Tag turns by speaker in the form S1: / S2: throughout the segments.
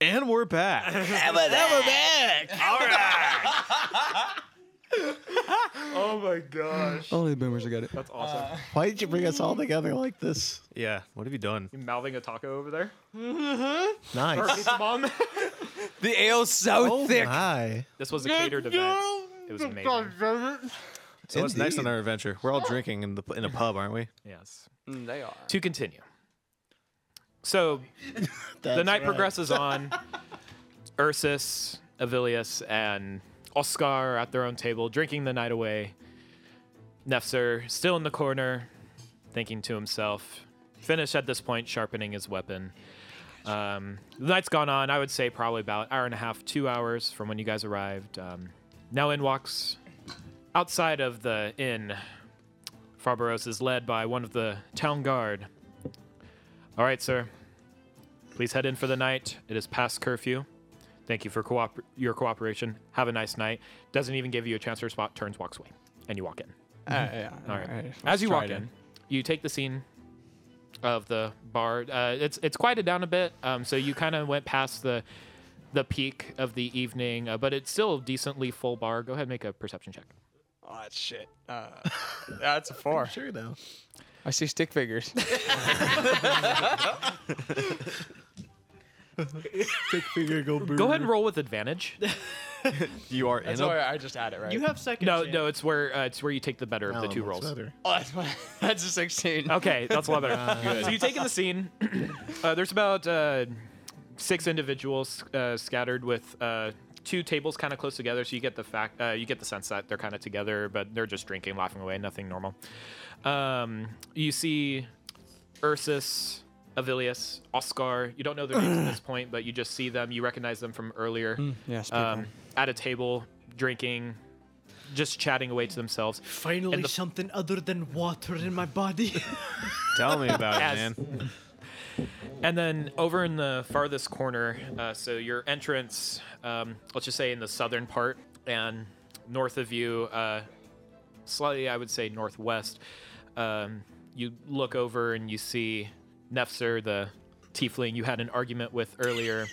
S1: And we're back.
S2: All right.
S3: Oh my gosh.
S4: Only the boomers are good.
S3: That's awesome.
S4: Why did you bring us all together like this?
S1: yeah. What have you done? Mm-hmm.
S3: you mouthing a taco over there? Or
S4: Nice.
S3: pizza bomb?
S2: The ale's so
S4: Oh
S2: thick.
S4: my.
S3: this was a catered event. It was amazing.
S1: So what's next on
S4: Indeed.
S1: our adventure? We're all drinking in the in a pub, aren't we?
S3: Yes.
S2: Mm, they are.
S3: To continue. So the
S4: That's
S3: night
S4: right.
S3: progresses on. Ursus, Avilius, and Oscar are at their own table, drinking the night away. Nefzer still in the corner, thinking to himself. Finish at this point, sharpening his weapon. Um, the night's gone on. I would say probably about hour and a half, two hours from when you guys arrived. Um, now in walks outside of the inn. Farbaros is led by one of the town guard. All right, sir. Please head in for the night. It is past curfew. Thank you for cooper- your cooperation. Have a nice night. Doesn't even give you a chance to respond. Turns, walks away, and you walk in. Mm-hmm. All right. As you walk in, you take the scene of the bar. Uh, it's it's quieted down a bit. Um, so you kind of went past the the peak of the evening, uh, but it's still decently full bar. Go ahead, and make a perception check.
S2: Oh shit. Uh, that's a four.
S4: Sure though.
S2: I see stick figures.
S4: Big figure go boo.
S3: Go ahead and roll with advantage.
S1: You are
S2: That's
S1: in
S2: why
S1: a.
S2: I just had it right.
S5: You have second.
S3: no,
S5: chance.
S3: no, it's where uh, it's where you take the better of the two rolls.
S2: Oh, that's, why, that's a sixteen.
S3: Okay, that's a lot better. So you take in the scene. Uh, there's about uh, six individuals uh, scattered with uh, two tables kind of close together. So you get the fact, uh, you get the sense that they're kind of together, but they're just drinking, laughing away, nothing normal. Um, you see Ursus, Avilius, Oscar. You don't know their names at this point, but you just see them. You recognize them from earlier.
S2: Yes.
S3: um, at a table, drinking, just chatting away to themselves.
S5: Finally,
S3: and the-
S5: something other than water in my body.
S1: Tell me about it,
S3: Yes.
S1: man.
S3: And then over in the farthest corner, uh, so your entrance, um, let's just say in the southern part and north of you, uh, slightly, I would say northwest, um, you look over and you see Nefzer, the tiefling you had an argument with earlier,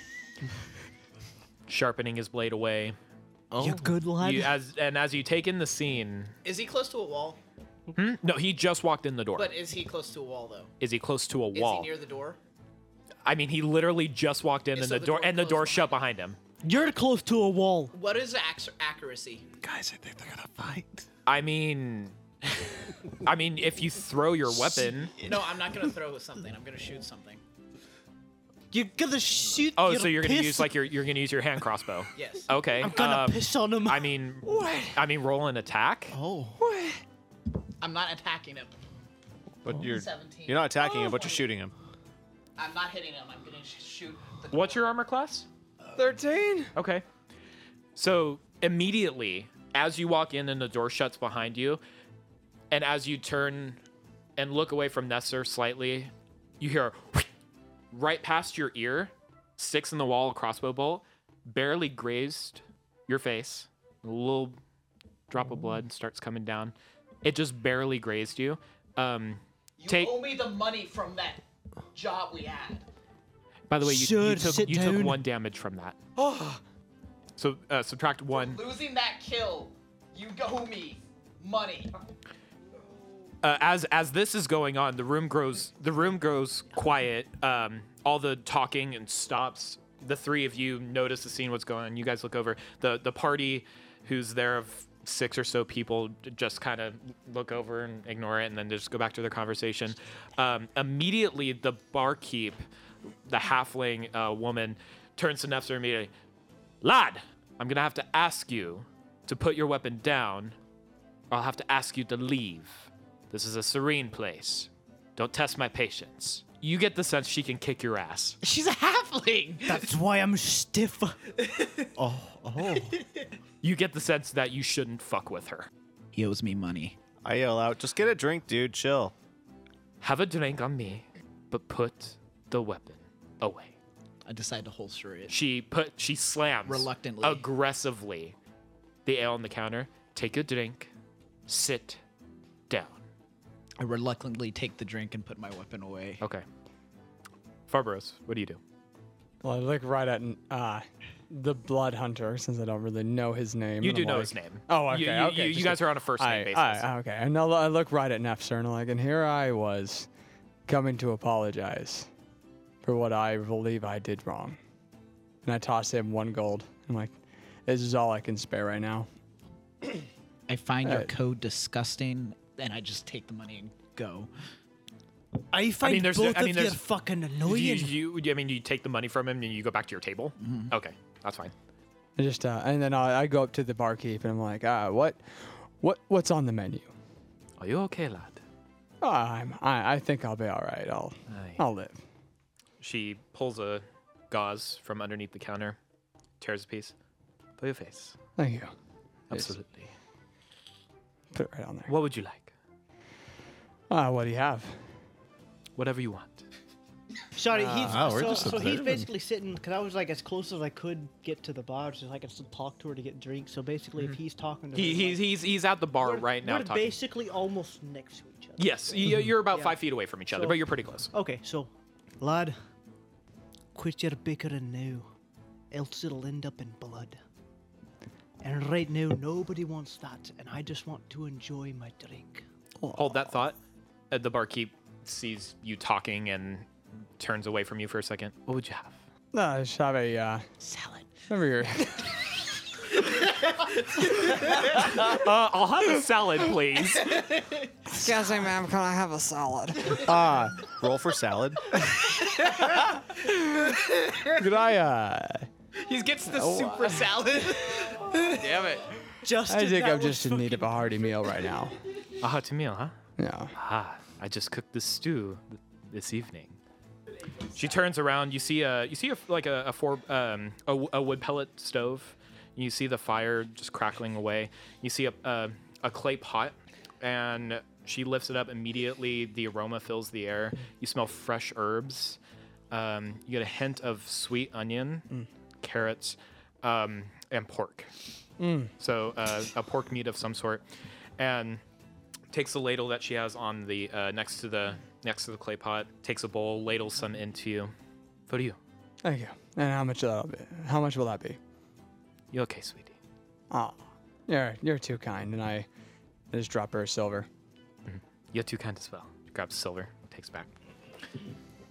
S3: sharpening his blade away.
S5: Oh. You good lad.
S3: You, as, and as you take in the scene,
S6: Is he close to a wall?
S3: no, he just walked in the door.
S6: But is he close to a wall though?
S3: is he close to a
S6: Is
S3: wall?
S6: he near the door?
S3: I mean, he literally just walked in,
S6: Is
S3: and
S6: so
S3: the,
S6: the
S3: door,
S6: door
S3: and the
S6: closed
S3: door
S6: behind
S3: shut behind him.
S5: You're close to a wall.
S6: What is ac- accuracy?
S4: Guys, I think they're gonna fight.
S3: I mean, I mean, if you throw your weapon.
S6: No, I'm not gonna throw something. I'm gonna shoot something.
S5: You're gonna shoot.
S3: Oh,
S5: your
S3: so you're gonna
S5: piss.
S3: use like your you're gonna use your hand crossbow.
S6: Yes.
S3: Okay.
S5: I'm gonna
S3: um,
S5: piss on him.
S3: I mean, I mean, roll an attack.
S4: Oh.
S6: I'm not attacking him.
S1: But you're
S6: 17.
S1: you're not attacking him, but you're shooting him.
S6: I'm not hitting him. I'm gonna sh- shoot. The
S3: What's your armor class?
S2: Thirteen.
S3: Okay. So immediately, as you walk in and the door shuts behind you, and as you turn and look away from Nesser slightly, you hear a right past your ear, sticks in the wall, a crossbow bolt, barely grazed your face. A little drop of blood starts coming down. It just barely grazed you. Um,
S6: You
S3: take
S6: owe me the money from that job we had.
S3: by the way, you, you
S5: Sure,
S3: took
S5: sit
S3: you took
S5: down. Ah.
S3: one damage from that. So uh, subtract one.
S6: Losing that kill, you owe me money.
S3: uh, as as this is going on, the room grows the room grows quiet. Um, all the talking and stops. The three of you notice the scene. What's going on? You guys look over the the party, who's there of six or so people, j- just kind of look over and ignore it, and then just go back to their conversation. Um, immediately, the barkeep, the halfling uh, woman, turns to Nefzer immediately. Lad, I'm gonna have to ask you to put your weapon down. Or I'll have to ask you to leave. This is a serene place. Don't test my patience. You get the sense she can kick your ass.
S5: She's a halfling. That's why I'm stiff.
S3: You get the sense that you shouldn't fuck with her.
S6: He owes me money.
S1: I yell out, "Just get a drink, dude. Chill."
S3: Have a drink on me, but put the weapon away.
S6: I decide to holster it.
S3: She put she slams
S6: Reluctantly.
S3: aggressively the ale on the counter. Take a drink. Sit down.
S6: I reluctantly take the drink and put my weapon away.
S3: Okay. Farbaros, what do you do?
S2: Well, I look right at uh, the Blood Hunter since I don't really know his name.
S3: You
S2: and
S3: do
S2: I'm
S3: know
S2: like-
S3: his name.
S2: Oh,
S3: You-
S2: okay.
S3: you-
S2: okay,
S3: you- you
S2: just
S3: guys
S2: like-
S3: are on a first name
S2: I-
S3: basis.
S2: I- okay. And I lo- I look right at Nefzer and I'm like, and here I was coming to apologize for what I believe I did wrong. And I toss him one gold. I'm like, this is all I can spare right now.
S5: I find your
S2: Alright.
S5: code disgusting, and I just take the money and go.
S7: I find
S3: there's-
S7: both
S3: I mean,
S7: of you
S3: there's-
S7: fucking
S3: Do
S7: annoying.
S3: you, you, you- I mean, you take the money from him and you go back to your table.
S2: Mm-hmm.
S3: Okay, that's fine.
S2: I just uh, and then I, I go up to the barkeep and I'm like, uh, what, what, what's on the menu?
S3: Are you okay, lad?
S2: Oh, I'm, I, I think I'll be all right. I'll,
S3: Aye.
S2: I'll live.
S3: She pulls a gauze from underneath the counter, tears a piece. Put your face.
S2: Thank you.
S3: Absolutely.
S2: Put it right on there.
S3: What would you like?
S2: Ah, what do you have?
S3: Whatever you want.
S8: Sorry, he's,
S4: Wow, we're
S8: so,
S4: just
S8: so he's
S4: observing.
S8: basically sitting because I was like as close as I could get to the bar, so I could still talk to her to get drinks. So basically, if he's talking to
S3: Mm. He,
S8: her,
S3: he's,
S8: like,
S3: he's, he's at the bar
S8: we're,
S3: right now
S8: we're
S3: talking.
S8: basically almost next to each other.
S3: yes, y- you're about
S8: Yeah.
S3: five feet away from each other,
S8: So-
S3: but you're pretty close.
S8: Okay, so, lad, quit your bickering now, else it'll end up in blood. And right now, nobody wants that, and I just want to enjoy my drink.
S3: Hold that thought. Uh, the barkeep sees you talking and turns away from you for a second. What would you have?
S2: No, I just have a uh,
S5: Salad.
S2: remember your
S3: Uh, I'll have a salad, please.
S9: Excuse me, ma'am, can I have a salad?
S2: ah,
S1: Roll for salad.
S2: could I uh
S3: he gets the super salad.
S2: damn it.
S8: Just
S2: I think I'm just in need of a hearty meal right now.
S3: A hot meal, huh?
S2: Yeah.
S3: Ah, I just cooked the stew th- this evening. She turns around. You see a you see a, like a, a four um a, w- a wood pellet stove. You see the fire just crackling away. You see a a, a clay pot, and she lifts it up immediately. The aroma fills the air. You smell fresh herbs. Um, you get a hint of sweet onion, carrots, um, and pork. So uh, a pork meat of some sort, and takes the ladle that she has on the uh, next to the next to the clay pot, takes a bowl, ladles some into you. For you,
S2: Thank you. And how much that'll be? How much will that be?
S3: you okay, sweetie?
S2: Oh, you're you're too kind, and I, I just drop her a silver.
S3: You're too kind as well. Grabs silver, takes back.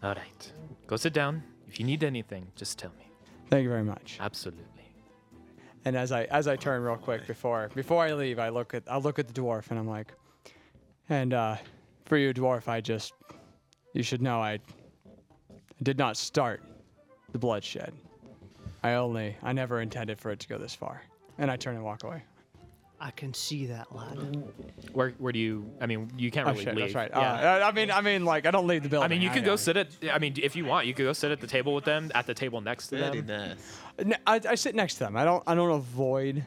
S3: All right, go sit down. If you need anything, just tell me.
S2: Thank you very much.
S3: Absolutely.
S2: And as I as I turn real quick before before I leave, I look at I look at the dwarf and I'm like, and uh, for you dwarf, I just you should know I did not start the bloodshed. I only I never intended for it to go this far. And I turn and walk away.
S8: I can see that, lad.
S3: Where where do you? I mean, you can't
S2: Oh
S3: really
S2: shit,
S3: leave.
S2: that's right.
S3: Yeah.
S2: Uh, I I mean I mean like I don't leave the building.
S3: I mean, you could
S2: know.
S3: go sit at. I mean, if you want, you could go sit at the table with them, at the table next to them.
S2: N- I, I sit next to them. I don't I don't avoid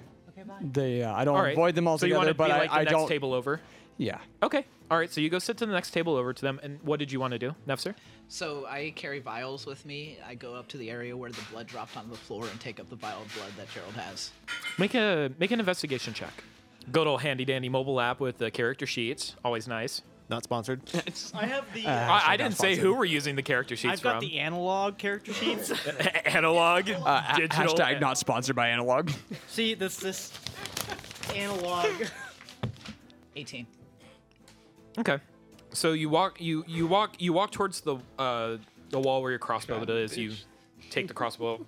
S2: the uh, I don't
S3: All right.
S2: avoid them
S3: so you
S2: altogether.
S3: want to
S2: but
S3: be
S2: I,
S3: like the
S2: I
S3: next
S2: don't.
S3: table over?
S2: Yeah.
S3: Okay. All right. So you go sit to the next table over to them. And what did you want to do, Nefzer?
S10: So I carry vials with me. I go up to the area where the blood dropped on the floor and take up the vial of blood that Gerald has.
S3: Make a make an investigation check. Good old handy dandy mobile app with the character sheets. Always nice.
S1: Not sponsored.
S5: I have the.
S3: I, I didn't say who we're using the character sheets
S5: I've got
S3: from.
S5: the analog character sheets.
S3: analog,
S2: A-
S3: digital.
S2: Uh, hashtag not sponsored by Analog.
S5: See this this analog.
S10: 18.
S3: Okay. So you walk you you walk you walk towards the uh, the wall where your crossbow is. You take the crossbow,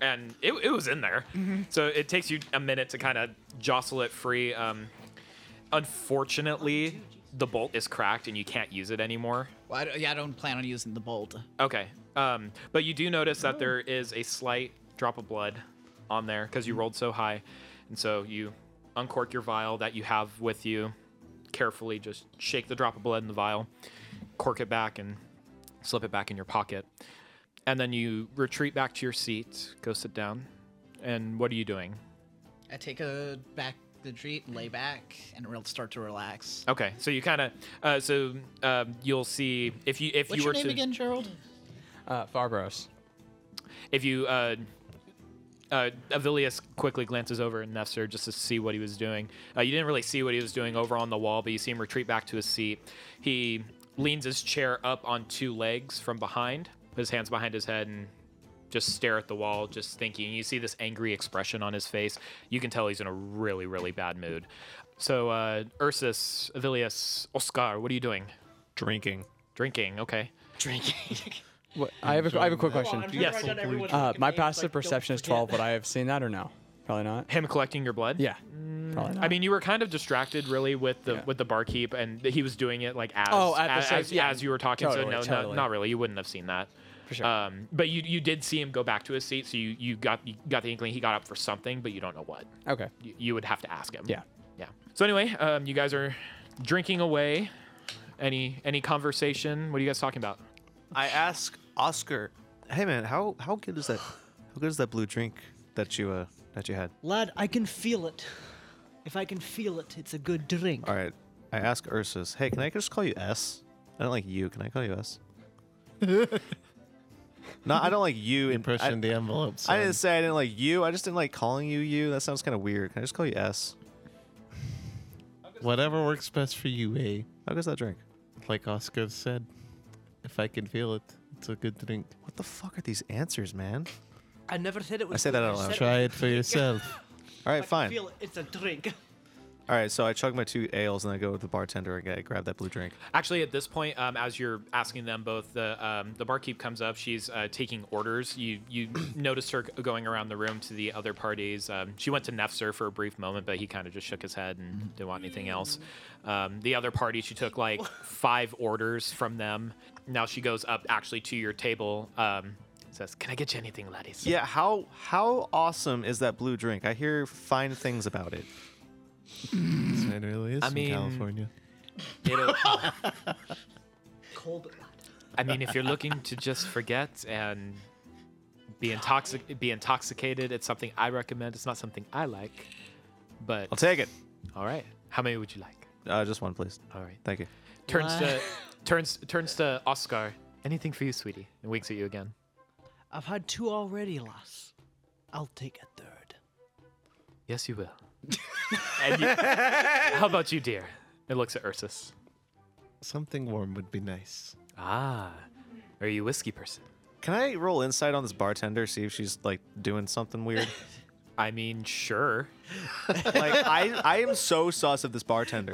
S3: and it, it was in there. So it takes you a minute to kind of jostle it free. Um, unfortunately, the bolt is cracked and you can't use it anymore.
S10: Well, I don't, yeah, I don't plan on using the bolt.
S3: Okay. Um, but you do notice
S10: Oh.
S3: that there is a slight drop of blood on there because you
S10: Mm-hmm.
S3: rolled so high. And so you uncork your vial that you have with you carefully, just shake the drop of blood in the vial, cork it back, and slip it back in your pocket. And then you retreat back to your seat, go sit down. And what are you doing?
S10: I take a back the treat, lay back, and re- start to relax.
S3: Okay, so you kind of, uh, so um, you'll see if you if
S10: What's
S3: you
S10: your
S3: were
S10: name
S3: to
S10: again, Gerald?
S2: Uh, Farbros.
S3: if you uh uh, Avilius quickly glances over at Nefzer just to see what he was doing. Uh, you didn't really see what he was doing over on the wall, but you see him retreat back to his seat. He leans his chair up on two legs from behind, his hands behind his head, and just stare at the wall, just thinking. You see this angry expression on his face. You can tell he's in a really, really bad mood. So, uh, Ursus, Avilius, Oscar, what are you doing?
S1: Drinking.
S3: Drinking, okay.
S5: Drinking.
S2: What, I have a, I have a quick
S10: Hold on,
S2: question.
S10: I'm trying to write down everyone's
S2: Uh,
S10: fucking
S2: my
S10: names, like,
S2: passive
S10: don't
S2: perception is
S10: forget.
S2: 12. Would I have seen that or no? Probably not.
S3: Him collecting your blood?
S2: Yeah. Probably not.
S3: Mm, I mean, you were kind of distracted, really, with the with the barkeep, and he was doing it like as
S2: Oh, at the
S3: as,
S2: same-
S3: as,
S2: yeah,
S3: as you were talking. so
S2: totally,
S3: no, no,
S2: totally.
S3: not really. You wouldn't have seen that.
S2: For sure.
S3: Um, but you you did see him go back to his seat, so you, you got you got the inkling he got up for something, but you don't know what.
S2: okay.
S3: You, you would have to ask him.
S2: Yeah.
S3: Yeah. So anyway, um, you guys are drinking away. Any any conversation? What are you guys talking about?
S1: I ask Oscar, hey man, how how good is that? How good is that blue drink that you uh that you had?
S8: Lad, I can feel it. If I can feel it, it's a good drink.
S1: All right. I ask Ursus, hey, can I just call you S? I don't like you. Can I call you S? no, I don't like you. in-
S4: Impression
S1: I,
S4: the envelope.
S1: I didn't
S4: son.
S1: say I didn't like you. I just didn't like calling you you. That sounds kind of weird. Can I just call you S?
S4: Whatever works best for you, eh?
S1: How good is that drink?
S4: Like Oscar said, if I can feel it, it's a good drink.
S1: What the fuck are these answers, man?
S8: I never said it was.
S1: I say that
S8: good,
S1: out loud.
S8: said
S4: Try it for yourself.
S1: All
S8: I
S1: right,
S8: can
S1: fine.
S8: feel it. It's a drink.
S1: All right, so I chug my two ales and I go to the bartender and I grab that blue drink.
S3: Actually, at this point, um, as you're asking them both, the um, the barkeep comes up. She's uh, taking orders. You you noticed her g- going around the room to the other parties. Um, she went to Nefzer for a brief moment, but he kind of just shook his head and didn't want anything else. Um, the other party, she took like five orders from them. Now she goes up actually to your table. Um, says, "Can I get you anything, ladies?"
S1: Yeah, how how awesome is that blue drink? I hear fine things about it.
S4: it really is
S3: I
S4: from
S3: mean-
S4: California.
S3: It'll-
S8: Cold.
S3: I mean, if you're looking to just forget and be intoxic be intoxicated, it's something I recommend. It's not something I like, but
S1: I'll take it.
S3: all right. How many would you like?
S1: Uh, just one, please.
S3: All right.
S1: Thank you.
S3: Turns to turns turns to Oscar. Anything for you, sweetie? And winks at you again.
S8: I've had two already, lass. I'll take a third.
S3: Yes, you will. and you, how about you, dear? It looks at Ursus.
S4: Something warm would be nice.
S3: Ah, are you a whiskey person?
S1: Can I roll insight on this bartender, see if she's like doing something weird?
S3: I mean, sure.
S1: like I, I am so sus of this bartender.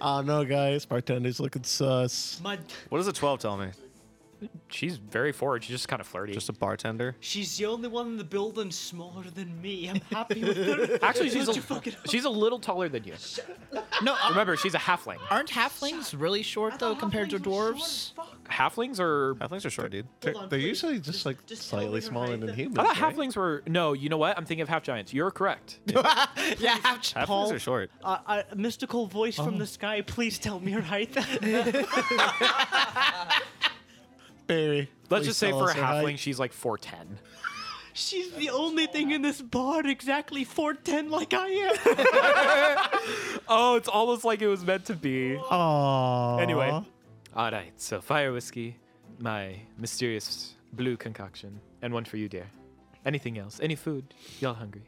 S4: Oh no, guys, bartender's looking sus.
S8: My,
S1: What does a twelve tell me?
S3: She's very forward. She's just kind of flirty.
S1: Just a bartender?
S8: she's the only one in the building smaller than me. I'm happy with her.
S3: Actually, she's
S8: Don't you
S3: a,
S8: fucking
S3: she's a little taller than you.
S10: No, uh,
S3: Remember, she's a halfling.
S10: aren't halflings really short though compared to dwarves?
S3: Halflings are
S1: Halflings are short, dude.
S4: They're,
S8: on,
S4: they're
S8: please.
S4: usually just,
S8: Just-
S4: like
S8: just tell me
S4: slightly
S8: her
S4: smaller
S8: height
S4: than
S8: then.
S4: humans.
S3: I thought
S4: right?
S3: halflings were no. You know what? I'm thinking of half giants. You're correct.
S10: Yeah, half
S1: Halflings
S8: Paul-
S1: are short.
S8: Uh, uh, a mystical voice from the sky, please tell me right.
S4: Barry.
S3: Let's
S4: please
S3: just say
S4: tell
S3: for a
S4: us her height.
S3: halfling, she's like four ten.
S8: She's the only thing in this bar exactly 410 like I am.
S3: Oh, it's almost like it was meant to be.
S4: Oh. Aw.
S3: Anyway, all right. So fire whiskey, my mysterious blue concoction, and one for you, dear. Anything else? Any food? Y'all hungry?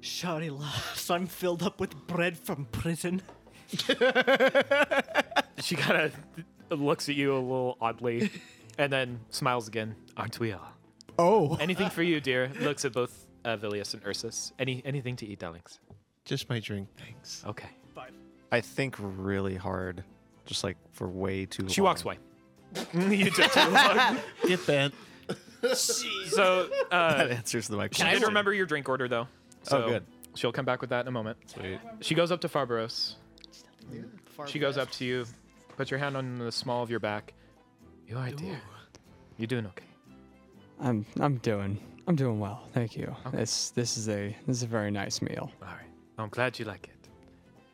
S8: Sorry, lass, I'm filled up with bread from prison.
S3: She kind of looks at you a little oddly, and then smiles again. Aren't we all?
S4: Oh.
S3: Anything for you, dear? Looks at both uh, Vilius and Ursus. Any anything to eat, darlings?
S4: Just my drink, thanks.
S3: Okay.
S1: I think really hard. Just like for way too
S3: She walks
S1: long.
S3: away. you took too long.
S4: Get that.
S3: So uh,
S1: That answers the
S3: she
S1: question.
S3: did remember your drink order though. So
S1: good.
S3: She'll come back with that in a moment. Sweet. She goes up to Farbaros. She goes up to you, puts your hand on the small of your back. You alright, dear? You doing okay?
S2: I'm I'm doing I'm doing well. Thank you. This this is a this is a very nice meal.
S3: All right. I'm glad you like it.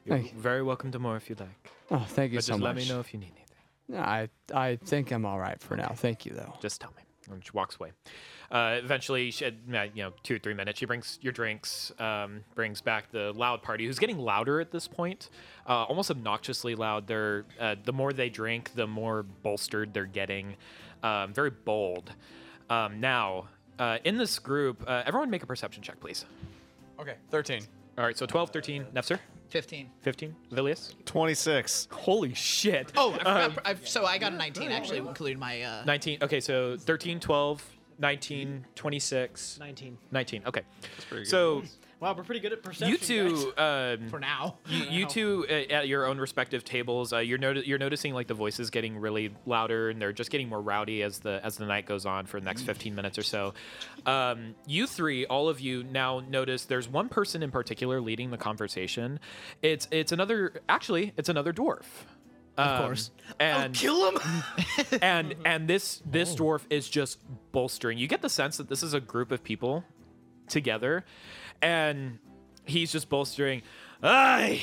S3: You're
S2: Thank you.
S3: very welcome to more if you like.
S2: Oh, thank you
S3: But
S2: so
S3: just
S2: much.
S3: let me know if you need anything.
S2: No, I I think I'm all right for now. Thank you though.
S3: Just tell me. And she walks away. Uh, eventually, she, had, uh, you know, two or three minutes, she brings your drinks, um, brings back the loud party, who's getting louder at this point, uh, almost obnoxiously loud. They're uh, the more they drink, the more bolstered they're getting, um, very bold. Um, now, uh, in this group, uh, everyone make a perception check, please.
S2: Okay, 13.
S3: All right, so 12, 13, Nefzer,
S10: 15.
S3: 15, Vilius. Oh.
S1: Twenty six.
S3: Holy shit.
S10: Oh, I forgot, I've, so I got a 19 actually, including my. Uh,
S3: 19. Okay, so 13, 12, 19, 26.
S10: 19.
S3: 19. Okay.
S4: pretty good.
S3: So
S10: Wow, we're pretty good at perception.
S3: you two, um,
S10: For now.
S3: you, you two uh, at your own respective tables, uh, you're noti- you're noticing like the voices getting really louder, and they're just getting more rowdy as the as the night goes on for the next 15 minutes or so. Um, you three, all of you, now notice there's one person in particular leading the conversation. It's it's another actually it's another dwarf. of
S10: course.
S3: and
S6: Kill him.
S3: and
S6: Mm-hmm.
S3: and this
S6: Oh.
S3: this dwarf is just bolstering. You get the sense that this is a group of people together, and he's just bolstering. I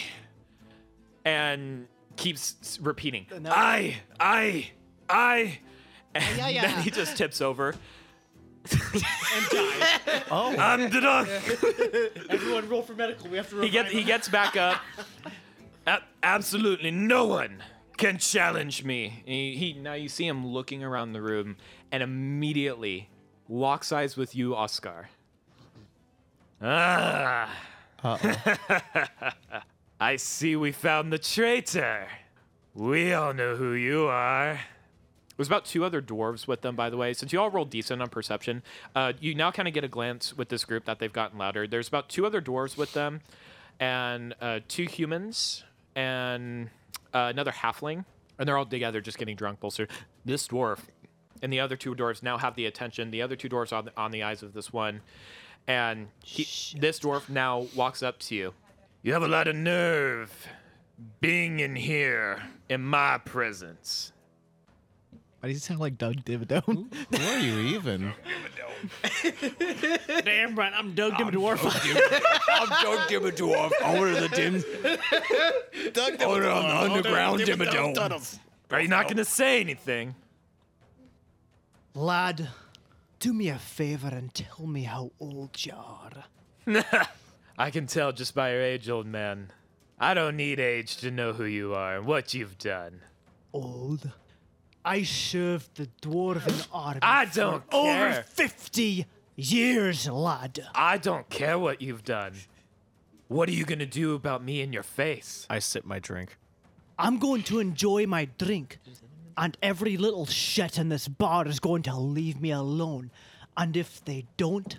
S3: and keeps s- repeating. I I I. And
S10: yeah,
S3: then
S10: yeah.
S3: he just tips over. and dies. Oh, I'm the dog.
S6: Everyone, roll for medical. We have to.
S3: He gets he gets back up. A- absolutely no one can challenge me. He, he now you see him looking around the room and immediately locks eyes with you, Oscar. Ah. I see we found the traitor. We all know who you are. There's about two other dwarves with them, by the way. Since you all rolled decent on perception, uh, you now kind of get a glance with this group that they've gotten louder. There's about two other dwarves with them, and uh, two humans, and uh, another halfling. And they're all together just getting drunk, bolstered. This dwarf and the other two dwarves now have the attention. The other two dwarves are on the, on the eyes of this one. And he, this dwarf now walks up to you. You have a lot of nerve being in here in my presence.
S5: Why does he sound like Doug Dividone?
S4: Who are you even?
S7: Damn right, I'm Doug Dim Dwarf.
S11: I'm Doug Dimmadorf, owner of the Dim,
S4: Doug
S11: owner of the underground Dimmadome.
S3: Are you not going to say anything?
S8: Lad, do me a favor and tell me how old you are.
S3: I can tell just by your age, old man. I don't need age to know who you are and what you've done.
S8: Old? I served the dwarven army.
S3: I don't
S8: for Over
S3: care.
S8: 50 years, lad.
S3: I don't care what you've done. What are you going to do about me in your face?
S1: I sip my drink.
S8: I'm going to enjoy my drink, and every little shit in this bar is going to leave me alone. And if they don't,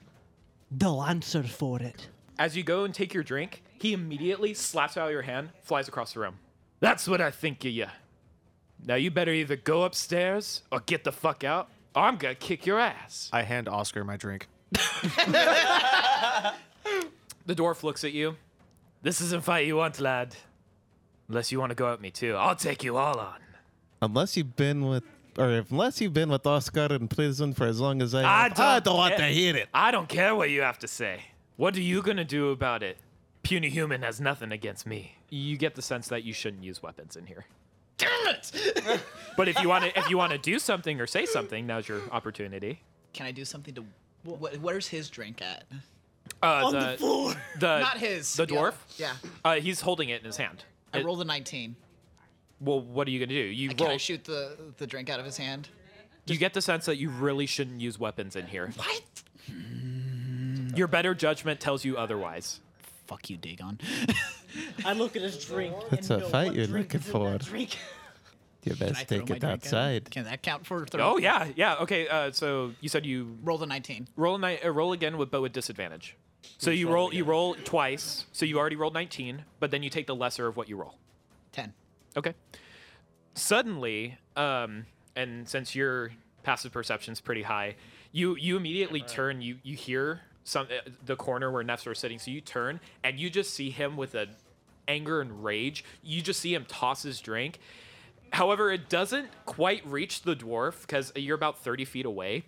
S8: they'll answer for it.
S3: As you go and take your drink, he immediately slaps out of your hand, flies across the room. That's what I think of you. Now you better either go upstairs or get the fuck out, or I'm gonna kick your ass.
S1: I hand Oscar my drink.
S3: The dwarf looks at you. This isn't fight you want, lad. Unless you want to go at me too, I'll take you all on.
S4: Unless you've been with, or unless you've been with Oscar in prison for as long as I
S8: Ah,
S3: I
S4: have, I
S3: don't
S4: don't want to
S3: care.
S4: hear it.
S3: I don't care what you have to say. What are you gonna do about it? Puny human has nothing against me. You get the sense that you shouldn't use weapons in here. Damn it! but if you want to, if you want to do something or say something, now's your opportunity.
S10: Can I do something to. Wh- where's his drink at?
S3: Uh, the, floor. The,
S10: Not his.
S3: The dwarf.
S10: Yeah.
S3: Uh, he's holding it in his hand.
S10: I
S3: It-
S10: rolled a 19.
S3: well, what are you gonna do? You
S10: Can I
S3: roll.
S10: shoot the, the drink out of his hand?
S3: You get the sense that you really shouldn't use weapons in here. What? Your better judgment tells you otherwise.
S5: Fuck you, Dagon.
S7: I look at his drink.
S4: That's a fight you're looking for.
S7: Drink.
S4: You
S5: I
S4: best
S5: throw
S4: take
S5: my
S4: it
S5: drink at him?
S4: outside.
S5: Can that count for throw?
S3: Oh yeah, yeah. Okay. Uh, so you said you
S5: Roll the 19.
S3: roll a ni- uh, roll again with but with disadvantage. So you roll you roll twice. So you already rolled 19, but then you take the lesser of what you roll.
S5: 10.
S3: Okay. Suddenly, um, and since your passive perception's pretty high, you you immediately turn. You you hear some uh, the corner where Nefs are sitting. So you turn and you just see him with a anger and rage. You just see him toss his drink. However, it doesn't quite reach the dwarf because you're about 30 feet away.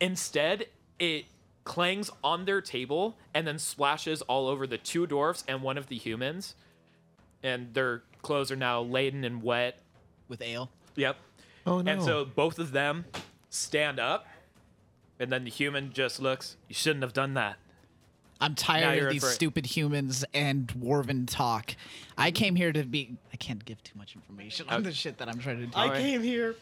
S3: Instead, it clangs on their table and then splashes all over the two dwarfs and one of the humans and their clothes are now laden and wet.
S5: With ale.
S3: Yep.
S4: Oh no!
S3: And so both of them stand up, and then the human just looks, You shouldn't have done that.
S5: I'm
S3: Now
S5: tired
S3: you're
S5: of
S3: in
S5: these
S3: for it.
S5: stupid humans and dwarven talk. I came here to be. I can't give too much information
S10: Uh,
S5: on the shit that I'm trying to do.
S7: I came here.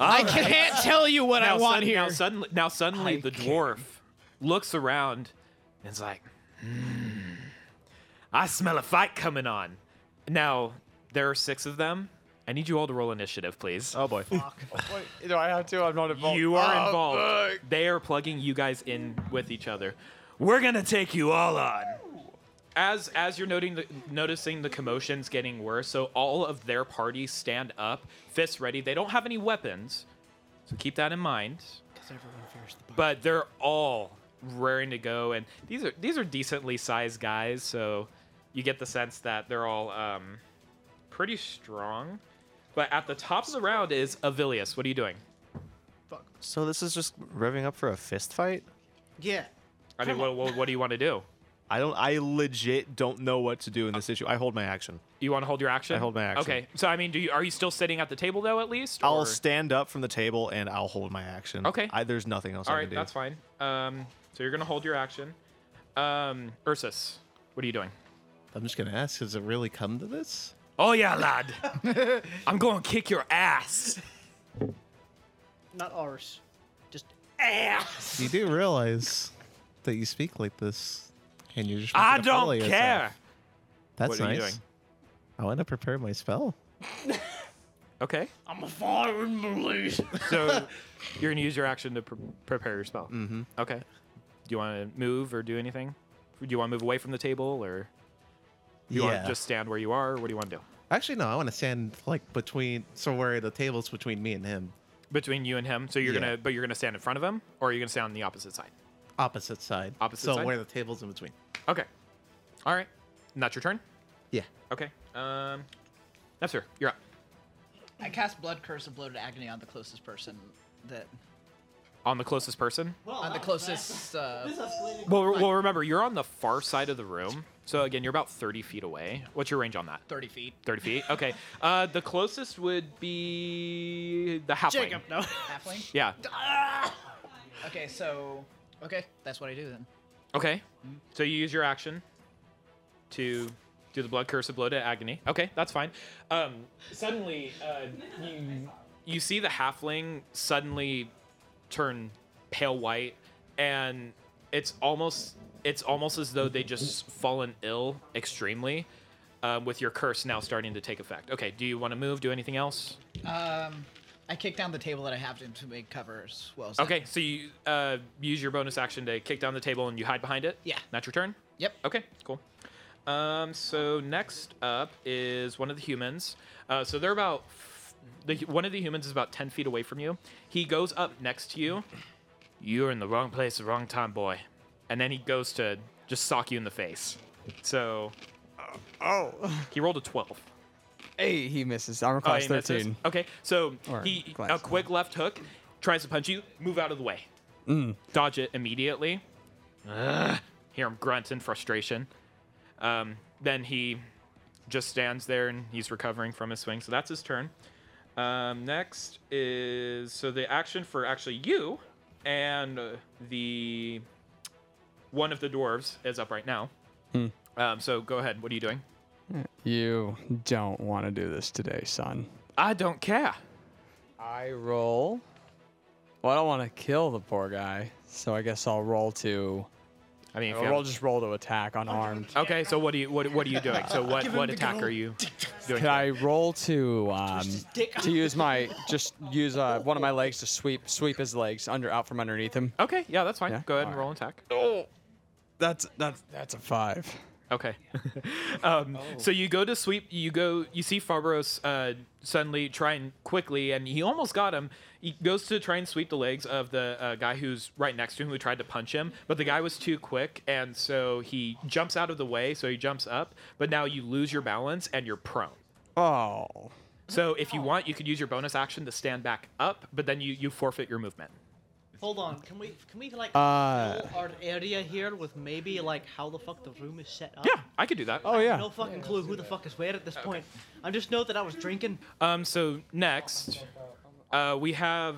S5: I can't tell you what I
S3: Now,
S5: want
S3: sud-
S5: here.
S3: now suddenly, now suddenly the dwarf looks around and is like, hmm, I smell a fight coming on. Now, there are six of them, I need you all to roll initiative, please. Oh boy.
S2: Wait, do I have to? I'm not involved.
S3: You are
S2: Oh,
S3: involved.
S2: fuck.
S3: They are plugging you guys in with each other. We're gonna take you all on. As as you're noting the, noticing the commotions getting worse, so all of their party stand up, fists ready. They don't have any weapons, so keep that in mind.
S8: Because everyone fears the
S3: But they're all raring to go, and these are these are decently sized guys, so you get the sense that they're all um, pretty strong. But at the top of the round is Avilius. What are you doing?
S1: So this is just revving up for a fist fight?
S7: Yeah.
S3: I mean,
S7: Come
S3: what,
S7: on.
S3: what, what do you want to do?
S1: I don't. I legit don't know what to do in this issue. I hold my action.
S3: You want to hold your action?
S1: I hold my action.
S3: Okay. So I mean, do you are you still sitting at the table though? At least.
S1: I'll
S3: or-
S1: stand up from the table and I'll hold my action.
S3: Okay.
S1: I, there's nothing else
S3: All
S1: I
S3: right,
S1: can do.
S3: that's fine. Um, so you're gonna hold your action. Um, Ursus, what are you doing?
S4: I'm just gonna ask, has it really come to this?
S3: Oh yeah, lad. I'm going to kick your ass.
S7: Not ours. Just ass.
S4: You do realize that you speak like this, and you're just.
S11: I
S4: making a fool
S11: don't
S4: of yourself.
S11: care.
S4: That's
S11: What are
S4: nice.
S11: you doing?
S4: I want to prepare my spell.
S3: Okay.
S7: I'm a foreign police.
S3: So you're gonna use your action to pre- prepare your spell.
S1: Mm-hmm.
S4: Mhm.
S3: Okay. Do you want to move or do anything? Do you want to move away from the table or? Do you want
S4: Yeah.
S3: to just stand where you are? What do you want to do?
S4: Actually, no. I want to stand like between, so where the table's between me and him,
S3: Between you and him, so you're
S4: Yeah.
S3: gonna, but you're gonna stand in front of him, or are you gonna stand on the opposite side?
S4: opposite side.
S3: Opposite
S4: So
S3: side?
S4: where the table's in between.
S3: Okay. All right. And that's your turn?
S4: Yeah.
S3: Okay. Um, Nepsir, you're up.
S10: I cast Blood Curse of Bloated Agony on the closest person that.
S3: On the closest person?
S10: on the closest. Uh,
S3: Well, re- well, remember, you're on the far side of the room. So, again, you're about 30 feet away. What's your range on that?
S10: 30 feet.
S3: 30 feet? Okay. Uh, the closest would be the halfling.
S7: Jacob, no.
S10: Halfling?
S3: Yeah.
S10: Okay, so. Okay, that's what I do then.
S3: Okay. So you use your action to do the blood curse of bloated agony. Okay, that's fine. Um, suddenly, uh, you, you see the halfling suddenly turn pale white, and it's almost it's almost as though they just fallen ill extremely. Um, with your curse now starting to take effect. Okay, do you want to move? Do anything else?
S10: Um, I kick down the table that I have to, to make covers. Well, as
S3: Okay, so you uh, use your bonus action to kick down the table and you hide behind it?
S10: Yeah.
S3: That's your turn?
S10: Yep.
S3: Okay, cool. Um, so next up is one of the humans. Uh, so they're about. f- The, hu- one of the humans is about 10 feet away from you. He goes up next to you. You're in the wrong place at the wrong time, boy. And then he goes to just sock you in the face. So.
S2: Oh.
S3: He rolled a 12.
S2: Hey, he misses. Armor
S3: Oh,
S2: class
S3: he misses.
S2: 13.
S3: Okay, so
S2: Or
S3: he
S2: glass,
S3: a quick left hook, tries to punch you, move out of the way,
S2: Mm.
S3: dodge it immediately. Ugh. Hear him grunt in frustration. Um, then he just stands there and he's recovering from his swing. So that's his turn. Um, next is so the action for actually you and uh, the one of the dwarves is up right now.
S2: Hmm.
S3: Um, so go ahead. What are you doing?
S2: You don't want to do this today, son.
S3: I don't care.
S2: I roll. Well, I don't want to kill the poor guy, so I guess I'll roll to.
S3: I mean, if
S2: I'll
S3: you
S2: Uh, roll
S3: have-
S2: just roll to attack unarmed.
S3: Okay, so what do you what, what are you doing? So what
S2: Give him
S3: what
S2: the
S3: attack
S2: good
S3: are
S2: old
S3: you doing?
S2: Can I roll to um,
S7: dick
S2: to use my just use uh, one of my legs to sweep sweep his legs under out from underneath him?
S3: Okay, yeah, that's fine.
S2: Yeah?
S3: Go ahead and roll an attack.
S2: That's that's that's a five.
S3: Okay. um, So you go to sweep. You go. You see Farbros uh, suddenly try and quickly, and he almost got him. He goes to try and sweep the legs of the uh, guy who's right next to him, who tried to punch him, but the guy was too quick, and so he jumps out of the way. So he jumps up, but now you lose your balance and you're prone.
S2: Oh,
S3: So if you want, you could use your bonus action to stand back up, but then you you forfeit your movement.
S7: Hold on. Can we can we like
S2: Uh.
S7: fill our area here with maybe like how the fuck the room is set up?
S3: Yeah, I could do that.
S7: I have No fucking clue who the fuck is where at this point. I just know that I was drinking.
S3: Um, so next, uh, we have.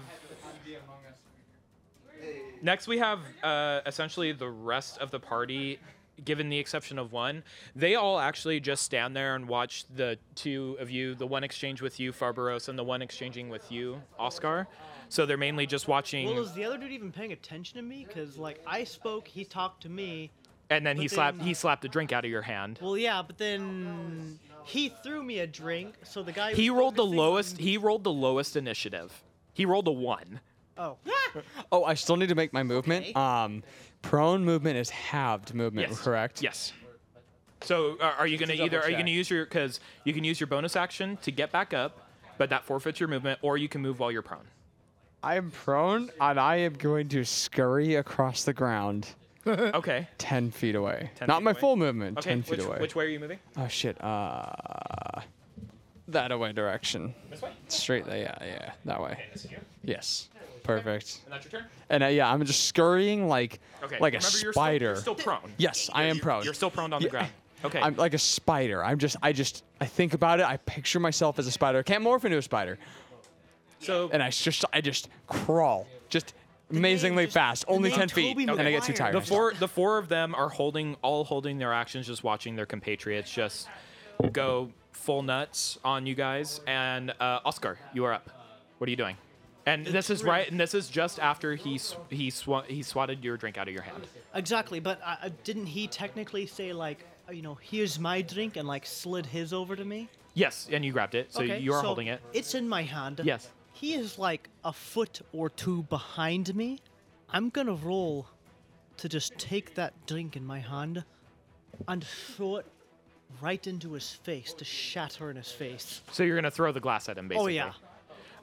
S3: Next, we have uh, essentially the rest of the party, given the exception of one. They all actually just stand there and watch the two of you, the one exchange with you, Farbaros, and the one exchanging with you, Oscar. So they're mainly just
S7: Well,
S3: watching,
S7: is the other dude even paying attention to me? Cause like I spoke, he talked to me.
S3: and then he
S7: but
S3: slapped
S7: then-
S3: he slapped a drink out of your hand.
S7: Well, yeah, but then He threw me a drink, so the guy.
S3: He
S7: was
S3: rolled the
S7: focusing-
S3: lowest. He rolled the lowest initiative. He rolled a one.
S7: Oh.
S2: Oh, I still need to make my movement. Um, prone movement is halved movement,
S3: Yes.
S2: correct?
S3: Yes. So uh, are, are you going to
S2: to
S3: either
S2: double
S3: are you going to
S2: check.
S3: use your because you can use your bonus action to get back up, but that forfeits your movement, or you can move while you're prone.
S2: I am prone, and I am going to scurry across the ground.
S3: okay.
S2: Ten feet away.
S3: 10
S2: Not
S3: feet
S2: my
S3: away.
S2: full movement.
S3: Okay,
S2: Ten feet
S3: which-
S2: away.
S3: which way are you moving?
S2: Oh shit. Uh, that away direction.
S3: This way?
S2: Straight there. Yeah, yeah. That way.
S3: this is you?
S2: Yes. Perfect.
S3: And that's your turn?
S2: And uh, yeah, I'm just scurrying like
S3: Okay,
S2: like a
S3: remember, you're still-
S2: spider.
S3: you're still prone.
S2: Yes, I am prone.
S3: You're still prone on the
S2: Yeah.
S3: ground. Okay.
S2: I'm like a spider. I'm just, I just, I think about it. I picture myself as a spider. I can't morph into a spider.
S3: So
S2: and I just, I just crawl, just amazingly fast, only ten feet, and I get too tired.
S3: The four, the four of them are holding, all holding their actions, just watching their compatriots just go full nuts on you guys. And uh, Oscar, you are up. What are you doing? And this is right. And this is just after he sw- he sw- he swatted your drink out of your hand.
S7: Exactly, but uh, uh, didn't he technically say like, uh, you know, here's my drink and like slid his over to me?
S3: Yes, and you grabbed it. So
S7: Okay,
S3: you are holding it.
S7: It's in my hand.
S3: Yes.
S7: He is like a foot or two behind me. I'm gonna roll to just take that drink in my hand and throw it right into his face to shatter in his face.
S3: So you're gonna throw the glass at him, basically.
S7: Oh yeah.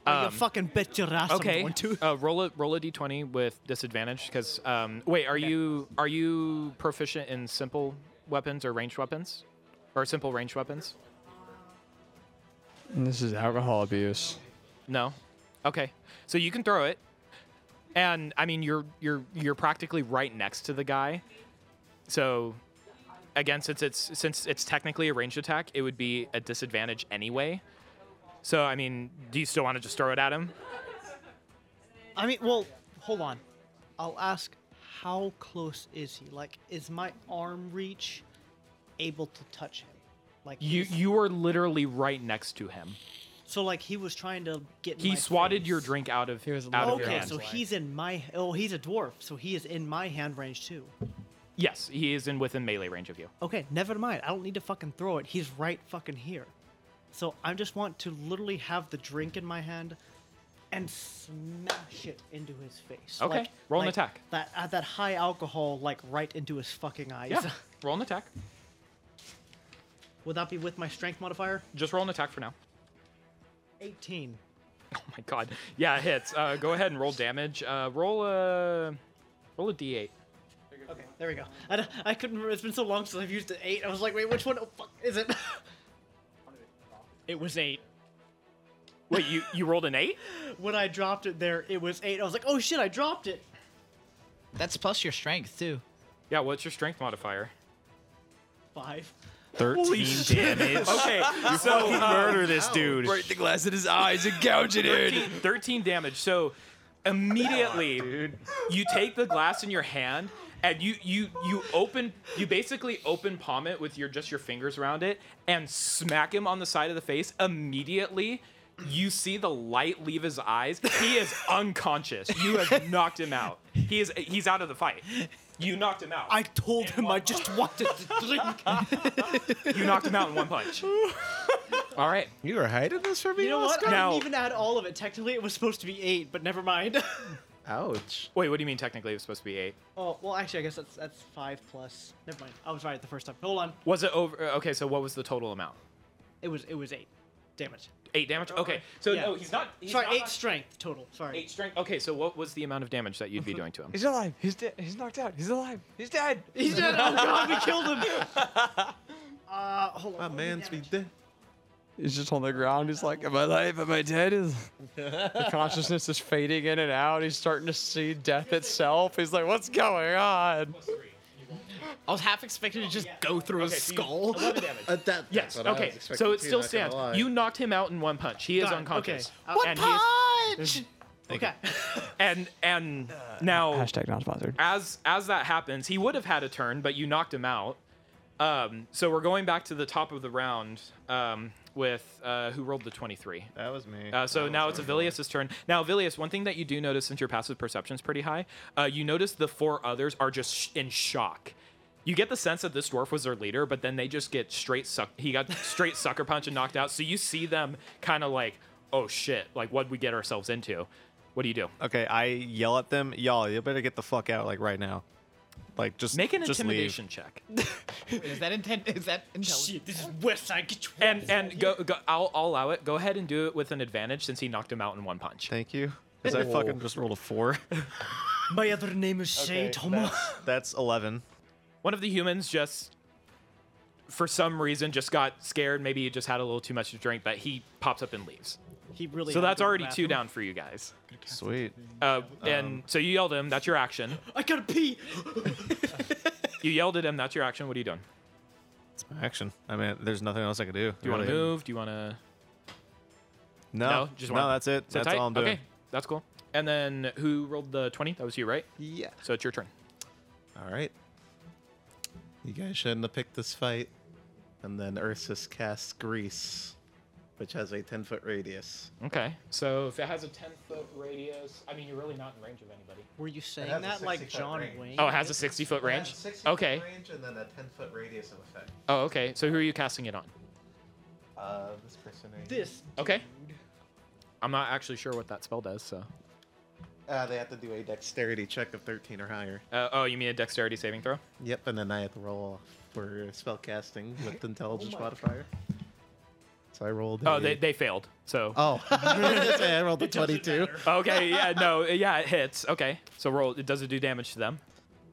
S7: Well, you
S3: Um,
S7: fucking bet your ass
S3: Okay.
S7: I'm going to.
S3: Uh, roll a roll a d20 with disadvantage because um, wait, are you are you proficient in simple weapons or ranged weapons, or simple ranged weapons?
S2: And this is alcohol abuse.
S3: No. Okay. So you can throw it, and I mean you're you're you're practically right next to the guy, so again since it's since it's technically a ranged attack, it would be a disadvantage anyway. So I mean, do you still want to just throw it at him?
S7: I mean, well, hold on. I'll ask, how close is he? Like, is my arm reach able to touch him? Like,
S3: You
S7: is-
S3: you are literally right next to him.
S7: so like he was trying to get. in
S3: He
S7: my
S3: swatted
S7: face.
S3: your drink out of out of your
S7: okay,
S3: hand.
S7: so he's in my. Oh, he's a dwarf, so he is in my hand range too.
S3: yes, he is in within melee range of you.
S7: Okay, never mind. I don't need to fucking throw it. He's right fucking here. So I just want to literally have the drink in my hand and smash it into his face.
S3: Okay,
S7: Like-
S3: roll an
S7: like
S3: attack.
S7: That uh, that high alcohol like right into his fucking eyes.
S3: Yeah, roll an attack.
S7: Would that be with my strength modifier?
S3: Just roll an attack for now.
S7: 18.
S3: Oh my god. Yeah, it hits. Uh, go ahead and roll damage. Uh, roll a roll a d8.
S7: Okay, there we go. I, d- I couldn't remember. It's been so long since I've used an 8. I was like, wait, which one? Oh, fuck, is it? it was 8.
S3: Wait, you you rolled an 8?
S7: When I dropped it there, it was 8. I was like, oh shit, I dropped it.
S10: That's plus your strength too.
S3: Yeah, what's your strength modifier?
S7: 5.
S1: 13 damage.
S3: Okay,
S1: You
S3: so,
S1: fucking
S3: um,
S1: murder this dude.
S3: Break
S1: the glass in his eyes and gouge
S3: 13, 13 damage. So immediately you take the glass in your hand and you you you open you basically open palm it with your just your fingers around it and smack him on the side of the face immediately you see the light leave his eyes he is unconscious you have knocked him out he is he's out of the fight you knocked him out
S7: I told him I just wanted to drink.
S3: you knocked him out in one punch all right
S1: you were hiding this from me
S7: You know what? I
S3: now
S7: didn't even add all of it. Technically, it was supposed to be 8, but never mind.
S1: ouch
S3: wait what do you mean technically it was supposed to be eight
S7: oh, well, actually, I guess that's that's 5 plus. Never mind. I was right the first time. Hold on.
S3: was it over okay so what was the total amount
S7: It was it was 8 damage.
S3: Eight damage. Okay, so
S7: Yeah.
S3: no, he's not. He's
S7: Sorry,
S3: not,
S7: eight strength total. Sorry.
S3: Eight strength. Okay, so what was the amount of damage that you'd be doing to him?
S2: He's alive. He's dead. He's knocked out. He's alive. He's dead.
S7: He's dead. Oh god, we killed him. Uh, hold on.
S1: my
S7: let me
S1: man's
S7: down.
S1: be dead
S2: He's just on the ground. He's like, "Am I alive? Am I dead?" Is- The consciousness is fading in and out. He's starting to see death itself. He's like, "What's going on?"
S10: I was half expecting to just go through
S3: Okay,
S10: his
S3: so you-
S10: skull.
S3: 11 damage.
S10: At that,
S3: Yes. Okay. So it still stands. You knocked him out in one punch. He is
S7: Got it,
S3: unconscious.
S7: okay. One
S3: and he is-
S10: punch.
S7: Okay.
S3: and and now
S2: Hashtag not sponsored.
S3: as as that happens, he would have had a turn, but you knocked him out. Um, so we're going back to the top of the round um, with uh, who rolled the twenty-three.
S4: That was me.
S3: Uh, so now it's Avilius's turn. Now, Avilius, one thing that you do notice since your passive perception is pretty high, uh, you notice the four others are just sh- in shock. you get the sense that this dwarf was their leader, but then they just get straight suck. He got straight sucker punch and knocked out. So you see them kind of like, oh shit, like what we get ourselves into. What do you do?
S1: Okay, I yell at them, y'all. You better get the fuck out, like right now. Like just
S3: Make an
S1: just leave.
S3: intimidation check.
S10: Is that intent? Is that intelligence?
S11: Shit, this is West Side. Get your
S3: And and go, go I'll, I'll allow it. Go ahead and do it with an advantage since he knocked him out in one punch.
S1: Thank you. Because I fucking just rolled a four.
S7: My other name is Shay Tomo.
S1: That's eleven.
S3: One of the humans just, for some reason, just got scared. Maybe he just had a little too much to drink, but he pops up and leaves.
S7: He really.
S3: so
S7: had to
S3: that's
S7: go to the
S3: already
S7: bathroom.
S3: two down for you guys.
S1: Sweet.
S3: Uh,
S1: Um,
S3: and so you yelled at him. That's your action.
S7: I gotta pee.
S3: You yelled at him. That's your action. What are you doing?
S1: It's my action. I mean, there's nothing else I can do.
S3: Do you want to move? Do you want to?
S1: No,
S3: No, just
S1: no.
S3: wanna
S1: That's it.
S3: sit
S1: that's
S3: tight?
S1: all I'm doing.
S3: Okay, that's cool. And then who rolled the twenty? That was you, right?
S1: Yeah.
S3: So it's your turn.
S4: All right. You guys shouldn't have picked this fight. And then Ursus casts Grease, which has a 10 foot radius.
S3: Okay. So if it has a ten foot radius, I mean, you're really not in range of anybody.
S7: Were you
S4: has
S7: saying
S4: a
S7: that like
S4: 60 foot
S7: John
S4: range.
S7: Wayne?
S3: Oh, it has a sixty foot range. okay.
S4: range and then a 10 foot radius of effect.
S3: Oh, okay. So who are you casting it on?
S4: Uh, this person right here.
S7: This.
S3: Okay. I'm not actually sure what that spell does. So.
S4: Uh, they have to do a dexterity check of 13 or higher.
S3: Uh, oh, you mean a dexterity saving throw?
S4: Yep, and then I have to roll off for spell casting with intelligence modifier. So I rolled.
S3: Oh,
S4: a-
S3: they, they failed. So.
S4: Oh, that's right, I rolled a 22.
S3: Okay. Yeah. No. Yeah. It hits. Okay. So roll. Does it do damage to them?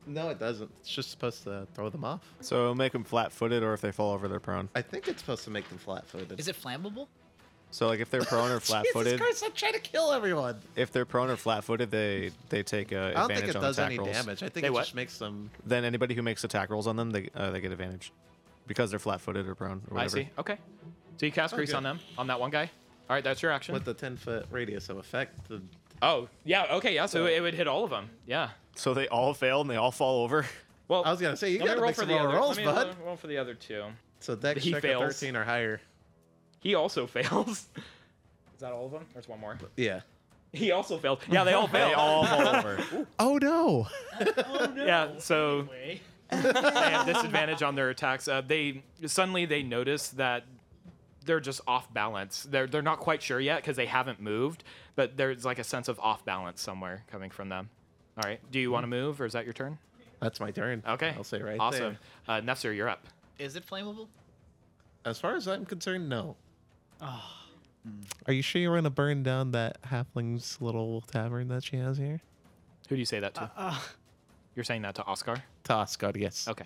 S4: No, it doesn't. It's just supposed to throw them off.
S1: So it'll make them flat-footed, or if they fall over, they're prone.
S4: I think it's supposed to make them flat footed.
S10: Is it flammable?
S1: So like if they're prone or flat-footed,
S4: I'm trying to kill everyone.
S1: if they're prone or flat-footed, they they take uh,
S4: I don't think
S1: advantage
S4: it
S1: on
S4: does
S1: attack
S4: any
S1: rolls.
S4: damage. I think
S3: They
S4: it
S3: what?
S4: just makes them.
S1: Then anybody who makes attack rolls on them, they uh, they get advantage because they're flat-footed or prone or
S3: I
S1: whatever.
S3: see. Okay. So you cast grease
S4: good.
S3: on them on that one guy. All right. That's your action.
S4: With the 10 foot radius of effect, the-
S3: Oh, yeah, okay, yeah. So it would hit all of them. Yeah.
S1: So they all fail and they all fall over.
S3: Well,
S4: I was gonna say you
S3: let me
S4: gotta
S3: roll
S4: make
S3: for
S4: some
S3: the
S4: more
S3: other,
S4: rolls,
S3: let me
S4: bud.
S3: roll for the other two.
S4: So dex
S3: He
S4: check of
S3: fails.
S4: 13 or higher.
S3: He also fails. Is that all of them? There's one more.
S4: Yeah.
S3: He also failed. Yeah, they all failed.
S1: They all fall over.
S4: Oh no!
S3: Yeah. So they have disadvantage on their attacks. Uh, they suddenly they notice that they're just off balance. They're they're not quite sure yet because they haven't moved, but there's like a sense of off balance somewhere coming from them. All right. Do you want to move, or is that your turn?
S4: That's my turn.
S3: Okay.
S4: Mm-hmm. I'll say right
S3: Awesome.
S4: there.
S3: Uh, Nefzer, you're up.
S10: Is it flammable?
S4: As far as I'm concerned, no.
S3: Ah.
S4: Are you sure you're gonna burn down that halfling's little tavern that she has here?
S3: Who do you say that to? You're saying that to Oscar?
S4: Toss, God, yes.
S3: Okay.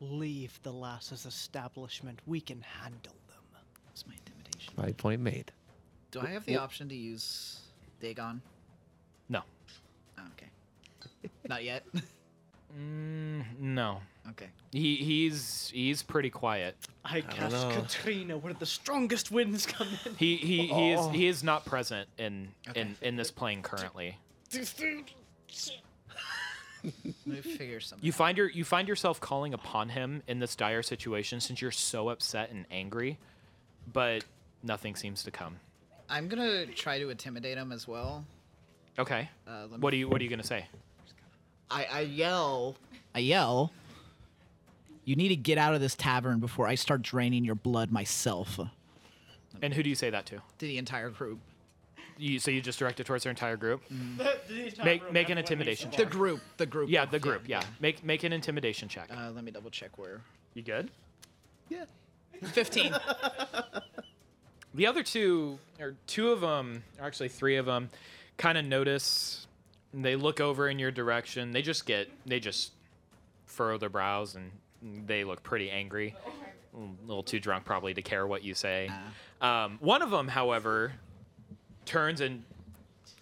S7: Leave the lass's establishment. We can handle them.
S10: That's my intimidation.
S4: My point made.
S10: Do I have the option to use Dagon?
S3: No.
S10: Oh, okay. Not yet.
S3: Mm, No.
S10: okay.
S3: He he's he's pretty quiet.
S7: I cast Katrina, where the strongest winds come in.
S3: He he, he is he is not present in in in this plane currently.
S10: Let me figure something.
S3: You find your you find yourself calling upon him in this dire situation since you're so upset and angry, but nothing seems to come.
S10: I'm gonna try to intimidate him as well.
S3: Okay.
S10: Uh, let me-
S3: What do you what are you gonna say?
S10: I, I yell. I yell. You need to get out of this tavern before I start draining your blood myself. To
S3: And who do you say that to?
S10: the entire group.
S3: You so you just direct it towards their entire group?
S10: Mm.
S3: Make make an intimidation
S10: The
S3: check.
S10: group. The group.
S3: Yeah, the group. Yeah. Make make an intimidation check.
S10: Uh, let me double check where.
S3: You good?
S10: Fifteen.
S3: the other two or two of them or actually three of them kind of notice and they look over in your direction they just get they just furrow their brows and they look pretty angry a little too drunk probably to care what you say um, one of them however turns and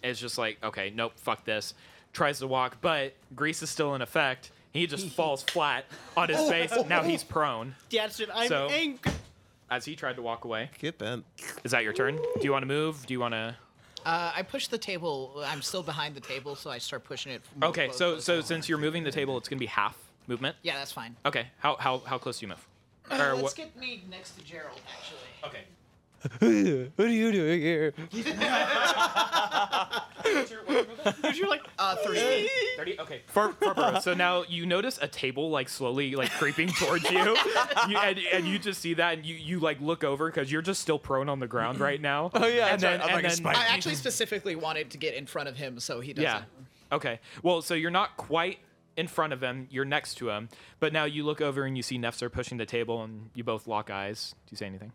S3: is just like okay nope fuck this tries to walk but grease is still in effect he just falls flat on his face now he's prone
S7: That's it. I'm
S3: So-
S7: angry.
S3: as he tried to walk away
S4: Get bent.
S3: is that your turn do you want to move do you want to
S10: Uh, I push the table. I'm still behind the table, so I start pushing it. more
S3: Okay,
S10: close-
S3: so
S10: close
S3: so
S10: to-
S3: since you're moving the table, it's gonna be half movement.
S10: yeah, that's fine.
S3: Okay, how how how close do you move? Or
S10: Let's
S3: what-
S10: get me next to Gerald, actually.
S3: okay.
S2: what are you doing here?
S6: You're like, uh, 30.
S3: 30? Okay. For, for Burrow. So now you notice a table like slowly like creeping towards you, you and, and you just see that and you, you like look over because you're just still prone on the ground right now.
S2: Oh yeah,
S3: and then, and then-
S5: I actually specifically wanted to get in front of him so he doesn't.
S3: yeah. Okay. Well, so you're not quite in front of him. You're next to him, but now you look over and you see Nefzer pushing the table, and you both lock eyes. Do you say anything?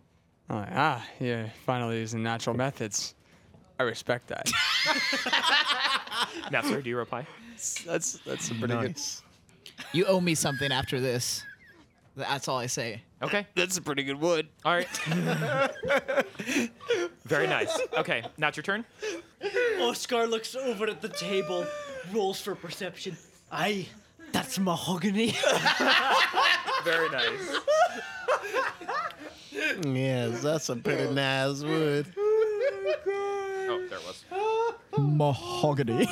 S2: I'm like, ah, yeah, finally using natural methods. I respect that.
S3: Nefzer, do you reply?
S2: That's that's a pretty
S5: good. You owe me something after this. That's all I say.
S3: Okay.
S11: That's a pretty good wood.
S3: All right. Very nice. Okay, now it's your turn.
S7: Oscar looks over at the table, rolls for perception. Aye, that's mahogany.
S3: Very nice.
S4: yes, that's a pretty nice wood.
S3: Oh, there it was.
S10: Mahogany.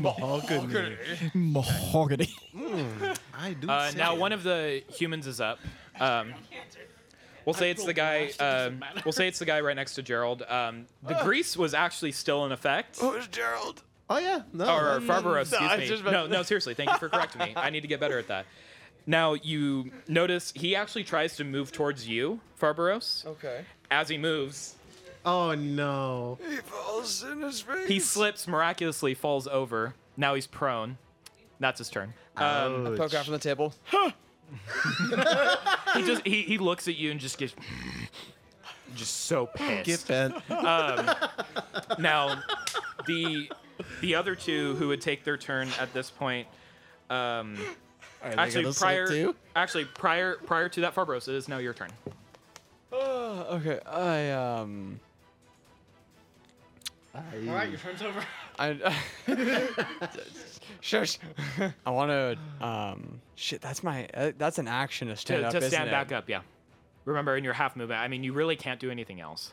S4: Mahogany.
S10: Mahogany.
S4: Mm, I do.
S3: Uh,
S4: say
S3: now
S4: it.
S3: one of the humans is up. Um, we'll say it's the guy. Um, we'll say it's the guy right next to Gerald. Um, the grease was actually still in effect.
S11: Who's Gerald?
S4: Oh yeah, no.
S3: or
S4: no,
S3: Farborough, excuse
S11: I was
S3: me.
S11: just about
S3: No,
S11: to-
S3: no, seriously. Thank you for correcting me. I need to get better at that. Now you notice he actually tries to move towards you, Farbaros.
S11: Okay.
S3: As he moves,
S4: Oh no.
S11: He falls in his face.
S3: he slips miraculously, falls over. Now he's prone. That's his turn. Um,
S2: I poke out from the table.
S3: he just he, he looks at you and just gets just so pissed.
S4: Get bent.
S3: Um, now, the the other two who would take their turn at this point, um,
S4: Are they
S3: actually
S4: gonna slip
S3: prior
S4: too?
S3: actually prior prior to that, Farbros, it is now your turn.
S2: Uh, okay, I um,
S4: All right, your
S7: friend's over.
S2: I shush. I want to um, shit. That's my uh, that's an action to stand
S3: To,
S2: up.
S3: to
S2: isn't
S3: stand
S2: it?
S3: back up, yeah. Remember, in your half movement, I mean, you really can't do anything else.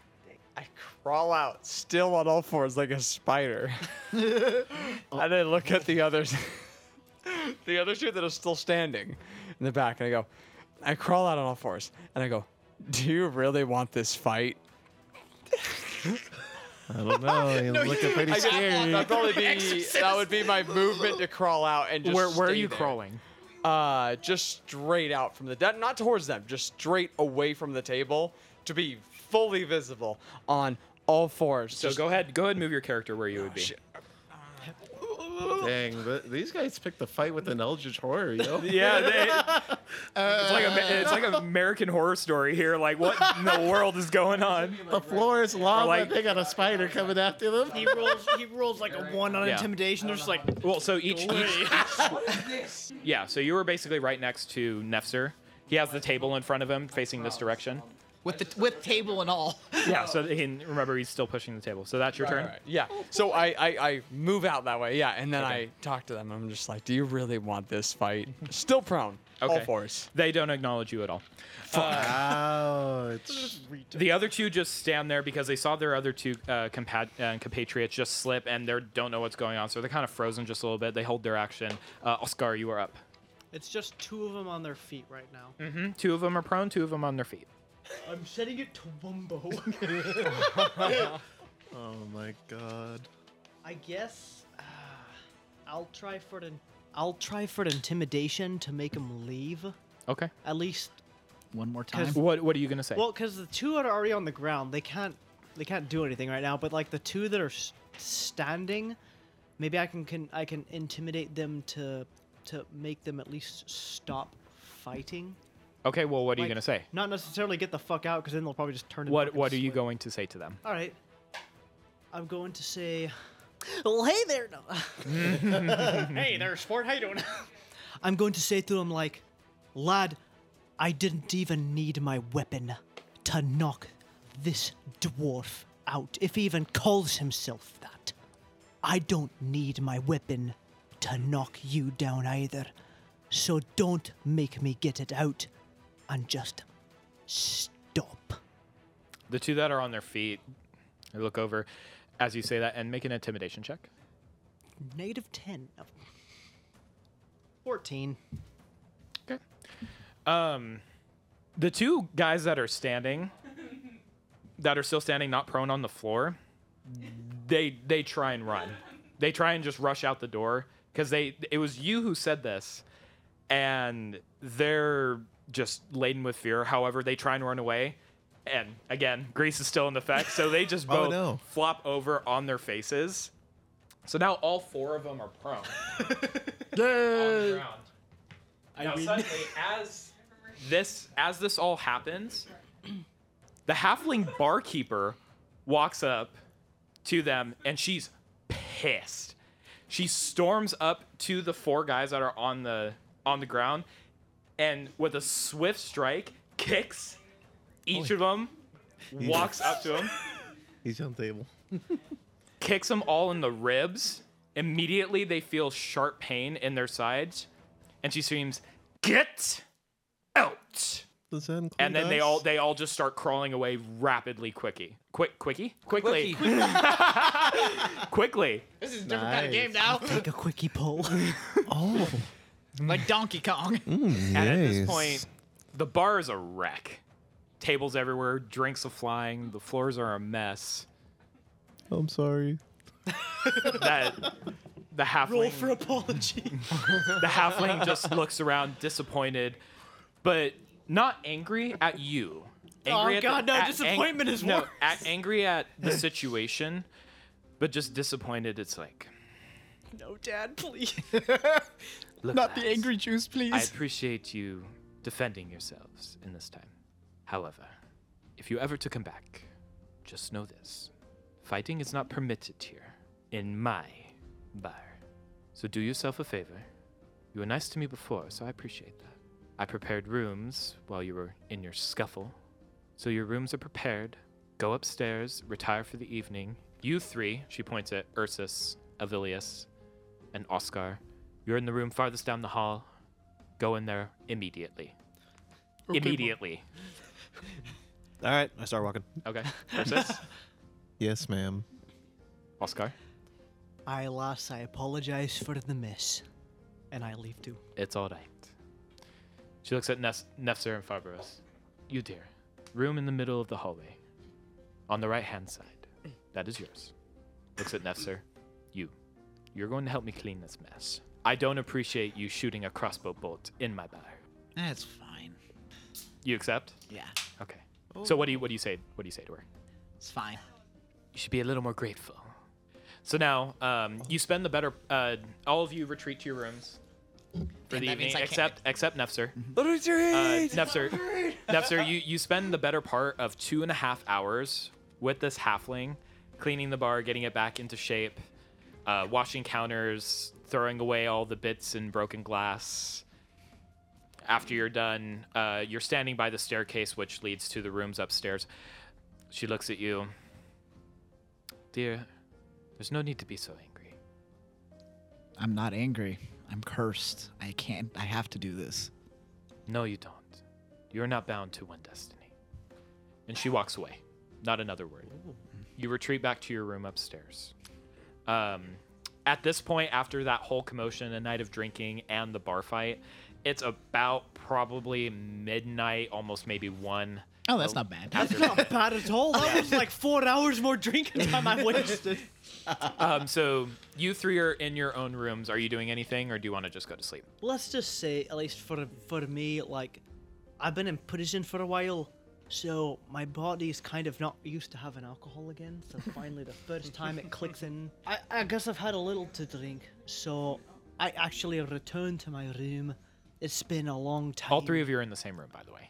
S2: crawl out, still on all fours like a spider. and then look at the others, the other two that are still standing in the back, and I go, I crawl out on all fours, and I go, Do you really want this fight?
S4: I don't know. You look pretty
S2: I
S4: scary.
S2: That'd probably be that would be my movement to crawl out and just
S3: Where- where are
S2: stay
S3: you
S2: there.
S3: crawling?
S2: Uh, just straight out from the that not towards them, just straight away from the table to be fully visible on all fours.
S3: So
S2: just
S3: go ahead, go ahead, and move your character where you would be.
S4: Dang, but these guys picked the fight with an eldritch horror, yo.
S3: Yeah, they, it's like a, it's like an American Horror Story here. Like, what in the world is going on?
S4: The floor is lava.
S3: like-
S4: they got a spider coming after them.
S7: He rolls. He rolls like a one on
S3: Yeah.
S7: intimidation. They're just like,
S3: Well, so each, each yeah, so you were basically right next to Nefzer. He has the table in front of him, facing this direction.
S5: With the with table and all.
S3: Yeah, so he, remember he's still pushing the table. So that's your
S2: Right,
S3: turn.
S2: right, Yeah.
S5: Oh,
S2: So I, I, I move out that way. Yeah. And then I talk to them. I'm just like, do you really want this fight? Still prone. All
S3: Okay.
S2: fours.
S3: They don't acknowledge you at all.
S4: Ouch.
S3: The other two just stand there because they saw their other two uh, compa- uh, compatriots just slip and they don't know what's going on. So they're kind of frozen just a little bit. They hold their action. Uh, Oscar, you are up.
S7: it's just two of them on their feet right now.
S3: hmm Two of them are prone, two of them on their feet.
S7: I'm setting it to Wumbo.
S4: Oh my god.
S7: I guess uh, I'll try for an I'll try for an intimidation to make him leave.
S3: Okay.
S7: At least,
S10: One more
S7: 'Cause-
S10: time.
S3: What What are you gonna say?
S7: well, because the two that are already on the ground, they can't they can't do anything right now. But like the two that are s- standing, maybe I can, can I can intimidate them to to make them at least stop fighting.
S3: okay. Well, what are you
S7: Like,
S3: gonna say?
S7: Not necessarily get the fuck out, because then they'll probably just turn. and
S3: What
S7: fucking
S3: What are you
S7: swim.
S3: going to say to them?
S7: All right. I'm going to say, well, hey there. No. hey there, sport. How you doing? I'm going to say to him like, lad, I didn't even need my weapon to knock this dwarf out, if he even calls himself that. I don't need my weapon to knock you down either. So don't make me get it out and just stop.
S3: The two that are on their feet, I look over as you say that and make an intimidation check.
S7: Negative 10. No. 14.
S3: Um, the two guys that are standing that are still standing, not prone on the floor, they they try and run. They try and just rush out the door because they. It was you who said this, and they're just laden with fear. However, they try and run away, and again, grease is still in effect, so they just
S4: Oh,
S3: both
S4: no.
S3: flop over on their faces. So now all four of them are prone. ground. now suddenly, as this as this all happens, the halfling barkeeper walks up to them and she's pissed. She storms up to the four guys that are on the on the ground and with a swift strike kicks each of them, walks up to them,
S4: He's on table.
S3: kicks them all in the ribs. Immediately, they feel sharp pain in their sides, and she screams, "Get out!"
S4: Does that include
S3: And then they
S4: us?
S3: all they all just start crawling away rapidly, quickie, quick, quickie, quickly, quickly.
S5: This is a different kind of game now.
S7: Take a quickie pull.
S5: oh. Like Donkey Kong.
S3: And at this point, the bar is a wreck. Tables everywhere, drinks are flying, the floors are a mess.
S4: I'm sorry.
S3: that the halfling
S7: Roll for apology.
S3: the halfling just looks around disappointed, but not angry at you.
S7: Oh,
S3: Angry at
S7: God, no,
S3: at
S7: disappointment is
S3: no,
S7: worse.
S3: At angry at the situation, but just disappointed. It's like
S7: no, Dad, please.
S3: Look,
S7: Not the
S3: lads,
S7: angry juice, please.
S3: I appreciate you defending yourselves in this time. However, if you ever to come back, just know this: fighting is not permitted here in my bar. So do yourself a favor. You were nice to me before, so I appreciate that. I prepared rooms while you were in your scuffle, so your rooms are prepared. Go upstairs, retire for the evening. You three, she points at Ursus, Avilius, and Oscar. You're in the room farthest down the hall. Go in there immediately. immediately.
S1: All right, I start walking.
S3: Okay. Ursus,
S4: Yes, ma'am.
S3: Oscar,
S7: I lost. I apologize for the miss, and I leave too.
S3: it's all right. She looks at Nef- Nefzer and Farbarus. You dear, room in the middle of the hallway, on the right hand side. That is yours. Looks at Nefzer. You, you're going to help me clean this mess. I don't appreciate you shooting a crossbow bolt in my bar.
S5: That's fine.
S3: You accept?
S5: Yeah,
S3: Okay. So what do you what do you say? What do you say to her?
S5: it's fine.
S3: you should be a little more grateful. So now, um, you spend the better. Uh, all of you retreat to your rooms for
S5: Damn,
S3: the
S5: that means
S3: evening,
S5: I can't-
S3: except
S5: Mm-hmm.
S3: except Nefzer. Uh, Nefzer, Nefzer, you you spend the better part of two and a half hours with this halfling, cleaning the bar, getting it back into shape, uh, washing counters, throwing away all the bits and broken glass. After you're done, uh, you're standing by the staircase, which leads to the rooms upstairs. She looks at you. Dear, there's no need to be so angry.
S5: I'm not angry. I'm cursed. I can't. I have to do this.
S3: No, you don't. You're not bound to one destiny. And she walks away. Not another word. You retreat back to your room upstairs. Um, at this point, after that whole commotion, a night of drinking, and the bar fight, it's about probably midnight, almost maybe one.
S5: Oh, that's not bad.
S7: That's not bad at all. That was like four hours more drinking time I wasted.
S3: Um, so you three are in your own rooms. Are you doing anything, or do you want to just go to sleep?
S7: Let's just say, at least for for me, like I've been in prison for a while, so my body's kind of not used to having alcohol again. So finally, the first time it clicks in, I, I guess I've had a little to drink. So I actually returned to my room. It's been a long time.
S3: All three of you are in the same room, by the way.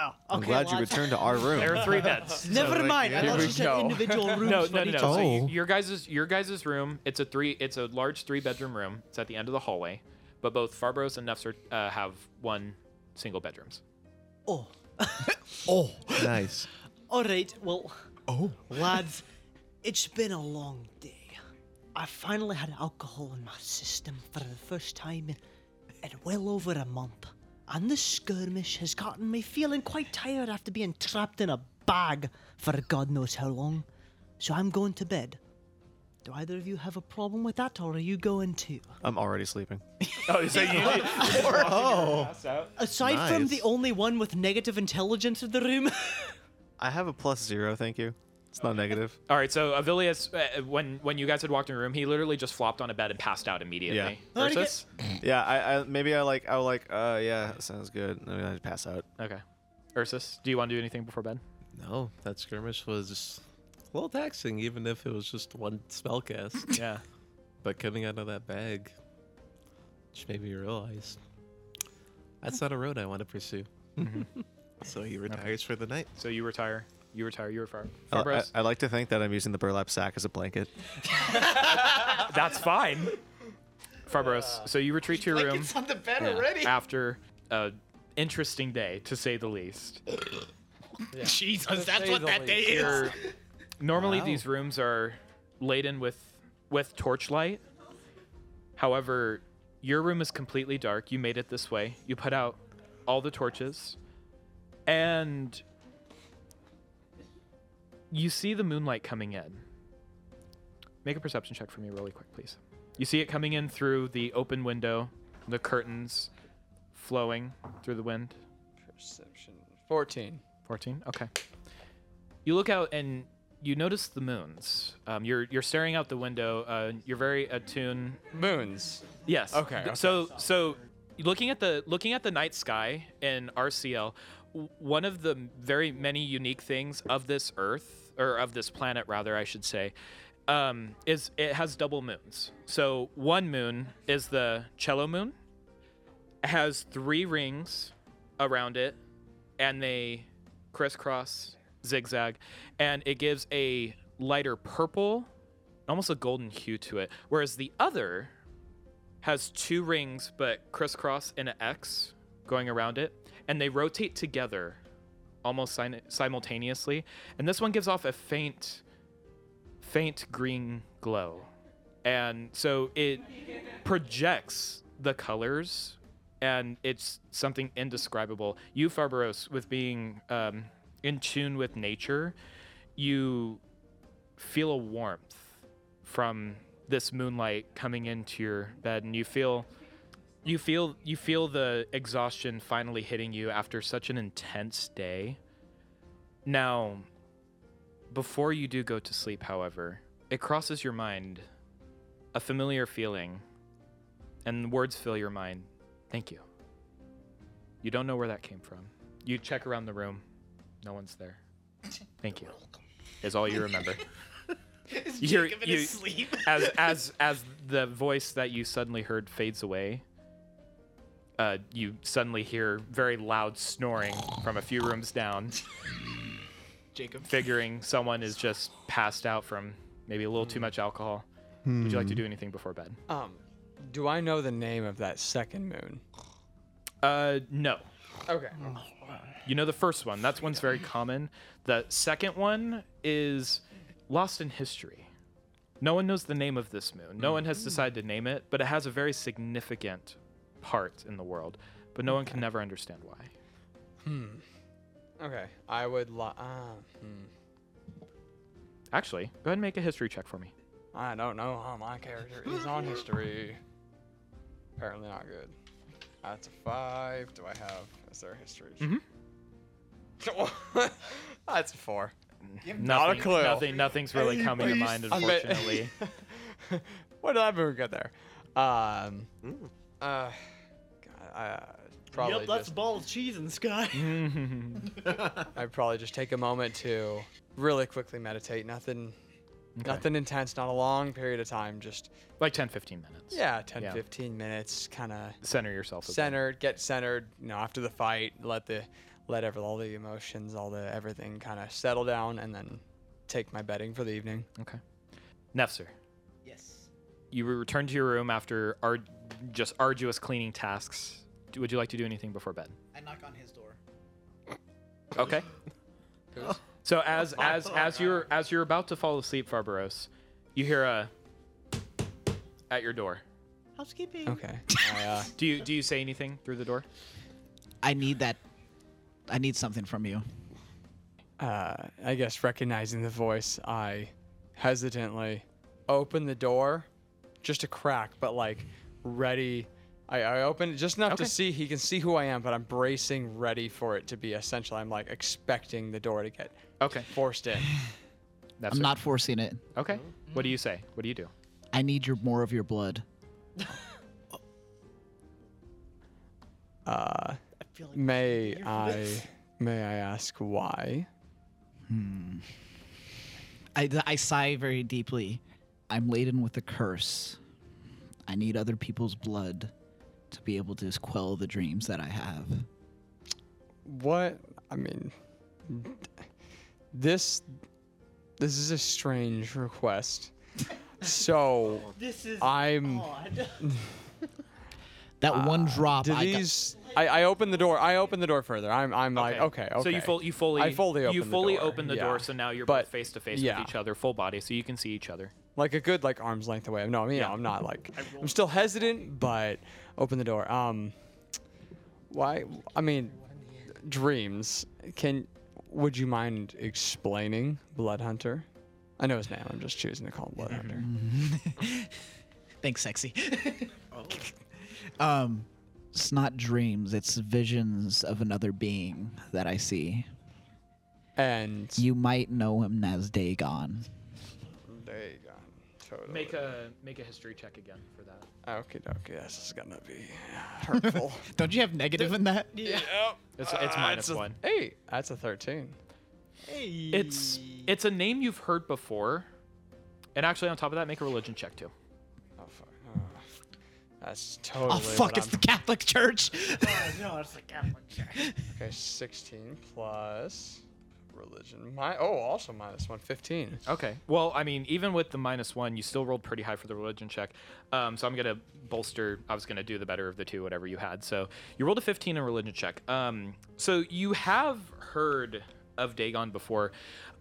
S7: Oh,
S1: I'm glad you returned to our room.
S3: There are three beds.
S7: Never mind. I
S3: Here
S7: thought
S3: we
S7: you said
S3: go.
S7: individual rooms.
S3: No,
S7: for
S3: no, no,
S7: each
S3: no.
S7: of us.
S3: So you- your guys's your guys's room. It's a three. It's a large three bedroom room. It's at the end of the hallway, but both Farbros and Nefzer uh, have one single bedrooms.
S7: Oh,
S5: Oh.
S4: Nice.
S7: all right. Well,
S5: Oh.
S7: lads, it's been a long day. I finally had alcohol in my system for the first time in, in well over a month, and this skirmish has gotten me feeling quite tired after being trapped in a bag for God knows how long. So I'm going to bed. Do either of you have a problem with that, or are you going too?
S1: I'm already sleeping.
S3: Oh, so you,
S1: oh.
S7: Aside from
S1: Nice.
S7: the only one with negative intelligence in the room,
S1: I have a plus zero, thank you. It's not negative.
S3: All right, so Avilius, uh, when when you guys had walked in the room, he literally just flopped on a bed and passed out
S1: Yeah.
S3: immediately.
S1: Alright,
S7: I
S3: Ursus?
S1: yeah, I, I maybe I like I was like, uh yeah, sounds good. And then I pass out.
S3: Okay. Ursus, do you want to do anything before bed?
S4: No, that skirmish was a little taxing, even if it was just one spell cast.
S3: Yeah.
S4: But coming out of that bag, which made me realize that's not a road I want to pursue. so he retires for the night.
S3: So you retire. You retire. You retire.
S1: Uh, I, I,
S3: Farbros?
S1: I like to think that I'm using the burlap sack as a blanket.
S3: That's fine. Farbros, so you retreat to your room.
S6: Blanket's on the bed
S3: Yeah.
S6: already.
S3: After an interesting day, to say the least.
S5: Jesus, that's
S6: say
S5: what
S6: the
S5: that day
S6: least.
S5: is.
S3: Normally,
S6: Wow.
S3: these rooms are laden with with torchlight. However, your room is completely dark. You made it this way. You put out all the torches, and you see the moonlight coming in. Make a perception check for me, really quick, please. You see it coming in through the open window, the curtains flowing through the wind.
S11: Perception.
S2: 14.
S3: 14 okay you look out and you notice the moons um, you're you're staring out the window uh, you're very attuned
S2: moons
S3: yes
S2: Okay,
S3: Th-
S2: okay.
S3: so so looking at the looking at the night sky in RCL w- one of the very many unique things of this earth or of this planet rather I should say um, is it has double moons so one moon is the cello moon it has three rings around it and they crisscross zigzag and it gives a lighter purple almost a golden hue to it whereas the other has two rings but crisscross in an x going around it and they rotate together almost sin- simultaneously and this one gives off a faint faint green glow. And so it projects the colors, and it's something indescribable. You, Farbaros, with being um, in tune with nature, you feel a warmth from this moonlight coming into your bed, and you feel. You feel you feel the exhaustion finally hitting you after such an intense day. Now, before you do go to sleep, however, it crosses your mind a familiar feeling, and words fill your mind. Thank you. You don't know where that came from. You check around the room. No one's there. Thank you. Is all you remember.
S6: Is
S3: You hear-
S6: Jacob in
S3: you-
S6: his sleep?
S3: as as as the voice that you suddenly heard fades away, uh, you suddenly hear very loud snoring from a few rooms down.
S5: Jacob.
S3: figuring someone is just passed out from maybe a little
S6: Hmm.
S3: too much alcohol. Would you like to do anything before bed?
S2: Um, do I know the name of that second moon?
S3: Uh, no.
S2: Okay.
S3: Mm. You know the first one. That's one's very common. The second one is lost in history. No one knows the name of this moon. No one has decided to name it, but it has a very significant part in the world. But no one can never understand why.
S2: Hmm. Okay. I would. Li- uh, hmm.
S3: Actually, go ahead and make a history check for me.
S2: I don't know how my character is on history. Apparently not good. That's a five. Do I have? Is there a history? Mm-hmm. That's a four. Not a
S3: Nothing-
S2: clue.
S3: Nothing. Nothing's really coming to mind,
S2: I bet-
S3: unfortunately.
S2: what did that movie get there? Um. Uh. God, I uh, probably
S7: yep, that's
S2: just
S7: a ball of cheese in the sky.
S2: I'd probably just take a moment to really quickly meditate. Nothing, nothing intense. Not a long period of time. Just
S3: like 10, 15 minutes.
S2: Yeah, 10,
S3: Yeah.
S2: 15 minutes. Kind of
S3: Center yourself. a bit.
S2: centered. Get centered. You know, after the fight, let the let ever all the emotions, all the everything, kind of settle down, and then take my bedding for the evening.
S3: Okay. Nefzer,
S6: Yes.
S3: you return to your room after ar- just arduous cleaning tasks. Do- Would you like to do anything before bed?
S5: I knock on his door.
S3: Okay. So as as as you're as you're about to fall asleep, Farbaros, you hear a at your door.
S7: Housekeeping.
S2: Okay. I, uh,
S3: Do you do you say anything through the door?
S5: I need that. I need something from you.
S2: uh, I guess recognizing the voice, I hesitantly open the door, just a crack, but like ready I, I open it just enough
S3: Okay.
S2: to see he can see who I am, but I'm bracing ready for it to be essential. I'm like expecting the door to get
S3: okay
S2: forced in.
S10: I'm not forcing it.
S3: Okay. What do you say? What do you do?
S10: I need your more of your blood.
S2: Uh, may I may I ask why?
S10: Hmm. I, I sigh very deeply. I'm laden with a curse. I need other people's blood to be able to quell the dreams that I have.
S2: What I mean, this this is a strange request. So
S7: This
S2: Uh,
S7: is
S2: I'm.
S7: odd.
S10: That one drop.
S2: Do
S10: I got-
S2: these? I, I open the door. I open the door further. I'm I'm like okay okay.
S3: So you, full, you fully
S2: I fully open
S3: you fully
S2: the door.
S3: open the
S2: yeah.
S3: door. So now you're both face to face
S2: yeah.
S3: with each other, full body, so you can see each other.
S2: like a good like arm's length away. No, I mean you know, I'm not like I'm still hesitant, but open the door. Um, why? I mean, dreams. Can would you mind explaining Blood Hunter? I know his name. I'm just choosing to call him Blood Hunter.
S10: Thanks, sexy. um, it's not dreams. It's visions of another being that I see.
S2: And
S10: you might know him as Dagon.
S2: There you go. Totally.
S3: Make a make a history check again for that.
S2: Okay, okay. This is gonna be hurtful.
S10: Don't you have negative in that?
S2: yeah.
S3: It's- it's minus
S2: a-
S3: one.
S2: Hey, that's a thirteen.
S3: It's it's a name you've heard before, and actually on top of that, make a religion check too.
S2: Oh fuck. Oh, that's totally.
S10: oh fuck! It's the Catholic Church.
S7: no, it's the Catholic Church.
S2: Okay, 16 plus religion. My oh, also minus one, 15.
S3: Okay. Well, I mean, even with the minus one, you still rolled pretty high for the religion check. Um, so I'm gonna bolster. I was gonna do the better of the two, whatever you had. So you rolled a 15 in religion check. Um, so you have heard of Dagon before.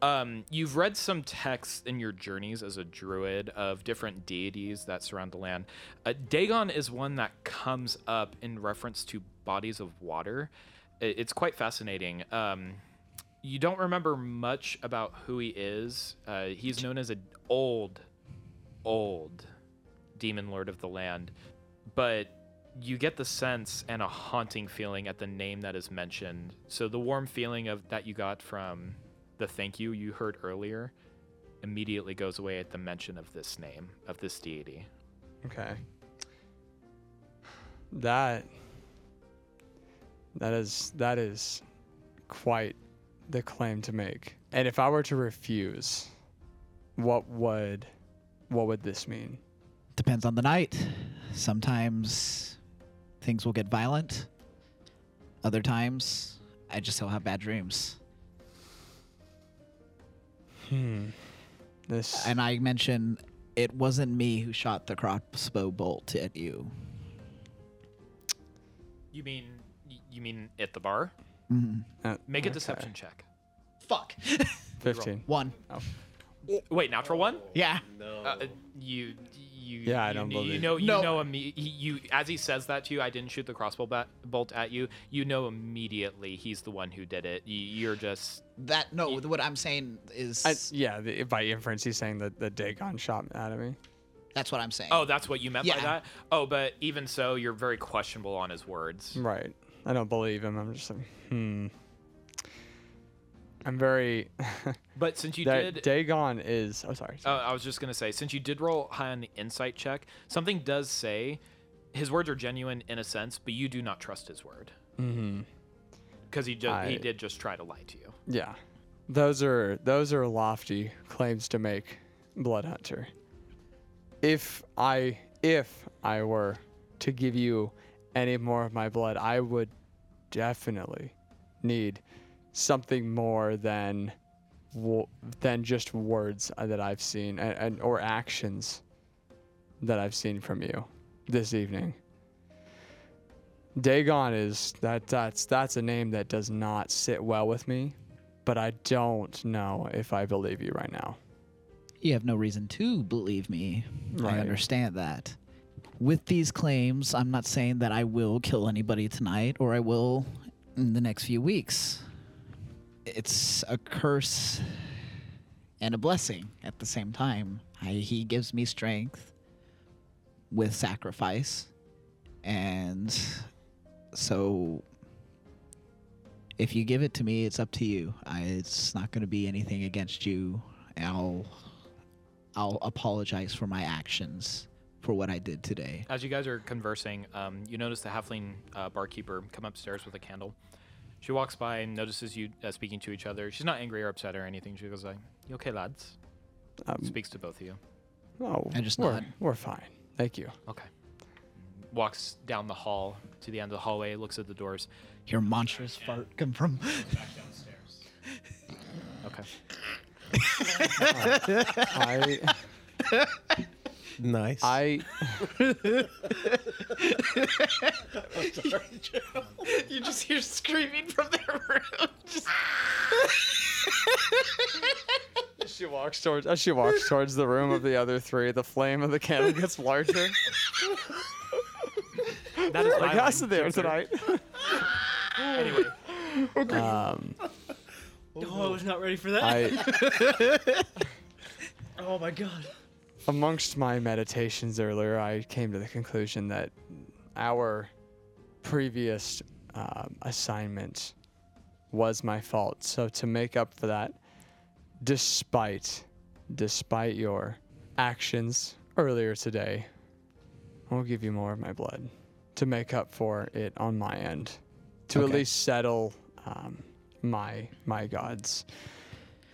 S3: Um, you've read some texts in your journeys as a druid of different deities that surround the land. Uh, Dagon is one that comes up in reference to bodies of water. I- It's quite fascinating. Um, you don't remember much about who he is. Uh, he's known as an old, old demon lord of the land, but you get the sense and a haunting feeling at the name that is mentioned. So the warm feeling of that you got from the thank you you heard earlier immediately goes away at the mention of this name of this deity.
S2: Okay. That that is that is quite the claim to make. And if I were to refuse, what would what would this mean?
S10: Depends on the night. Sometimes things will get violent. Other times, I just will have bad dreams.
S2: Hmm. This
S10: And I mention it wasn't me who shot the crossbow bolt at you.
S3: You mean you mean at the bar?
S10: Mhm.
S2: Uh,
S3: Make a
S2: okay.
S3: deception check.
S6: Fuck.
S2: 15.
S10: One.
S3: Wait, natural one?
S10: Yeah.
S4: No.
S3: Uh, you, you.
S2: Yeah, I
S3: you
S2: don't
S3: kn- You
S2: believe
S3: know,
S2: it.
S3: you
S2: No.
S3: know, imme- he- you as he says that to you, I didn't shoot the crossbow bat- bolt at you. You know immediately he's the one who did it. You, you're just
S10: That no, what I'm saying is
S2: I, yeah, the, by inference he's saying that the Dagon shot out of me.
S10: that's what I'm saying.
S3: Oh, that's what you meant by
S10: Yeah.
S3: that. Oh, but even so, you're very questionable on his words.
S2: Right. I don't believe him. I'm just like, hmm. I'm very.
S3: But since you
S2: that
S3: did-
S2: Dagon is. Oh, sorry.
S3: Uh, I was just gonna say, since you did roll high on the insight check, something does say his words are genuine in a sense, but you do not trust his word
S2: hmm
S3: because he just he
S2: I-
S3: did just try to lie to you.
S2: Yeah. Those are those are lofty claims to make, Blood Hunter. If I if I were to give you any more of my blood, I would definitely need something more than wo- than just words that I've seen and, and or actions that I've seen from you this evening. Dagon is that that's that's a name that does not sit well with me, but I don't know if I believe you right now.
S10: You have no reason to believe me.
S2: Right.
S10: I understand that. With these claims, I'm not saying that I will kill anybody tonight or I will in the next few weeks. It's a curse and a blessing at the same time. I, he gives me strength with sacrifice,
S5: And so if you give it to me, it's up to you. I, it's not going to be anything against you. I'll I'll apologize for my actions for what I did today.
S3: As you guys are conversing, um, you notice the halfling uh, barkeeper come upstairs with a candle. She walks by and notices you uh, speaking to each other. She's not angry or upset or anything. She goes like, "You okay, lads?"
S2: Um,
S3: Speaks to both of you.
S2: Oh,
S5: I just
S2: we're,
S5: nod.
S2: we're fine. Thank you.
S3: Okay. Walks down the hall to the end of the hallway. Looks at the doors.
S5: Your monstrous fart come from.
S3: Okay.
S2: I,
S1: Nice.
S2: I,
S12: you just hear screaming from their room. Just...
S2: she walks towards. As she walks towards the room of the other three, the flame of the candle gets larger.
S3: That is my
S2: like us
S3: line,
S2: there
S3: Jupiter.
S2: tonight.
S3: Anyway,
S2: Um,
S7: Oh, I was not ready for that.
S2: I-
S7: oh my god.
S2: amongst my meditations earlier, I came to the conclusion that our previous um, assignment was my fault. So to make up for that, despite despite your actions earlier today, I'll give you more of my blood to make up for it on my end, to at
S5: Okay.
S2: least settle um, my my gods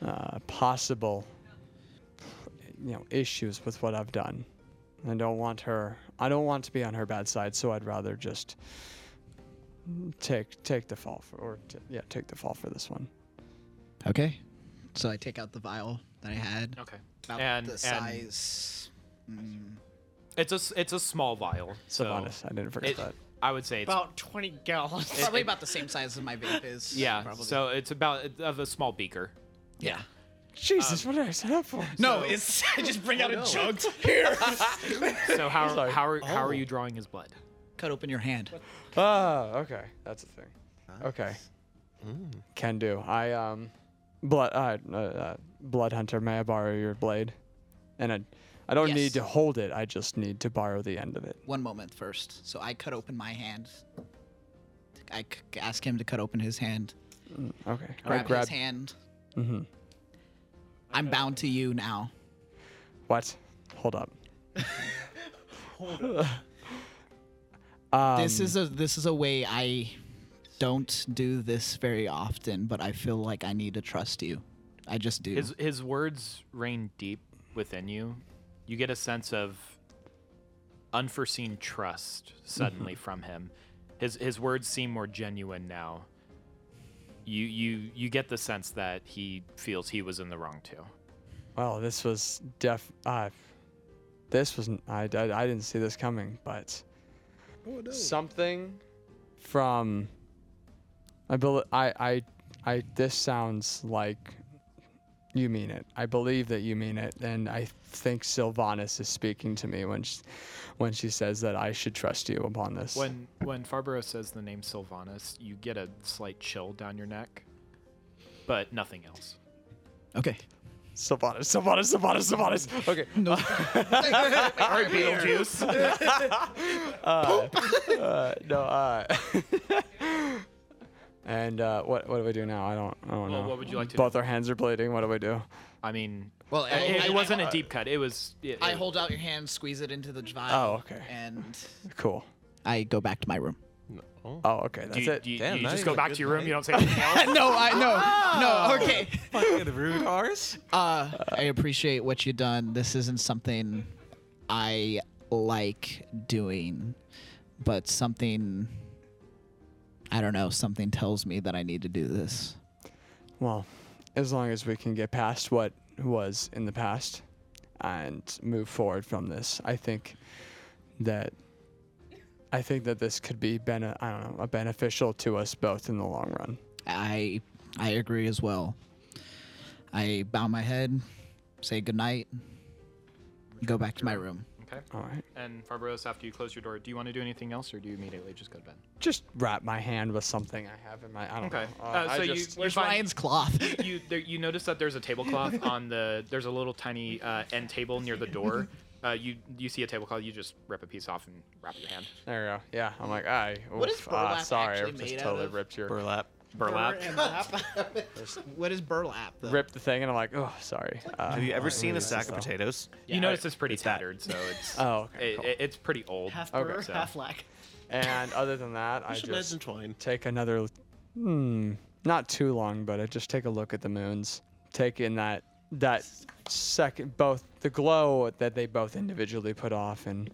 S2: uh, possible you know issues with what I've done. I don't want her. I don't want to be on her bad side, so I'd rather just take take the fall for or t- yeah take the fall for this one.
S5: Okay. So I take out the vial that I had.
S3: okay.
S5: About
S3: and
S5: the
S3: and
S5: size. Mm,
S3: it's a s- it's a small vial. So
S2: Sylvanas, I didn't forget
S3: it-
S2: that.
S3: I would say it's
S13: About 20 gallons.
S3: It-
S13: Probably
S3: it-
S13: about the same size as my vape is.
S3: yeah.
S13: Probably.
S3: So it's about it's of a small beaker.
S13: yeah.
S2: Jesus, what did I set up for?
S13: No, it's I just bring out a jug here.
S3: So how
S2: Sorry.
S3: how are, how
S5: Oh.
S3: are you drawing his blood?
S5: Cut open your hand.
S2: Ah, okay, that's a thing. Okay, can do. I um, blood uh, uh, uh, blood hunter, may I borrow your blade? And I, I don't need to
S5: Yes.
S2: hold it. I just need to borrow the end of it.
S5: One moment first. So I cut open my hand. I c- ask him to cut open his hand.
S2: Okay, I
S5: Grab, Mm-hmm. his
S2: grabbed-
S5: hand.
S2: Mhm.
S5: I'm bound to you now.
S2: What? Hold up. Um,
S5: this is a this is a way I don't do this very often, but I feel like I need to trust you. I just do.
S3: His his words rain deep within you. You get a sense of unforeseen trust suddenly from him. His his words seem more genuine now. You you you get the sense that he feels he was in the wrong too.
S2: Well, this was def. Uh, this was I, I I didn't see this coming, but
S4: Oh,
S2: something from I bel I I I this sounds like you mean it. I believe that you mean it, and I think Sylvanas is speaking to me when she, when she says that I should trust you upon this.
S3: When when Farbro says the name Sylvanas, you get a slight chill down your neck, but nothing else.
S5: Okay.
S2: Sylvanas, Sylvanas, Sylvanas, Sylvanas. Okay. No.
S3: All right, Beetlejuice.
S2: uh, no. Uh, and uh, what what do we do now? I don't I don't
S3: Well,
S2: know.
S3: what would you like to do?
S2: Both our hands are bleeding. What do we do?
S3: I mean,
S13: Well, I-
S3: it,
S13: I-
S3: it
S13: I-
S3: wasn't a deep cut. It was. It,
S13: I
S3: it-
S13: hold out your hand, squeeze it into the
S2: Oh,
S13: vial.
S2: okay.
S13: And
S2: Cool.
S5: I go back to my room.
S2: Oh, okay. That's
S3: Do you,
S2: it.
S3: do you,
S1: Damn,
S3: you
S1: not
S3: just
S1: even
S3: go
S1: a
S3: back
S1: good
S3: to your room.
S1: night.
S3: You don't say anything else.
S5: no, I no, no. Okay.
S1: Fucking rude ours.
S5: Ah! Uh, I appreciate what you done. This isn't something I like doing, but something I don't know. Something tells me that I need to do this.
S2: Well, as long as we can get past what was in the past and move forward from this, I think that I think that this could be bene- I don't know, a beneficial to us both in the long run.
S5: I I agree as well. I bow my head, say goodnight, go back to my room.
S3: Okay.
S2: All right.
S3: And Farbros, after you close your door, do you want to do anything else, or do you immediately just go to bed?
S2: Just wrap my hand with something I have in my I don't
S3: Okay.
S2: know.
S3: Uh,
S2: I
S3: so you-
S2: just-
S3: you
S5: Where's
S3: find-
S5: Ryan's cloth?
S3: you there, you notice that there's a tablecloth on the there's a little tiny uh, end table near the door Uh, you you see a tablecloth, you just rip a piece off and wrap your hand.
S2: There we go. Yeah, I'm like, I.
S5: What is
S2: ah,
S5: burlap
S2: sorry, I
S5: actually
S2: just
S5: made out
S2: totally
S5: of?
S2: ripped your
S1: burlap.
S3: Burlap.
S5: what is burlap though?
S2: Ripped the thing, and I'm like, oh, sorry. Uh,
S1: Have you
S4: Oh,
S1: ever
S2: I
S1: seen a
S2: lose
S1: sack
S2: this
S1: of
S2: though.
S1: potatoes?
S3: you notice it's pretty
S1: it's that.
S3: tattered, so it's
S2: Oh, okay,
S3: it-
S2: cool.
S3: it- it's pretty old. Oh,
S7: Half
S2: Okay,
S7: burr,
S3: so-
S7: half lack.
S2: And other than that, I
S4: should
S2: just
S4: intertwine.
S2: take another, hmm, not too long, but I just take a look at the moons, take in that that second both the glow that they both individually put off, and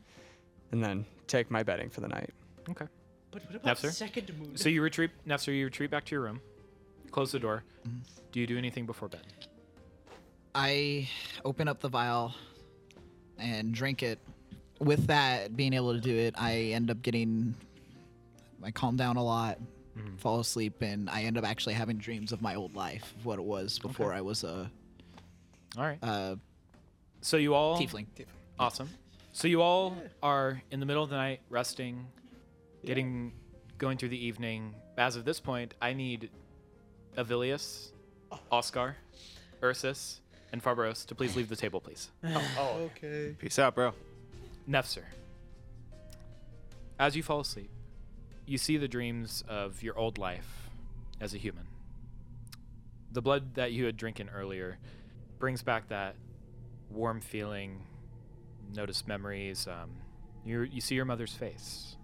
S2: and then take my betting for the night.
S3: Okay.
S7: But what about
S3: Napster?
S7: second moon?
S3: So you retreat, Napster. You retreat back to your room, close the door. Do you do anything before bed?
S10: I
S5: open up the vial and drink it. With that, being able to do it, I end up getting. I calm down a lot, fall asleep, and I end up actually having dreams of my old life, of what it was before I was a.
S3: All right.
S5: Uh,
S3: So you all
S5: Tiefling.
S3: Awesome. So you all are in the middle of the night, resting, getting, going through the evening. As of this point, I need Avilius, Oscar, Ursus, and Farbaros to please leave the table, please.
S4: Okay.
S1: Peace out, bro.
S3: Nefzer, as you fall asleep, you see the dreams of your old life as a human. The blood that you had drinking earlier brings back that warm feeling. Notice memories. Um, you you see your mother's face,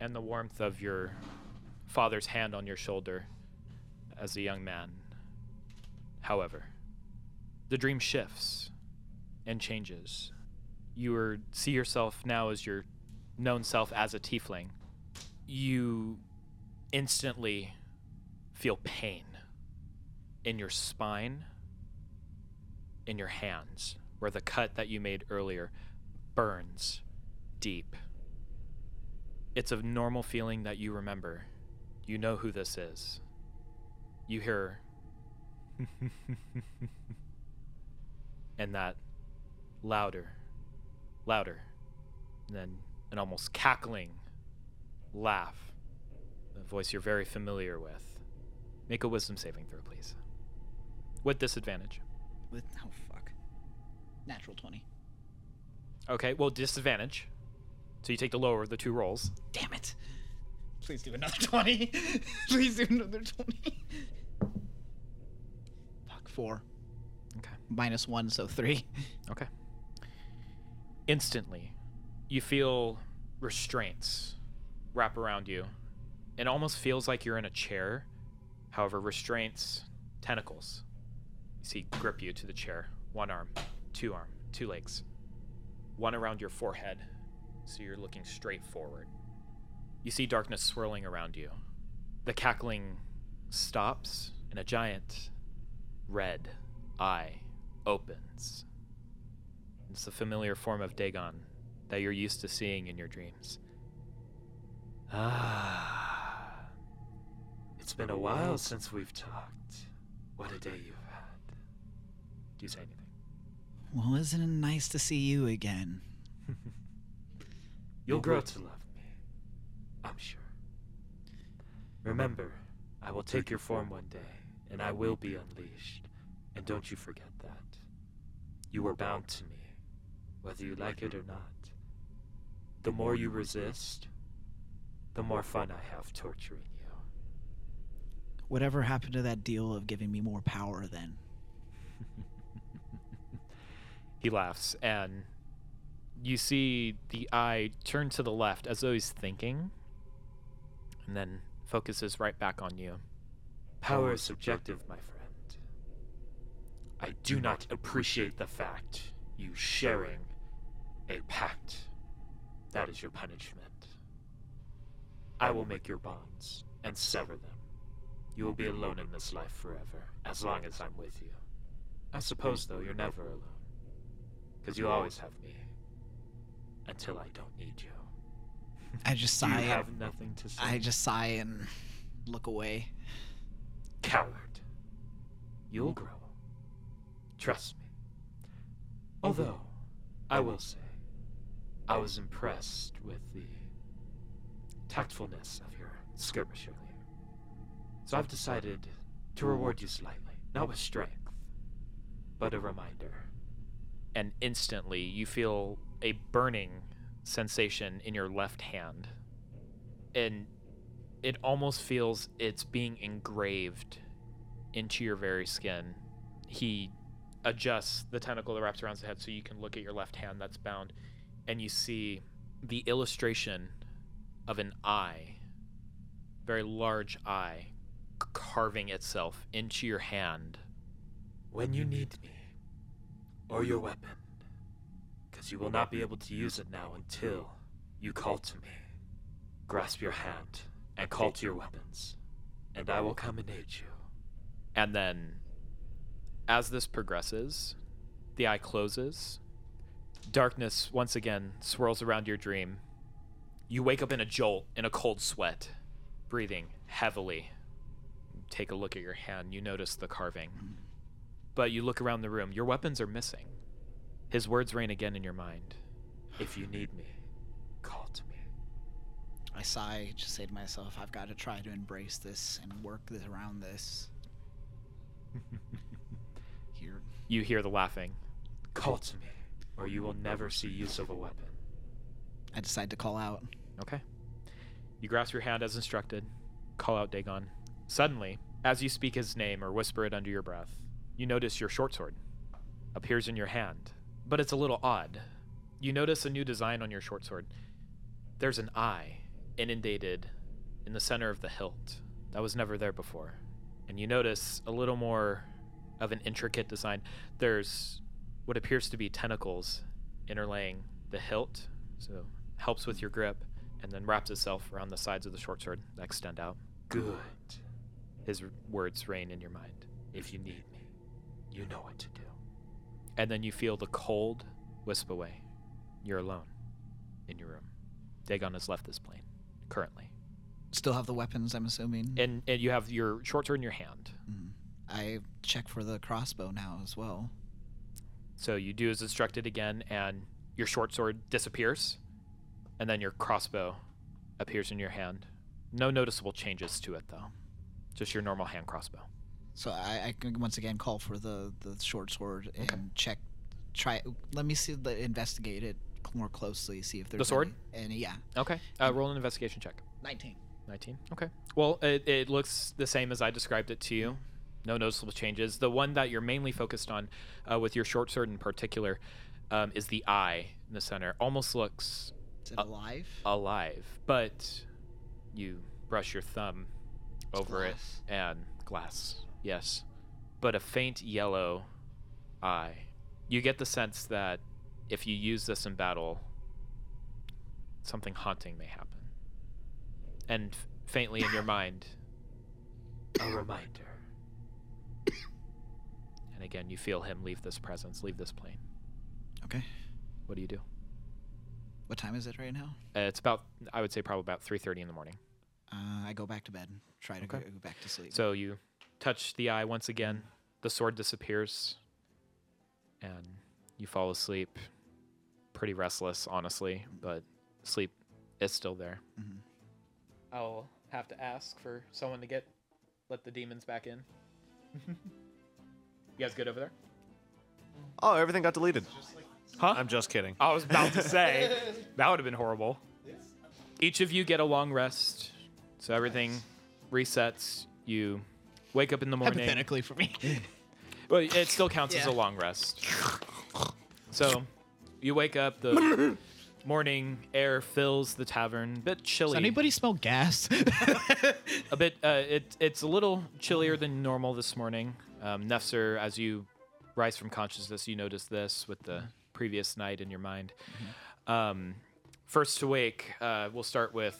S3: and the warmth of your father's hand on your shoulder as a young man. However, the dream shifts and changes you are, see yourself now as your known self as a tiefling, you instantly feel pain in your spine, in your hands, where the cut that you made earlier burns deep. It's a normal feeling that you remember. You know who this is. You hear. and that louder louder, and then an almost cackling laugh, a voice you're very familiar with. Make a wisdom saving throw, please. With disadvantage.
S5: With oh fuck, natural twenty.
S3: Okay, well, disadvantage. So you take the lower of the two rolls.
S5: Damn it! Please do another twenty. Please do another twenty. Fuck four.
S3: Okay.
S5: Minus one, so three.
S3: Okay. Instantly, you feel restraints wrap around you. It almost feels like you're in a chair. However, restraints, tentacles, you see grip you to the chair. One arm, two arm, two legs, one around your forehead, so you're looking straight forward. You see darkness swirling around you. The cackling stops, and a giant red eye opens. It's the familiar form of Dagon that you're used to seeing in your dreams. Ah. It's been a while since we've talked. What a day you've had. Do you say anything?
S10: Well, isn't it nice to see you again?
S14: You'll grow to love me. I'm sure. Remember, I will take your form one day, and I will be unleashed. And don't you forget that. You are bound to me, whether you like it or not. The more you resist, the more fun I have torturing you.
S10: Whatever happened to that deal of giving me more power then?
S3: He laughs, and you see the eye turn to the left as though he's thinking, and then focuses right back on you.
S14: Power is subjective, my friend. I do not appreciate the fact you sharing a pact. That is your punishment. I will make your bonds and sever them. You will be alone in this life forever, as long as I'm with you. I suppose, though, you're never alone. Because you always have me. Until I don't need you.
S10: I just
S14: Do you
S10: sigh. and-
S14: have nothing to say?
S10: I just sigh and look away.
S14: Coward. You'll grow. Trust me. Although, I will say, I was impressed with the tactfulness of your skirmish earlier. So I've decided to reward you slightly, not with strength, but a reminder.
S3: and instantly you feel a burning sensation in your left hand. And it almost feels it's being engraved into your very skin. He adjusts the tentacle that wraps around his head so you can look at your left hand that's bound, and you see the illustration of an eye, very large eye, c- carving itself into your hand.
S14: When you need me, or your weapon, because you will not be able to use it now until you call to me. Grasp your hand and call to your weapons, and I will come and aid you.
S3: And then, as this progresses, the eye closes. Darkness once again swirls around your dream. You wake up in a jolt, in a cold sweat, breathing heavily. Take a look at your hand. You notice the carving. But you look around the room. Your weapons are missing. His words reign again in your mind.
S14: If you need me, call to me.
S5: I sigh, just say to myself, I've got to try to embrace this and work this around this. Here.
S3: You hear the laughing.
S14: Call to me, or you will never see use of a weapon.
S5: I decide to call out.
S3: Okay. You grasp your hand as instructed, call out Dagon. Suddenly, as you speak his name or whisper it under your breath, you notice your short sword appears in your hand. But it's a little odd. You notice a new design on your short sword. There's an eye inundated in the center of the hilt that was never there before. And you notice a little more of an intricate design. There's what appears to be tentacles interlaying the hilt, so helps with your grip, and then wraps itself around the sides of the short sword that extend out.
S14: Good.
S3: His r- words reign in your mind.
S14: If you need me, you know what to do.
S3: And then you feel the cold wisp away. You're alone in your room. Dagon has left this plane currently.
S5: Still have the weapons, I'm assuming.
S3: And and you have your short sword in your hand.
S5: Mm. I check for the crossbow now as well.
S3: So you do as instructed again, and your short sword disappears, and then your crossbow appears in your hand. No noticeable changes to it, though. Just your normal hand crossbow.
S5: So I, I can once again call for the, the short sword and check, try. Let me see, the, investigate it more closely, see if there's
S3: the sword?
S5: Any, any- yeah,
S3: Okay. Uh, roll an investigation check.
S5: 19.
S3: 19. Okay. Well, it, it looks the same as I described it to you. No noticeable changes. The one that you're mainly focused on uh, with your short sword in particular um, is the eye in the center. Almost looks
S5: Is it alive?
S3: uh, alive, but you brush your thumb over
S5: glass.
S3: it and glass. Yes. But a faint yellow eye. You get the sense that if you use this in battle, something haunting may happen. And f- faintly in your mind,
S14: A reminder.
S3: and again, you feel him leave this presence, leave this plane.
S5: Okay.
S3: What do you do?
S5: What time is it right now?
S3: Uh, it's about, I would say, probably about 3:30 in the morning.
S5: Uh, I go back to bed. Try to
S3: Okay.
S5: go, go back to sleep.
S3: So you touch the eye once again. The sword disappears, and you fall asleep. Pretty restless, honestly, but sleep is still there. Mm-hmm. I'll have to ask for someone to get let the demons back in. you guys good over there?
S1: Oh, everything got deleted.
S3: Huh?
S1: I'm just kidding.
S3: I was about to say that would have been horrible. Each of you get a long rest, so everything resets. You wake up in the morning.
S5: Hypothetically for me.
S3: Well, it still counts as a
S5: Yeah.
S3: long rest. So, you wake up. The morning air fills the tavern. Bit chilly.
S5: Does anybody smell gas?
S3: A bit. Uh, it, it's a little chillier than normal this morning. Um, Nefzer, as you rise from consciousness, you notice this with the previous night in your mind. Um, first to wake, uh, we'll start with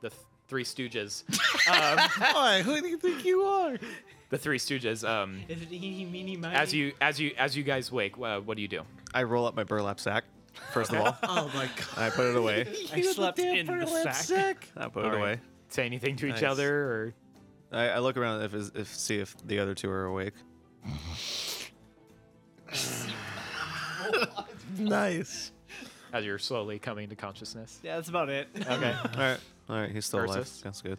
S3: the th- Three Stooges. um,
S4: Why? Who do you think you are?
S3: the Three Stooges. Um,
S7: Is it eeny, meeny, miny?
S3: as you as you as you guys wake, uh, what do you do?
S1: I roll up my burlap sack, first of all.
S7: Oh my god.
S1: and I put it away.
S7: I slept in the sack.
S1: I put
S3: All
S1: it
S3: right.
S1: away.
S3: Say anything to each
S1: Nice.
S3: other or
S1: I, I look around if is- if see if the other two are awake.
S4: Nice.
S3: as you're slowly coming to consciousness.
S7: Yeah, that's about it.
S3: Okay.
S1: All right, all right. He's still alive.
S3: Ursus?
S1: That's good.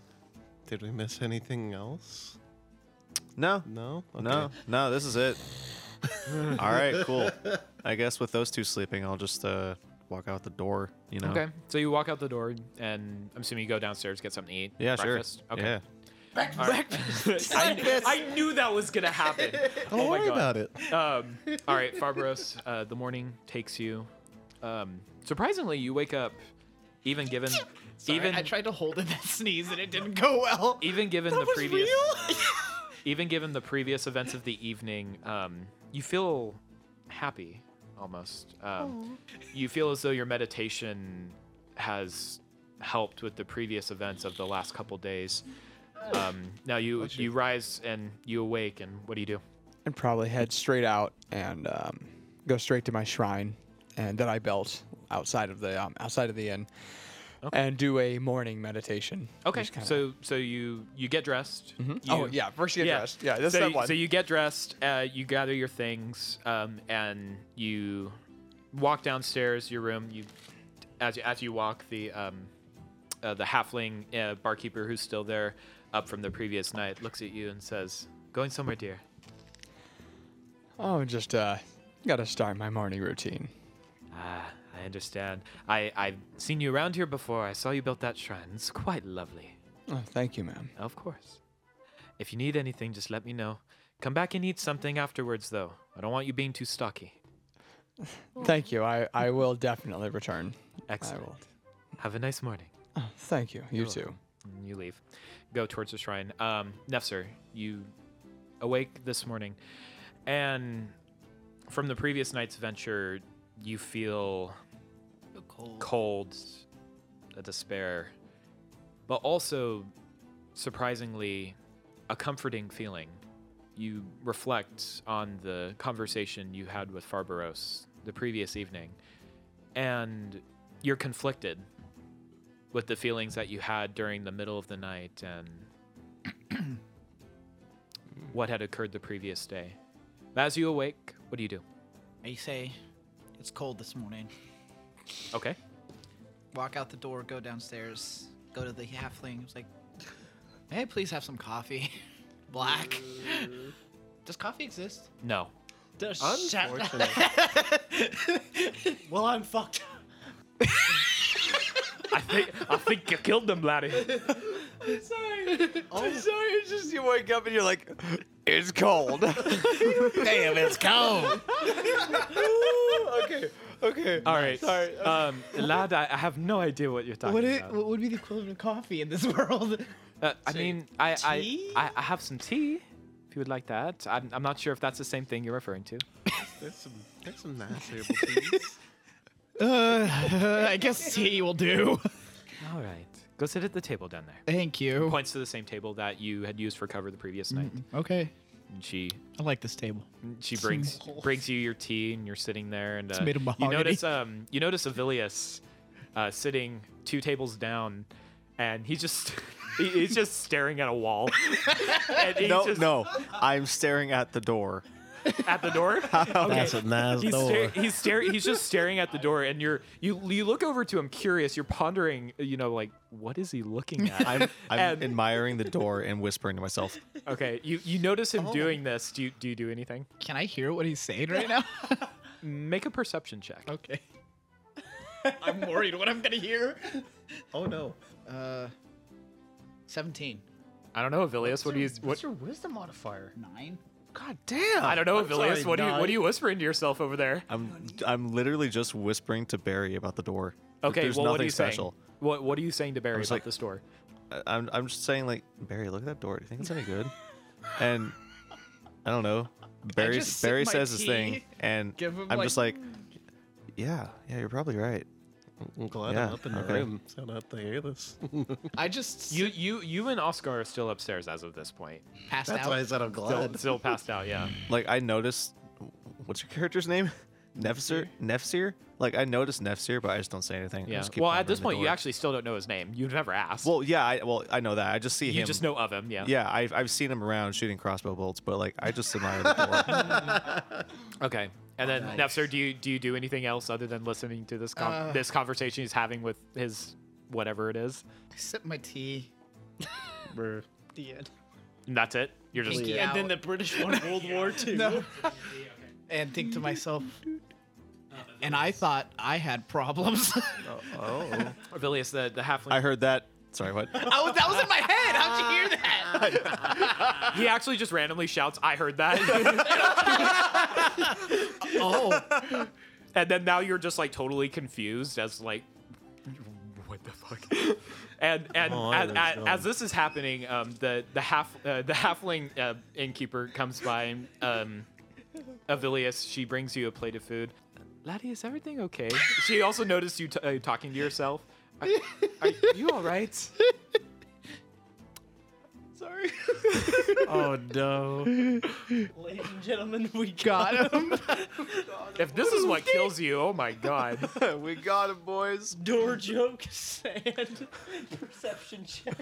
S4: Did we miss anything else?
S1: No,
S4: No.
S1: no,
S4: Okay.
S1: no. This is it. all right, cool. I guess with those two sleeping, I'll just uh, walk out the door. You know.
S3: Okay. So you walk out the door, and I'm assuming you go downstairs, get something to eat.
S1: Yeah, sure.
S3: breakfast? Okay.
S1: Yeah.
S3: Breakfast. I, kn- I knew that was gonna happen.
S4: Don't
S3: oh my
S4: worry
S3: God.
S4: about it.
S3: Um, all right, Farbros. Uh, the morning takes you. Um, surprisingly, you wake up, even given,
S6: Sorry,
S3: even
S6: I tried to hold in that sneeze and it didn't go well.
S3: even given the
S6: was
S3: previous,
S6: real?
S3: even given the previous events of the evening, um, you feel happy almost. Um, you feel as though your meditation has helped with the previous events of the last couple days. Um, now you you rise and you awake, and what do you do?
S2: and probably head straight out and um, go straight to my shrine, and that I built outside of the um, outside of the inn, and do a morning meditation.
S3: Okay,
S2: Just kinda-
S3: so so you you get dressed.
S2: Oh,
S3: you-
S2: yeah, first you get dressed. Yeah, that's
S3: so
S2: that
S3: you,
S2: one.
S3: So you get dressed. Uh, you gather your things, um, and you walk downstairs your room. You as you, as you walk the um, uh, the halfling uh, barkeeper who's still there up from the previous night looks at you and says, "Going somewhere, dear."
S2: oh, just uh, gotta start my morning routine.
S3: Ah, I understand. I I've seen you around here before. I saw you built that shrine. It's quite lovely.
S2: Oh, thank you, ma'am.
S3: Of course. If you need anything, just let me know. Come back and eat something afterwards, though. I don't want you being too stocky.
S2: Thank you. I, I will definitely return.
S3: Excellent.
S2: I will.
S3: Have a nice morning.
S2: Oh, thank you. You too.
S3: And you leave. Go towards the shrine. Um, Nefsir, you awake this morning, and from the previous night's venture, you feel cold, a despair, but also surprisingly a comforting feeling. You reflect on the conversation you had with Farbaros the previous evening, and you're conflicted with the feelings that you had during the middle of the night and what had occurred the previous day. As you awake, what do you do?
S5: I say, it's cold this morning.
S3: Okay.
S5: Walk out the door, go downstairs, go to the halfling. It's like, may I please have some coffee? Black. Mm-hmm. Does coffee exist?
S3: No.
S7: well, I'm fucked.
S3: I think I think you killed them, laddie.
S7: Sorry.
S2: Sorry, it's just you wake up and you're like, it's cold.
S5: Damn, it's cold.
S2: okay, okay.
S3: All right. Um, lad, I, I have no idea what you're talking
S7: What, it,
S3: about.
S7: what would be the equivalent of coffee in this world?
S3: Uh, I
S7: So,
S3: mean, I, I
S7: tea?
S3: I I have some tea if you would like that. I'm, I'm not sure if that's the same thing you're referring to.
S4: There's some, there's some nice herbal teas.
S5: Uh, I guess tea will do.
S3: All right. Go sit at the table down there.
S5: Thank you. Mm,
S3: Points to the same table that you had used for cover the previous night.
S5: Okay.
S3: And she Mm,
S5: I like this table.
S3: She brings brings you your tea, and you're sitting there, and uh,
S5: made of
S3: you
S5: mahogany.
S3: notice um you notice Avilius, uh, sitting two tables down, and he's just he- he's just staring at a wall. and he's
S1: No,
S3: just
S1: no. I'm staring at the door.
S3: at the door.
S4: That's a nice
S3: He's,
S4: door.
S3: sta- he's staring. He's just staring at the door, and you're you you look over to him, curious. You're pondering, you know, like what is he looking at?
S1: I'm, I'm
S3: And-
S1: admiring the door and whispering to myself.
S3: okay, you you notice him doing this. Do you do you do anything?
S5: Can I hear what he's saying right now?
S3: Make a perception check.
S5: okay. I'm worried what I'm gonna hear.
S4: Oh no.
S5: Uh, seventeen.
S3: I don't know, Avilius. What do you what
S7: What's your wisdom modifier?
S5: Nine.
S4: God damn.
S3: I don't know,
S7: sorry,
S3: Avilius. What do you what
S7: Nod.
S3: are you whispering to yourself over there?
S1: I'm I'm literally just whispering to Barry about the door. Like,
S3: Okay,
S1: there's
S3: well,
S1: nothing
S3: what are you
S1: special.
S3: saying? What what are you saying to Barry
S1: was
S3: about
S1: like-
S3: this door?
S1: I- I'm I'm just saying like Barry, look at that door. Do you think it's any good? And I don't know. Barry
S5: just sip
S1: Barry
S5: my
S1: says his
S5: tea,
S1: thing, and
S5: give him,
S1: I'm
S5: like-
S1: just like, yeah, yeah, you're probably right.
S4: I'm glad
S1: Yeah,
S4: I'm up in the
S1: okay.
S4: room, so I don't have to hear this.
S5: I just
S3: You you you and Oscar are still upstairs as of this point.
S5: passed
S4: That's
S5: out.
S4: why I said I'm
S3: Still,
S4: glad.
S3: still passed out, yeah.
S1: Like I noticed, what's your character's name? Nefsir. Nefsir. Like I noticed Nefsir, but I just don't say anything. I
S3: Yeah.
S1: just keep
S3: Well, at
S1: pondering
S3: this
S1: the
S3: point, you
S1: door.
S3: actually still don't know his name. You've never asked.
S1: Well, yeah. I well I know that. I just see
S3: you
S1: him.
S3: just know of him, yeah.
S1: Yeah, I've I've seen him around shooting crossbow bolts, but like I just admire the door.
S3: Okay. And then Nefzer, do you do you do anything else other than listening to this con- this conversation he's having with his whatever it is?
S5: I sip my tea.
S4: We're-
S7: The end.
S3: And that's it. You're just
S5: Pinky
S7: And
S5: out.
S7: then the British won World War II.
S5: and think to myself, and I thought I had problems.
S1: Oh.
S3: Avilius, the, the halfling.
S1: I heard that. Sorry, what?
S5: I was, that was in my head. How'd you hear that?
S3: He actually just randomly shouts, I heard that.
S5: oh.
S3: and then now you're just like totally confused as like, what the fuck? And and
S15: Oh, I
S3: as,
S15: was
S3: as,
S15: dumb.
S3: as this is happening, um, the the half uh, the halfling uh, innkeeper comes by. And, um, Avilius, she brings you a plate of food. Laddie, is everything okay? She also noticed you t- uh, talking to yourself. Are, are you all right?
S7: Sorry.
S15: Oh no.
S7: Ladies and gentlemen, we got him.
S3: If this is what kills you, oh my god.
S15: we got him, boys.
S7: Door joke, sand, perception check.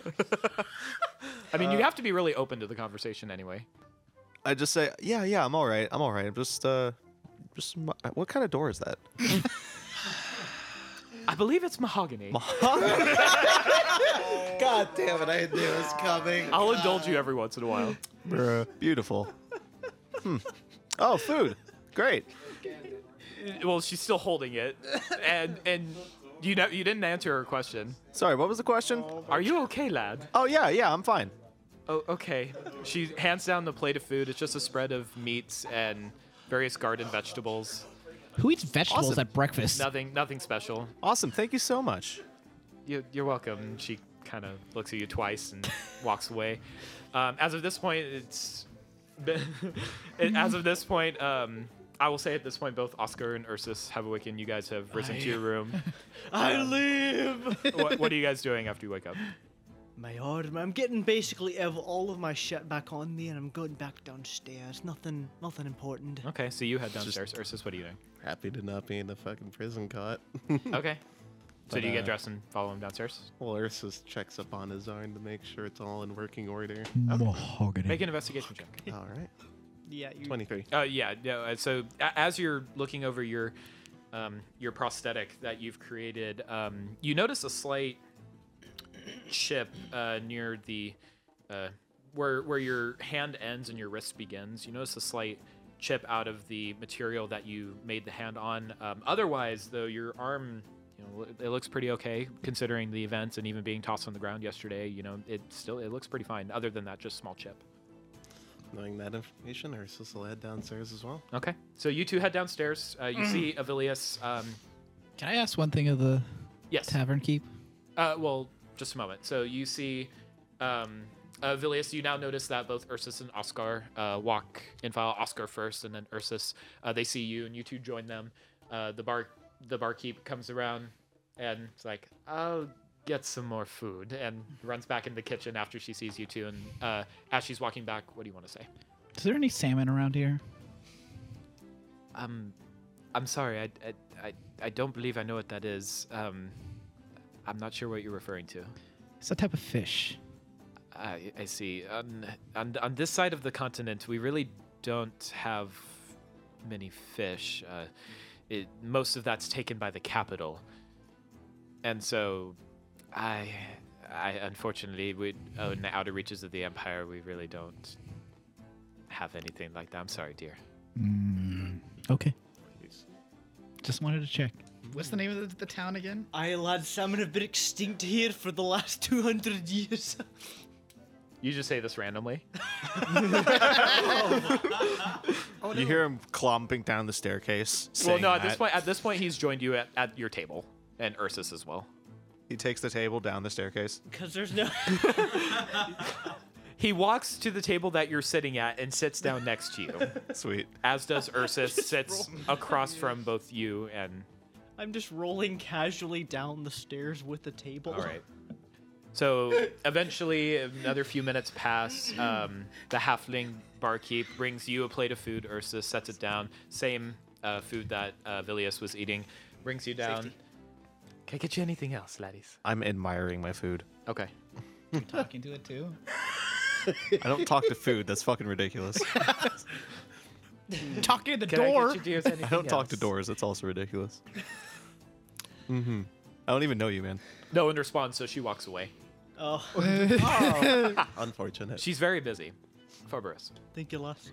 S3: I mean,
S7: Uh,
S3: you have to be really open to the conversation anyway.
S1: I just say, yeah, yeah, I'm all right. I'm all right. I'm just, uh, just, ma- what kind of door is that?
S3: I believe it's mahogany.
S4: God damn it! I knew it was coming.
S3: I'll indulge you every once in a while.
S1: Bruh. Beautiful. Hmm. Oh, food. Great.
S3: Well, she's still holding it, and and you know you didn't answer her question.
S1: Sorry, what was the question?
S3: Are you okay, lad?
S1: Oh, yeah, yeah, I'm fine.
S3: Oh, okay. She hands down the plate of food. It's just a spread of meats and various garden vegetables.
S10: Who eats vegetables
S3: Awesome.
S10: at breakfast?
S3: Nothing, nothing special.
S1: Awesome. Thank you so much.
S3: You, you're welcome. She kind of looks at you twice and walks away. Um, as of this point, it's. it- as of this point, um, I will say at this point, both Oscar and Ursus have awakened. You guys have risen to your room.
S7: I
S3: Um,
S7: live.
S3: what, what are you guys doing after you wake up?
S7: My arm. I'm getting basically ev- all of my shit back on me, and I'm going back downstairs. Nothing, nothing important.
S3: Okay, so you head downstairs. Ursus, what are you doing?
S4: Happy to not be in the fucking prison cot.
S3: Okay. So
S4: But,
S3: do you
S4: uh,
S3: get dressed and follow him downstairs?
S4: Well, Ursus checks up on his arm to make sure it's all in working order.
S3: Make an investigation check.
S4: All right.
S7: Yeah, you.
S4: 23.
S3: Uh, yeah, no. uh, So a- as you're looking over your um, your prosthetic that you've created, um, you notice a slight chip uh, near the uh, where where your hand ends and your wrist begins. You notice a slight chip out of the material that you made the hand on. Um, otherwise, though, your arm. You know, it looks pretty okay considering the events and even being tossed on the ground yesterday. You know, it still it looks pretty fine. Other than that, just small chip.
S4: Knowing that information, Ursus will head downstairs as well.
S3: Okay. So you two head downstairs. Uh, you see Avilius. Um,
S10: Can I ask one thing of the
S3: Yes.
S10: tavern keep?
S3: uh, well, just a moment. So you see um, Avilius. You now notice that both Ursus and Oscar uh, walk in file. Oscar first, and then Ursus. Uh, they see you, and you two join them. Uh, the bar, the barkeep comes around, and it's like, "I'll get some more food," and runs back in the kitchen after she sees you two. And uh, as she's walking back, what do you want to say?
S10: Is there any salmon around here?
S3: Um, I'm sorry. I, I, I, I don't believe I know what that is. Um, I'm not sure what you're referring to.
S10: It's that type of fish.
S3: I, I see. On, on, on this side of the continent, we really don't have many fish. Uh, it, most of that's taken by the capital. And so, I, I unfortunately, we oh, in the outer reaches of the empire, we really don't have anything like that. I'm sorry, dear.
S10: Okay. Just wanted to check. What's the
S5: Hmm.
S10: name of the, the town again?
S7: I lad, salmon have been extinct here for the last 200 years.
S3: You just say this randomly.
S1: You hear him clomping down the staircase.
S3: well,
S1: saying
S3: no. At this
S1: that.
S3: point, at this point, he's joined you at, at your table and Ursus as well.
S1: he takes the table down the staircase.
S7: Cause there's no.
S3: He walks to the table that you're sitting at and sits down next to you.
S1: Sweet.
S3: As does Ursus, sits across from both you and.
S7: I'm just rolling casually down the stairs with the table.
S3: All right. So eventually, another few minutes pass. Um, the halfling barkeep brings you a plate of food. Ursus sets it down. Same uh, food that uh, Vilius was eating. Brings you down. Can I get you anything else, laddies?
S1: I'm admiring my food.
S3: Okay.
S10: You're talking to it too?
S1: I don't talk to food. That's fucking ridiculous.
S10: talking to the
S3: Can I get
S10: door.
S3: you dears
S1: I
S3: anything
S1: don't talk to
S3: else?
S1: doors. That's also ridiculous. Mm-hmm. I don't even know you, man.
S3: No one responds, so she walks away.
S7: Oh.
S4: Unfortunate.
S3: She's very busy. Farbarus.
S7: Thank you, Les.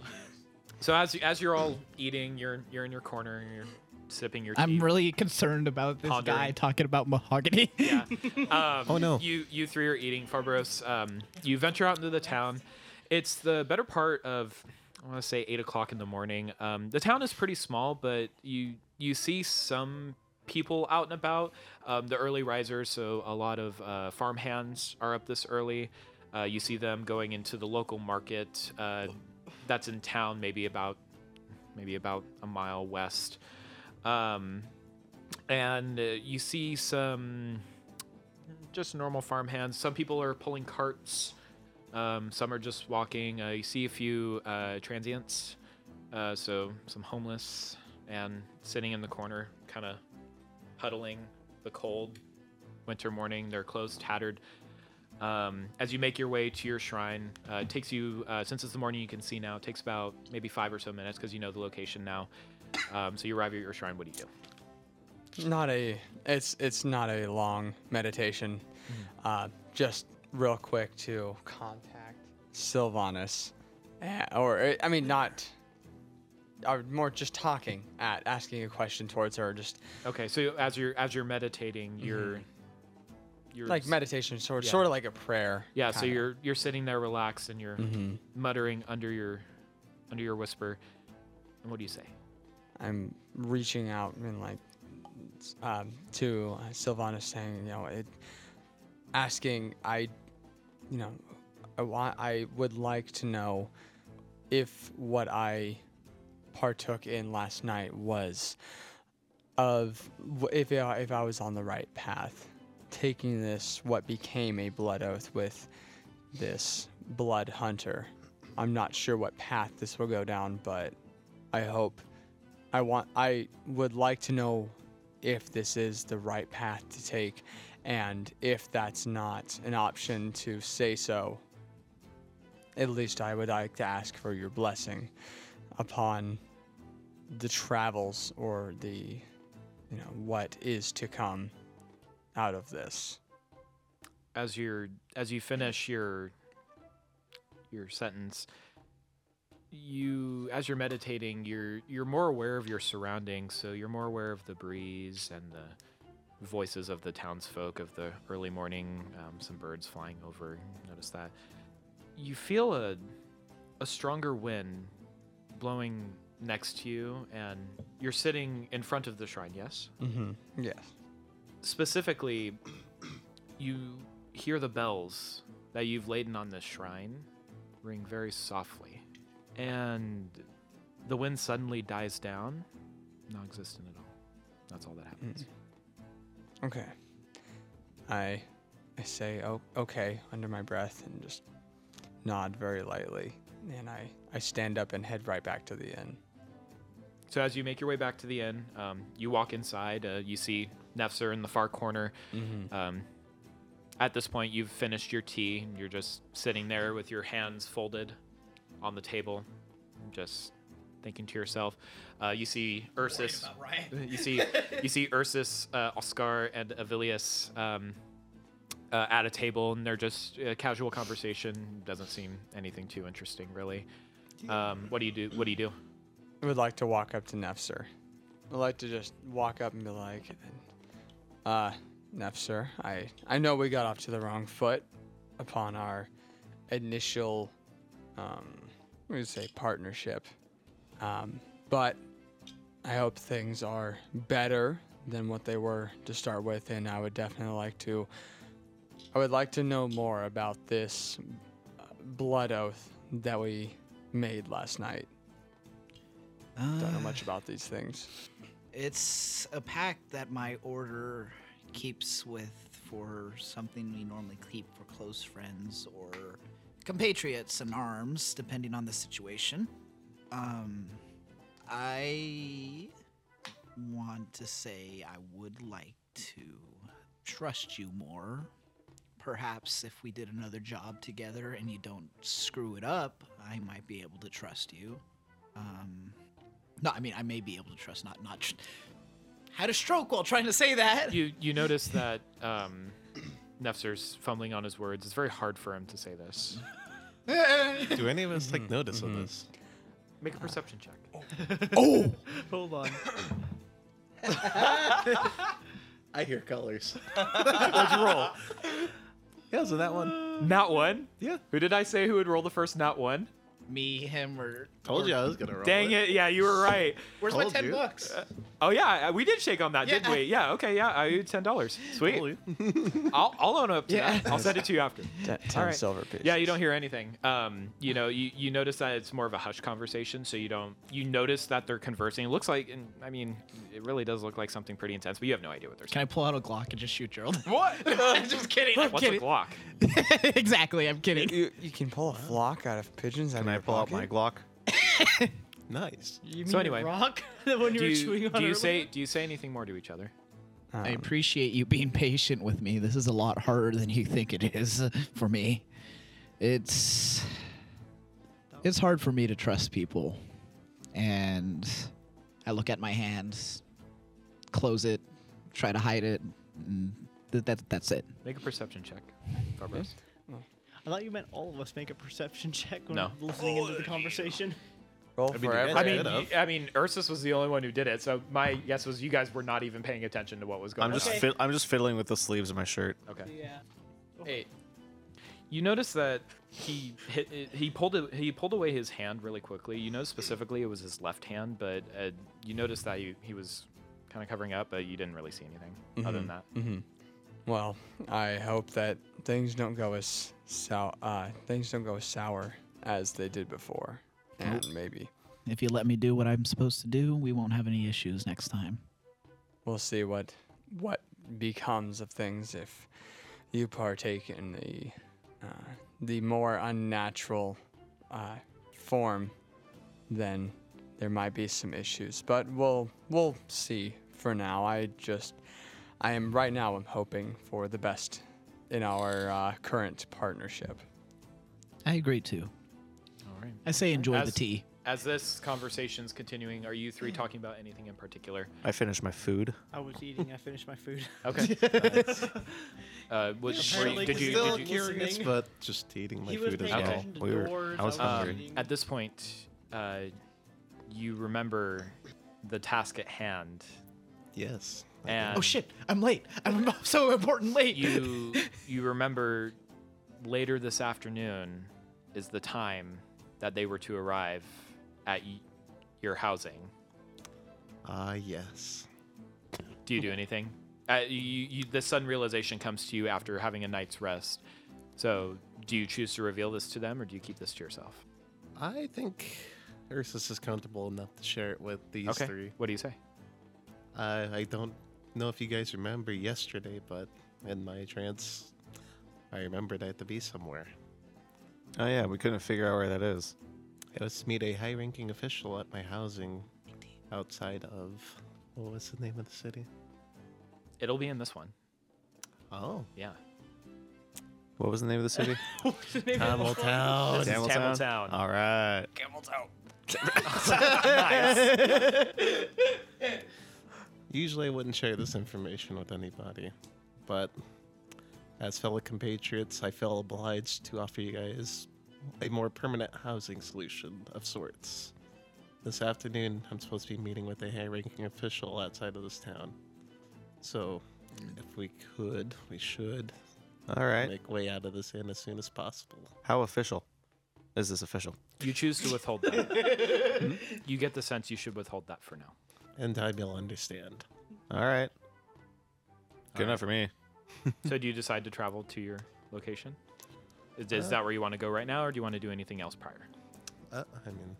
S3: So as as you're all eating, you're you're in your corner, and you're sipping your.
S10: I'm
S3: tea.
S10: really concerned about this
S3: Pondering.
S10: guy talking about mahogany.
S3: um,
S10: Oh, no.
S3: You you three are eating Farbaros. Um, you venture out into the town. It's the better part of I want to say eight o'clock in the morning. Um, the town is pretty small, but you you see some people out and about. Um, the early risers, so a lot of uh, farmhands are up this early. Uh, you see them going into the local market. Uh, that's in town, maybe about maybe about a mile west. Um, and uh, you see some just normal farmhands. Some people are pulling carts. Um, some are just walking. Uh, you see a few uh, transients, uh, so some homeless, and sitting in the corner, kind of huddling the cold winter morning. Their clothes tattered. Um, as you make your way to your shrine, uh, it takes you uh, since it's the morning. You can see now. It takes about maybe five or so minutes because you know the location now. Um, so you arrive at your shrine. What do you do?
S2: not a it's it's not a long meditation
S3: Hmm.
S2: uh, just real quick to contact sylvanus eh, or eh, i mean not or more just talking at asking a question towards her just
S3: okay so as you're as you're meditating you're you're
S2: like
S3: s-
S2: meditation sort,
S3: yeah.
S2: sort of like a prayer
S3: Yeah, so
S2: kinda.
S3: you're you're sitting there relaxed and you're
S2: Mhm.
S3: muttering under your under your whisper. And what do you say?
S2: I'm reaching out and like s- um, to uh, Sylvana saying, you know, it, asking, I, you know, I want, I would like to know if what I partook in last night was of w- if I, if I was on the right path, taking this what became a blood oath with this blood hunter. I'm not sure what path this will go down, but I hope I want I would like to know if this is the right path to take and if that's not an option to say so. At least I would like to ask for your blessing upon the travels or the you know what is to come out of this.
S3: As you're as you finish your your sentence, you as you're meditating, you're you're more aware of your surroundings, so you're more aware of the breeze and the voices of the townsfolk of the early morning, um, some birds flying over. Notice that. You feel a a stronger wind blowing next to you and you're sitting in front of the shrine, yes?
S2: Mm-hmm. Yes.
S3: specifically, you hear the bells that you've laden on this shrine ring very softly, and the wind suddenly dies down, non-existent at all. That's all that happens.
S2: Okay. I I say oh, okay under my breath and just nod very lightly and I I stand up and head right back to the inn.
S3: So as you make your way back to the inn, um, you walk inside. Uh, you see Nefzer in the far corner.
S2: Mhm.
S3: Um, at this point, you've finished your tea. And you're just sitting there with your hands folded on the table, just thinking to yourself. Uh, you see Ursus.
S6: about Ryan.
S3: You see you see Ursus, uh, Oscar, and Avilius um, uh, at a table, and they're just uh, casual conversation. Doesn't seem anything too interesting, really. Um, what do you do? What do you do?
S2: I would like to walk up to Nefzer. I'd like to just walk up and be like uh Nefzer, I I know we got off to the wrong foot upon our initial um we would say partnership. Um, but I hope things are better than what they were to start with, and I would definitely like to. I would like to know more about this uh, blood oath that we made last night. Don't
S10: Uh,
S2: know much about these things.
S5: It's a pact that my order keeps with for something we normally keep for close friends or compatriots in arms, depending on the situation. Um, I want to say I would like to trust you more. Perhaps if we did another job together and you don't screw it up, I might be able to trust you. Um, no, I mean I may be able to trust. Not not. tr- Had a stroke while trying to say that.
S3: You you notice that um, Nefzer's fumbling on his words. It's very hard for him to say this.
S4: Do any of us take notice of this?
S3: Make a perception check.
S7: Hold on.
S4: I hear colors. Let's roll. Yeah, so that one.
S3: Not one?
S4: Yeah.
S3: Who did I say who would roll the first not one?
S5: Me, him, or
S4: Told you I was gonna roll.
S3: Dang it. Yeah, you were right.
S5: Where's my Told 10 you. bucks?
S3: Uh, oh, yeah. We did shake on that,
S5: Yeah.
S3: did we? Yeah. Okay. Yeah. I owe you $10. Sweet. I'll, I'll own up to that. I'll send it to you after.
S2: Ten- ten silver pieces.
S3: Yeah, you don't hear anything. Um, you know, you, you notice that it's more of a hush conversation, so you don't you notice that they're conversing. It looks like, and I mean, it really does look like something pretty intense, but you have no idea what they're
S5: Can
S3: saying.
S5: I pull out a Glock and just shoot Gerald?
S3: What? Just kidding.
S5: I'm
S3: What's
S5: kidding.
S3: a Glock?
S5: exactly. I'm kidding.
S2: You, you can pull a flock out of pigeons. Can
S1: I pull out my Glock?
S4: nice.
S7: You mean
S3: So anyway,
S7: rock? the one you
S3: do
S7: were
S3: you,
S7: chewing on
S3: do you
S7: earlier?
S3: say do you say anything more to each other?
S5: I
S10: Um,
S5: appreciate you being patient with me. This is a lot harder than you think it is for me. It's it's hard for me to trust people. And I look at my hands, close it, try to hide it, and th- that, that's it.
S3: Make a perception check. Barbaros.
S7: I thought you meant all of us make a perception check when
S3: No.
S7: listening into the conversation.
S2: Roll
S4: mean,
S2: for
S4: you
S2: every-
S4: guys
S3: I mean,
S4: could have.
S3: you- I mean, Ursus was the only one who did it, so my guess was you guys were not even paying attention to what was going
S1: I'm
S3: on.
S1: just fid- I'm just fiddling with the sleeves of my shirt.
S3: Okay.
S7: Yeah.
S3: Eight. You notice that he hit, he pulled it, he pulled away his hand really quickly. You know specifically it was his left hand, but uh, you noticed that he, he was kind of covering up, but you didn't really see anything other than that.
S1: Mm-hmm.
S2: hmm Well, I hope that things don't go as sour. Uh, things don't go as sour as they did before, and maybe
S10: If you let me do what I'm supposed to do, we won't have any issues next time.
S2: we'll see what what becomes of things if you partake in the uh, the more unnatural uh, form. Then there might be some issues, but we'll we'll see. For now, I just I am right now. I'm hoping for the best in our uh, current partnership.
S10: I agree too.
S3: All right.
S10: I say enjoy
S3: As-
S10: the tea.
S3: As this conversation's continuing, are you three talking about anything in particular?
S1: I finished my food.
S7: I was eating. I finished my food.
S3: Okay. uh, was, were you,
S7: Apparently
S3: did you
S7: still
S3: did you
S7: listening.
S4: It's but just eating my
S7: He was
S4: food as
S7: paying
S4: well.
S7: attention to
S1: We were-
S7: doors,
S1: I was
S3: Um,
S1: hungry.
S7: reading.
S3: at this point, uh, you remember the task at hand.
S4: Yes.
S3: And
S5: oh shit, I'm late. I'm so important late.
S3: You you remember later this afternoon is the time that they were to arrive at y- your housing.
S4: Ah, yes.
S3: Do you do anything? Uh, you, you, the sudden realization comes to you after having a night's rest. So, do you choose to reveal this to them, or do you keep this to yourself?
S4: I think Ursus is comfortable enough to share it with these
S3: okay.
S4: three.
S3: What do you say?
S4: I I don't know if you guys remember yesterday, but in my trance, I remembered I had to be somewhere.
S1: Oh yeah, we couldn't figure out where that is.
S4: I was to meet a high-ranking official at my housing outside of what was the name of the city?
S3: It'll be in this one.
S4: Oh,
S3: Yeah.
S1: What was the name of the city?
S4: Cameltown.
S3: This is Cameltown.
S1: All right.
S4: Usually I wouldn't share this information with anybody, but as fellow compatriots, I feel obliged to offer you guys a more permanent housing solution of sorts. This afternoon, I'm supposed to be meeting with a high ranking official outside of this town. So, if we could, we should
S1: All right.
S4: make way out of this inn as soon as possible.
S1: How official is this official?
S3: You choose to withhold that. you get the sense you should withhold that for now.
S4: And time you'll understand.
S1: All right. Good enough for me.
S3: So, do you decide to travel to your location? Is, is that where you want to go right now, or do you want to do anything else prior?
S4: Uh, I mean,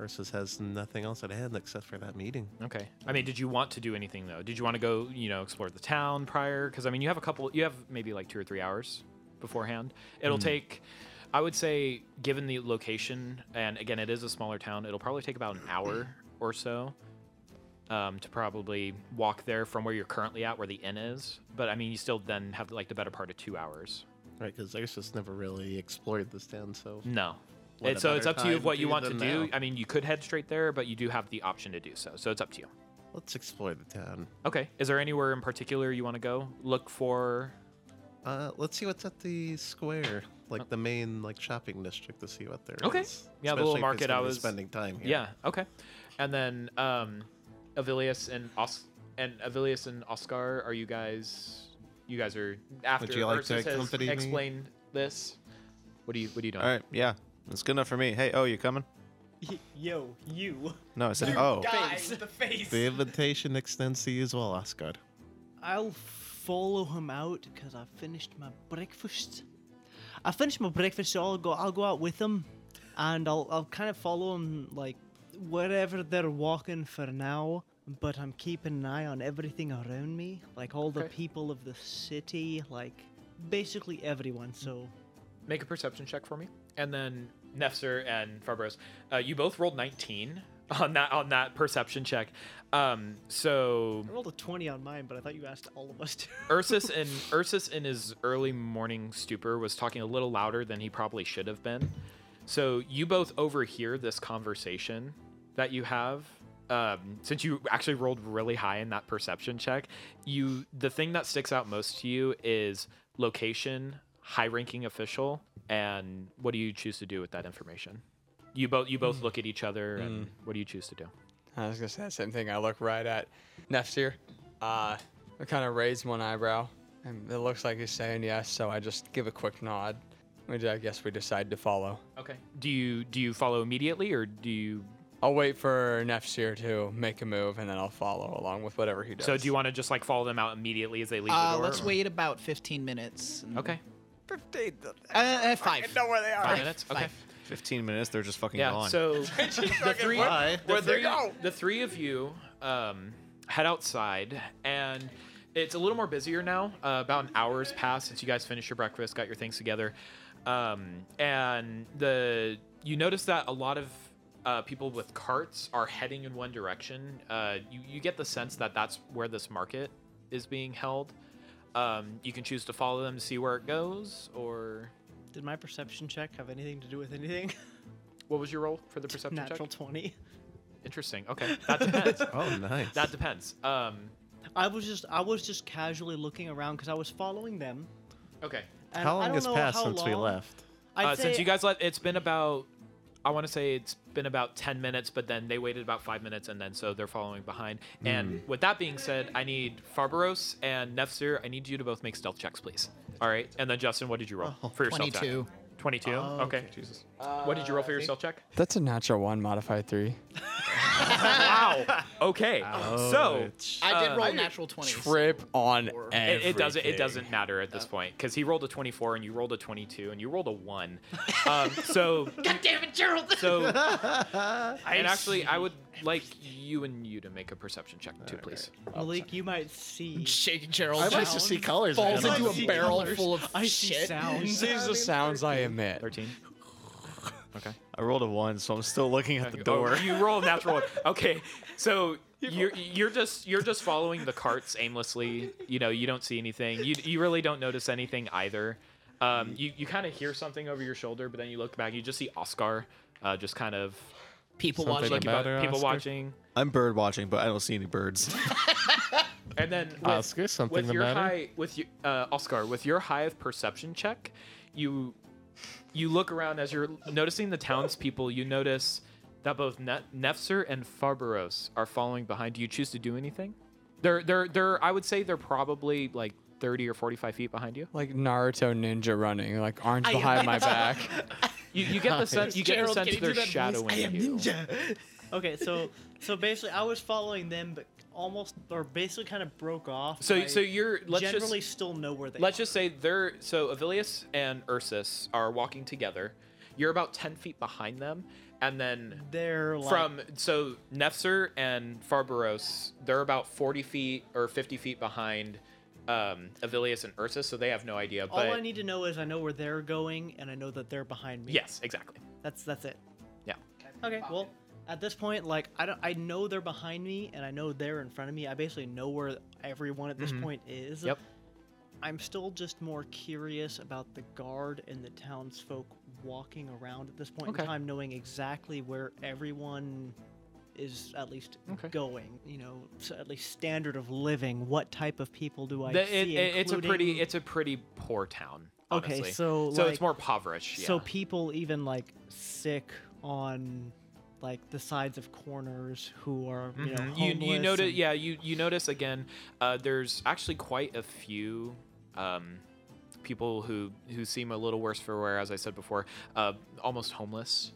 S4: Ursus has nothing else at hand except for that meeting.
S3: Okay. I mean, did you want to do anything though? Did you want to go, you know, explore the town prior? Because I mean, you have a couple. You have maybe like two or three hours beforehand. It'll take, I would say, given the location, and again, it is a smaller town. It'll probably take about an hour or so um, to probably walk there from where you're currently at, where the inn is. But I mean, you still then have like the better part of two hours.
S4: Right, because Ursus never really explored this town, so.
S3: No.
S4: What
S3: Mm. And
S4: a
S3: so it's
S4: better
S3: up to you
S4: time
S3: of what
S4: to
S3: you
S4: do
S3: want to
S4: than
S3: do.
S4: now.
S3: I mean, you could head straight there, but you do have the option to do so. So it's up to you.
S4: Let's explore the town.
S3: Okay. Is there anywhere in particular you want to go? Look for.
S4: Uh, let's see what's at the square, like the main like shopping district, to see what there is.
S3: Oh. Okay. Yeah, the little
S4: Especially if it's
S3: market I
S4: gonna be
S3: was-
S4: spending time here.
S3: Yeah. Okay. And then um, Avilius and Os- and Avilius and Oscar, are you guys? You guys are after.
S4: you like to
S3: Ursus has
S4: accompany me?
S3: explained this. What do you? What are you doing?
S1: All right, yeah, that's good enough for me. Hey, oh, you coming?
S7: Yo, you.
S1: No, I said,
S7: You
S1: oh.
S7: guys, the face.
S4: The invitation extends to you as well, Oscar.
S7: I'll follow him out because I finished my breakfast. I finished my breakfast, so I'll go. I'll go out with him, and I'll I'll kind of follow him like wherever they're walking for now. But I'm keeping an eye on everything around me, like all the
S3: Okay.
S7: people of the city, like basically everyone. So
S3: Make a perception check for me, and then Nefzer and Farbros, uh, you both rolled 19 on that on that perception check. Um, so
S7: I rolled a twenty on mine, but I thought you asked all of us to.
S3: Ursus in Ursus in his early morning stupor was talking a little louder than he probably should have been. So you both overhear this conversation that you have. Um, since you actually rolled really high in that perception check, you the thing that sticks out most to you is location, high-ranking official, and what do you choose to do with that information? You both you both look at each other, and what do you choose to do?
S2: I was gonna say the same thing. I look right at Nefsir. Uh, I kind of raise one eyebrow, and it looks like he's saying yes. So I just give a quick nod. We, I guess we decide to follow.
S3: Okay. Do you do you follow immediately, or do you?
S2: I'll wait for Nefsir to make a move, and then I'll follow along with whatever he does.
S3: So do you want to just like follow them out immediately as they leave the
S5: Uh,
S3: door?
S5: let's
S3: or-
S5: wait about 15 minutes. and-
S3: Okay.
S5: Uh, uh, five. I know where they are.
S3: Five minutes. Okay.
S1: 15 minutes, they're just fucking
S3: Yeah.
S1: gone.
S3: So the
S1: fucking
S3: three,
S1: went.
S3: the,
S1: Where'd they
S3: three
S1: go?
S3: the three of you um, head outside, and it's a little more busier now. Uh, about an hour's passed since you guys finished your breakfast, got your things together, um, and the you notice that a lot of uh, people with carts are heading in one direction. Uh, you you get the sense that that's where this market is being held. Um, you can choose to follow them to see where it goes, or
S7: Did my perception check have anything to do with anything?
S3: What was your roll for the perception check?
S7: Natural twenty.
S3: Interesting. Okay, that depends.
S4: Oh, nice.
S3: That depends. Um,
S7: I was just I was just casually looking around because I was following them.
S3: okay.
S7: And How I long don't has know passed how since we long. left? I'd
S3: Uh, since
S7: say-
S3: you guys left, it's been about. I want to say it's been about ten minutes, but then they waited about five minutes, and then so they're following behind. And with that being said, I need Farbaros and Nefsir. I need you to both make stealth checks, please. All right. And then Justin, what did you roll for your stealth check?
S2: 22.
S3: Oh, Twenty-two.
S2: Oh,
S3: okay. Jesus. Uh, what did you roll for your stealth check?
S2: That's a natural one, modified three.
S3: wow. Okay. So
S5: I did
S3: uh,
S5: roll a natural 20.
S2: Trip on
S3: It, it doesn't. It
S2: everything.
S3: doesn't matter at this point because he rolled a 24 and you rolled a 22 and you rolled a one. Um, so,
S6: God damn it, Gerald!
S3: so, and actually, I would like you and you to make a perception check too, please.
S7: Malik, you might see.
S5: Shake Gerald.
S3: I'd like to see colors
S5: Falls
S3: again.
S5: into
S3: I see
S5: a barrel
S7: colors.
S5: full of
S7: I see
S5: shit.
S7: sounds.
S2: These are the sounds I emit.
S3: 13. Okay.
S1: I rolled a one, so I'm still looking at the
S3: Oh,
S1: door.
S3: you roll a natural one. Okay, so you're you're just you're just following the carts aimlessly. You know, you don't see anything. You you really don't notice anything either. Um, you you kind of hear something over your shoulder, but then you look back, you just see Oscar, uh, just kind of
S5: people
S1: Something
S3: watching,
S1: about her,
S3: people
S1: Oscar?
S3: watching,
S1: I'm bird watching, but I don't see any birds.
S3: and then with,
S4: Oscar, something
S3: with your
S4: about her?
S3: high with your uh, Oscar with your high of perception check, you you look around as you're noticing the townspeople. You notice that both ne- Nefzer and Farbaros are following behind. Do you choose to do anything? They're they're they're. I would say they're probably like thirty or forty-five feet behind you.
S2: Like Naruto ninja running, like arms
S3: I am
S2: behind my
S3: ninja.
S2: back.
S3: You, you get the sense you get the
S7: Gerald,
S3: sense
S7: can you
S3: they're
S7: do that voice?
S3: shadowing
S7: I am
S3: you.
S7: okay, so so basically, I was following them, but almost or basically kind of broke off.
S3: So-
S7: and I
S3: so you're- let's just-
S7: generally still know where they.
S3: Let's just say they're so Avilius and Ursus are walking together. You're about ten feet behind them, and then
S7: They're like-
S3: from so Nefzer and Farbaros. They're about forty feet or fifty feet behind um, Avilius and Ursus, so they have no idea.
S7: All
S3: But
S7: I need to know is I know where they're going, and I know that they're behind me.
S3: yes, exactly.
S7: That's that's it.
S3: Yeah.
S7: Okay. Well, at this point, like I don't, I know they're behind me, and I know they're in front of me. I basically know where everyone at this
S3: Mhm.
S7: point is.
S3: Yep.
S7: I'm still just more curious about the guard and the townsfolk walking around at this point
S3: Okay.
S7: in time, knowing exactly where everyone is at least going. You know, so at least standard of living. What type of people do I
S3: The- it-
S7: see?
S3: it- it's a pretty
S7: including-
S3: it's a pretty poor town.
S7: Okay,
S3: honestly.
S7: so,
S3: so
S7: like-
S3: it's more impoverished. Yeah.
S7: So people even like sick on like the sides of corners who are Mm-hmm. you know
S3: Mhm. you, you
S7: homeless
S3: notice
S7: and-
S3: yeah you you notice again uh, there's actually quite a few um, people who who seem a little worse for wear as I said before uh, almost homeless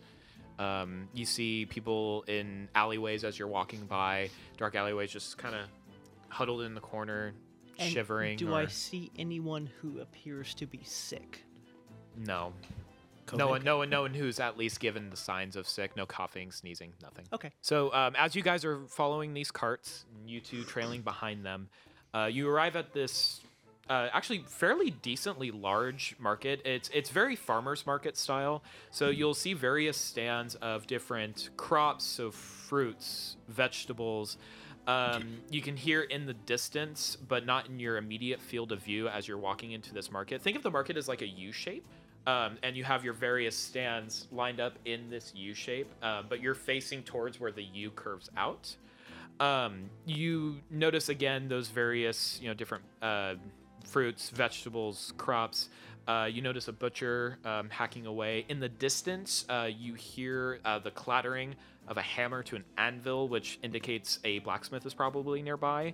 S3: um, you see people in alleyways as you're walking by dark alleyways just kind of huddled in the corner
S7: and
S3: shivering
S7: Do
S3: or,
S7: I see anyone who appears to be sick?
S3: no no one, no one, no one who's at least given the signs of sick. No coughing, sneezing, nothing.
S7: Okay.
S3: So um, as you guys are following these carts, you two trailing behind them, uh, you arrive at this uh, actually fairly decently large market. It's it's very farmers market style. So you'll see various stands of different crops, so fruits, vegetables. Um, you can hear in the distance, but not in your immediate field of view as you're walking into this market. Think of the market as like a U shape um, and you have your various stands lined up in this U shape, uh, but you're facing towards where the U curves out. Um, you notice again those various, you know, different uh, fruits, vegetables, crops. Uh, you notice a butcher um, hacking away. In the distance, uh, you hear uh, the clattering of a hammer to an anvil, which indicates a blacksmith is probably nearby.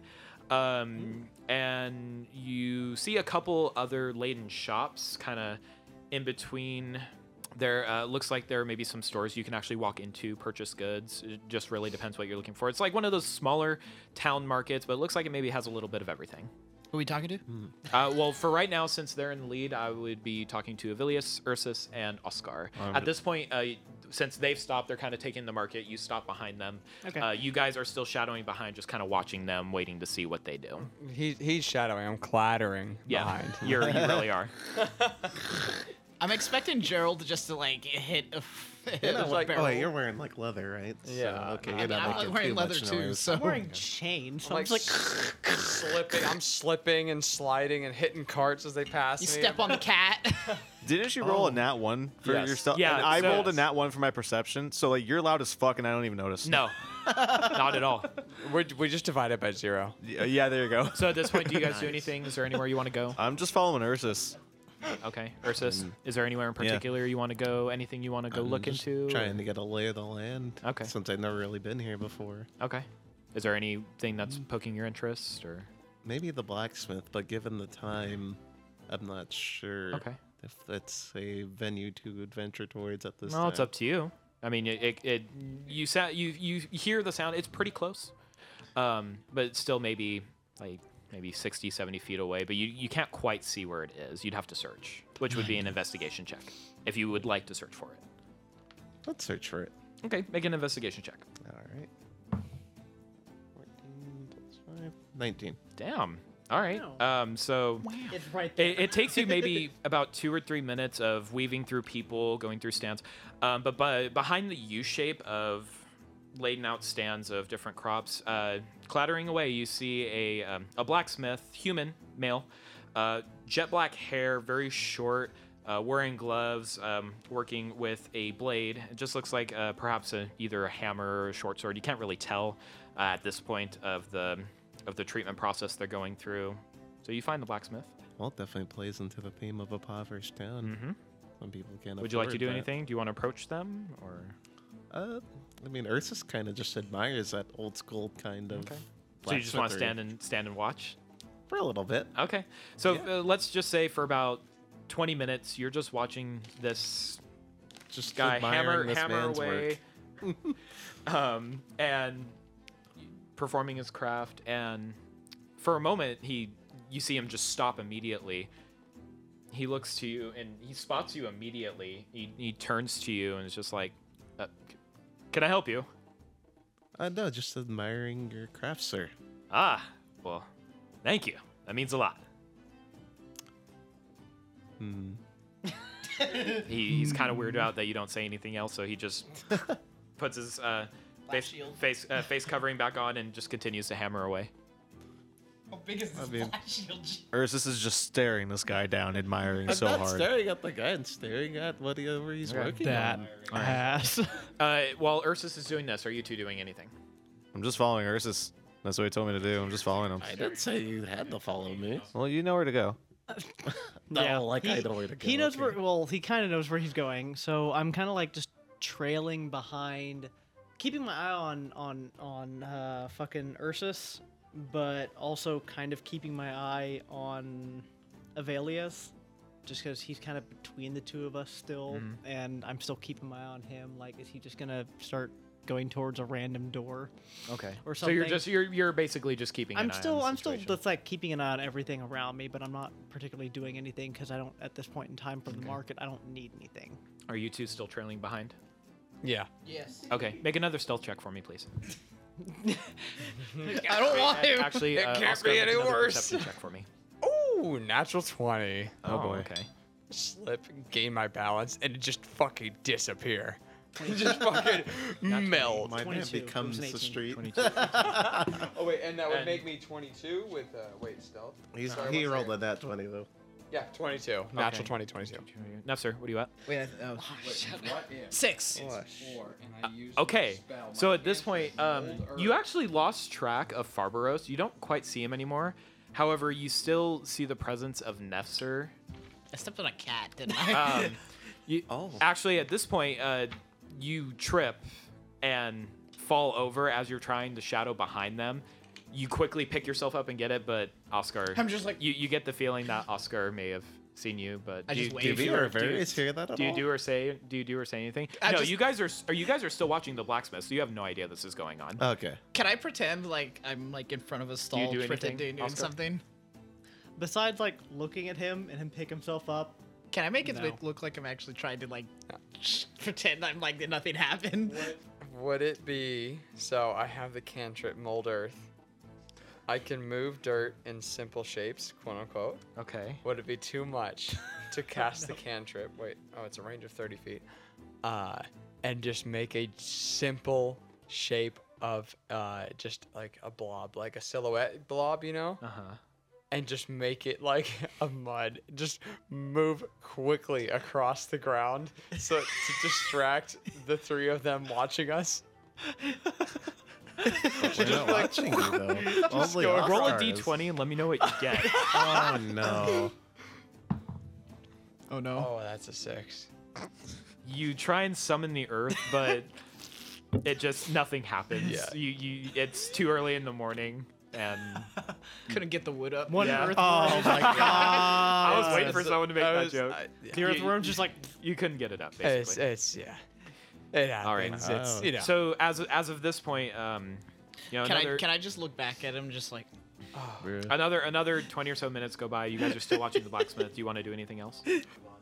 S3: Um, and you see a couple other laden shops kind of in between there uh, looks like there are maybe some stores you can actually walk into purchase goods it just really depends what you're looking for it's like one of those smaller town markets but it looks like it maybe has a little bit of everything
S5: Who are we talking to?
S3: uh, well for right now since they're in the lead i would be talking to avilius ursus and oscar
S4: I'm
S3: at
S4: gonna-
S3: this point uh, since they've stopped they're kind of taking the market you stop behind them
S2: Okay.
S3: uh, you guys are still shadowing behind just kind of watching them waiting to see what they do
S2: He, he's shadowing. I'm clattering
S3: yeah
S2: behind.
S3: you're, you really are
S5: I'm expecting Gerald just to like hit a. hit
S4: You're
S5: a
S4: not like, oh,
S5: barrel.
S4: wait, you're wearing like leather, right?
S5: Yeah.
S4: So, okay,
S5: I
S4: you're
S5: mean,
S4: not
S5: I'm
S4: making
S5: wearing
S4: too
S5: leather
S4: much
S5: too,
S4: noise.
S5: so-
S7: I'm
S3: Oh,
S7: wearing chains. So I'm
S2: like,
S7: just like,
S2: slipping. I'm slipping and sliding and hitting carts as they pass
S5: You
S2: me.
S5: step on the cat.
S1: Didn't you roll a nat one for
S2: Yes.
S1: yourself?
S2: Yeah,
S1: and I
S2: so-
S1: rolled a nat one for my perception. So like you're loud as fuck, and I don't even notice.
S3: No, not at all.
S2: We're, we just divided by zero.
S1: Yeah, yeah, there you go.
S3: So at this point, do you guys do anything? Is there anywhere you want to
S4: Uh,
S3: go?
S1: I'm just following Ursus.
S3: Okay, Ursus, is there anywhere in
S1: Yeah.
S3: particular you want to go? Anything you want to go
S4: mm. I'm
S3: look
S4: just
S3: into?
S4: Trying to get a lay of the land.
S3: Okay.
S4: Since I've never really been here before.
S3: Okay. Is there anything that's
S4: Mm.
S3: poking your interest, or
S4: Maybe the blacksmith, but given the time, I'm not sure.
S3: Okay.
S4: If that's a venue to adventure towards at this
S3: no?
S4: time.
S3: It's up to you. I mean, it, it, it you sa- you you hear the sound. It's pretty close, um, but it's still maybe like maybe 60, 70 feet away. But you you can't quite see where it is. You'd have to search, which would be an investigation check if you would like to search for it.
S4: Let's search for it.
S3: Okay, make an investigation check.
S4: All right. 19.
S3: Damn. All right. Um, so
S7: It's right there.
S3: it, it takes you maybe about two or three minutes of weaving through people, going through stands. Um, but by, behind the U shape of laden out stands of different crops, uh, clattering away, you see a, um, a blacksmith, human, male, uh, jet black hair, very short, uh, wearing gloves, um, working with a blade. It just looks like uh, perhaps a, either a hammer or a short sword. You can't really tell uh, at this point of the of the treatment process they're going through. So you find the blacksmith.
S4: Well, it definitely plays into the theme of a impoverished town.
S3: Mhm.
S4: When people can't
S3: Would you like to
S4: afford
S3: do
S4: that.
S3: anything? Do you want to approach them or?
S4: Uh, I mean, Ursus kind of just admires that old school kind of.
S3: So you just want to
S4: blacksmithery
S3: stand and stand and watch?
S4: for a little bit.
S3: Okay. So uh, let's just say for about 20 minutes, you're just watching this
S4: Just
S3: guy
S4: admiring
S3: hammer
S4: this
S3: hammer
S4: man's
S3: away, um, and performing his craft. And for a moment, he you see him just stop immediately. He looks to you and he spots you immediately. He, he turns to you and is just like, uh, c- "Can I help you?"
S4: Uh, no, just admiring your craft, sir.
S3: Ah, well, thank you. That means a lot.
S4: Hmm.
S3: He, he's kind of weirded out that you don't say anything else, so he just puts his uh, face face, uh, face covering back on and just continues to hammer away.
S6: How big is
S1: I
S6: this
S1: mean-
S6: black shield?
S1: Ursus is just staring this guy down, admiring so
S4: not
S1: hard.
S4: staring at the guy and staring at whatever he's working on.
S3: ass. Uh, while Ursus is doing this, are you two doing anything?
S1: I'm just following Ursus. That's what he told me to do. I'm just following him.
S4: I didn't say you had to follow me.
S1: Well, you know where to go.
S4: No, like I know where to go.
S7: He knows where. Well, he kind of knows where he's going. So I'm kind of like just trailing behind keeping my eye on on on uh, fucking Ursus, but also kind of keeping my eye on Avelius, just because he's kind of between the two of us still,
S3: Mhm.
S4: Mm-hmm.
S7: and I'm still keeping my eye on him. Like, is he just gonna start going towards a random door?
S3: Okay.
S7: Or
S3: So you're
S7: something.
S3: just you're you're basically just keeping. an
S7: I'm
S3: eye on
S7: still
S3: the
S7: I'm still
S3: situation.
S7: that's like keeping an eye on everything around me, but I'm not particularly doing anything because I don't at this point in time from the market I don't need anything.
S3: Are you two still trailing behind?
S2: Yeah.
S7: Yes.
S3: Okay. Make another stealth check for me, please.
S11: I don't want him.
S3: Actually,
S11: it
S3: uh,
S11: can't
S3: Oscar,
S11: be
S3: make
S11: any
S3: another
S11: worse.
S3: perception check for me.
S2: Ooh, natural 20.
S3: Oh, Oh, boy. okay.
S2: Slip, gain my balance, and just fucking disappear. just fucking melt.
S4: My man becomes the street.
S16: oh wait, and that would
S2: And-
S16: make me 22 with uh, wait stealth.
S4: He's
S16: Sorry,
S4: he
S16: what's
S4: rolled a nat twenty though.
S16: Yeah,
S2: 22.
S3: Natural 20,
S2: 22.
S3: Nafsir, what are you at?
S5: Wait, I, oh,
S3: Six.
S16: Four, and
S2: Uh,
S16: I use
S3: Okay, so at this point, um, you actually lost track of Farbaros. You don't quite see him anymore. However, you still see the presence of Nefzer.
S10: I stepped on a cat, didn't I?
S3: Um, you, Actually, at this point, uh, you trip and fall over as you're trying to shadow behind them. You quickly pick yourself up and get it, but Oscar.
S16: I'm just like-
S3: You, you get the feeling that Oscar may have seen you, but
S4: I
S3: do
S4: just
S3: you,
S4: waved.
S3: do you
S4: Did we
S3: do-
S4: or Varys
S3: do you-
S4: hear that at
S3: do you
S4: all?
S3: do or say do you do or say anything?
S4: I
S3: no,
S4: just-
S3: you guys are s- or you guys are still watching the blacksmith, so you have no idea this is going on.
S4: Okay.
S5: Can I pretend like I'm like in front of a stall
S3: do anything,
S5: pretending doing
S3: Oscar?
S5: something?
S7: Besides like looking at him and him pick himself up.
S5: Can I make it
S7: No.
S5: look- look like I'm actually trying to like pretend I'm like that nothing happened?
S16: Would it be so? I have the cantrip mold earth. I can move dirt in simple shapes, quote unquote.
S3: Okay.
S16: Would it be too much to cast the cantrip? Wait, oh, it's a range of 30 feet.
S2: Uh, and just make a simple shape of uh, just like a blob, like a silhouette blob, you know?
S3: Uh huh.
S2: And just make it like a mud. Just move quickly across the ground so to distract the three of them watching us.
S4: We're not watching you though.
S3: Just
S4: Only
S3: go roll a
S4: Oscar is.
S3: d20 and let me know what you get.
S4: Oh no.
S5: Oh no.
S2: Oh, that's a six.
S3: You try and summon the earth, but it just nothing happens.
S2: Yeah.
S3: You you it's too early in the morning and
S5: Couldn't get the wood up.
S7: One
S3: Yeah.
S7: earthworm.
S3: Oh my God. I was
S2: Uh,
S3: waiting for
S2: so-
S3: someone to make
S2: I
S3: that
S2: was-
S3: joke.
S2: I- yeah.
S7: The earthworm's
S3: you-
S7: just like-
S3: you couldn't get it up basically.
S2: It's, it's, yeah. It happens.
S3: All right.
S2: It's, you know.
S3: So as as of this point, um, you know,
S5: Can
S3: another,
S5: I can I just look back at him just like
S3: another another twenty or so minutes go by. You guys are still watching the blacksmith. Do you want to do anything else?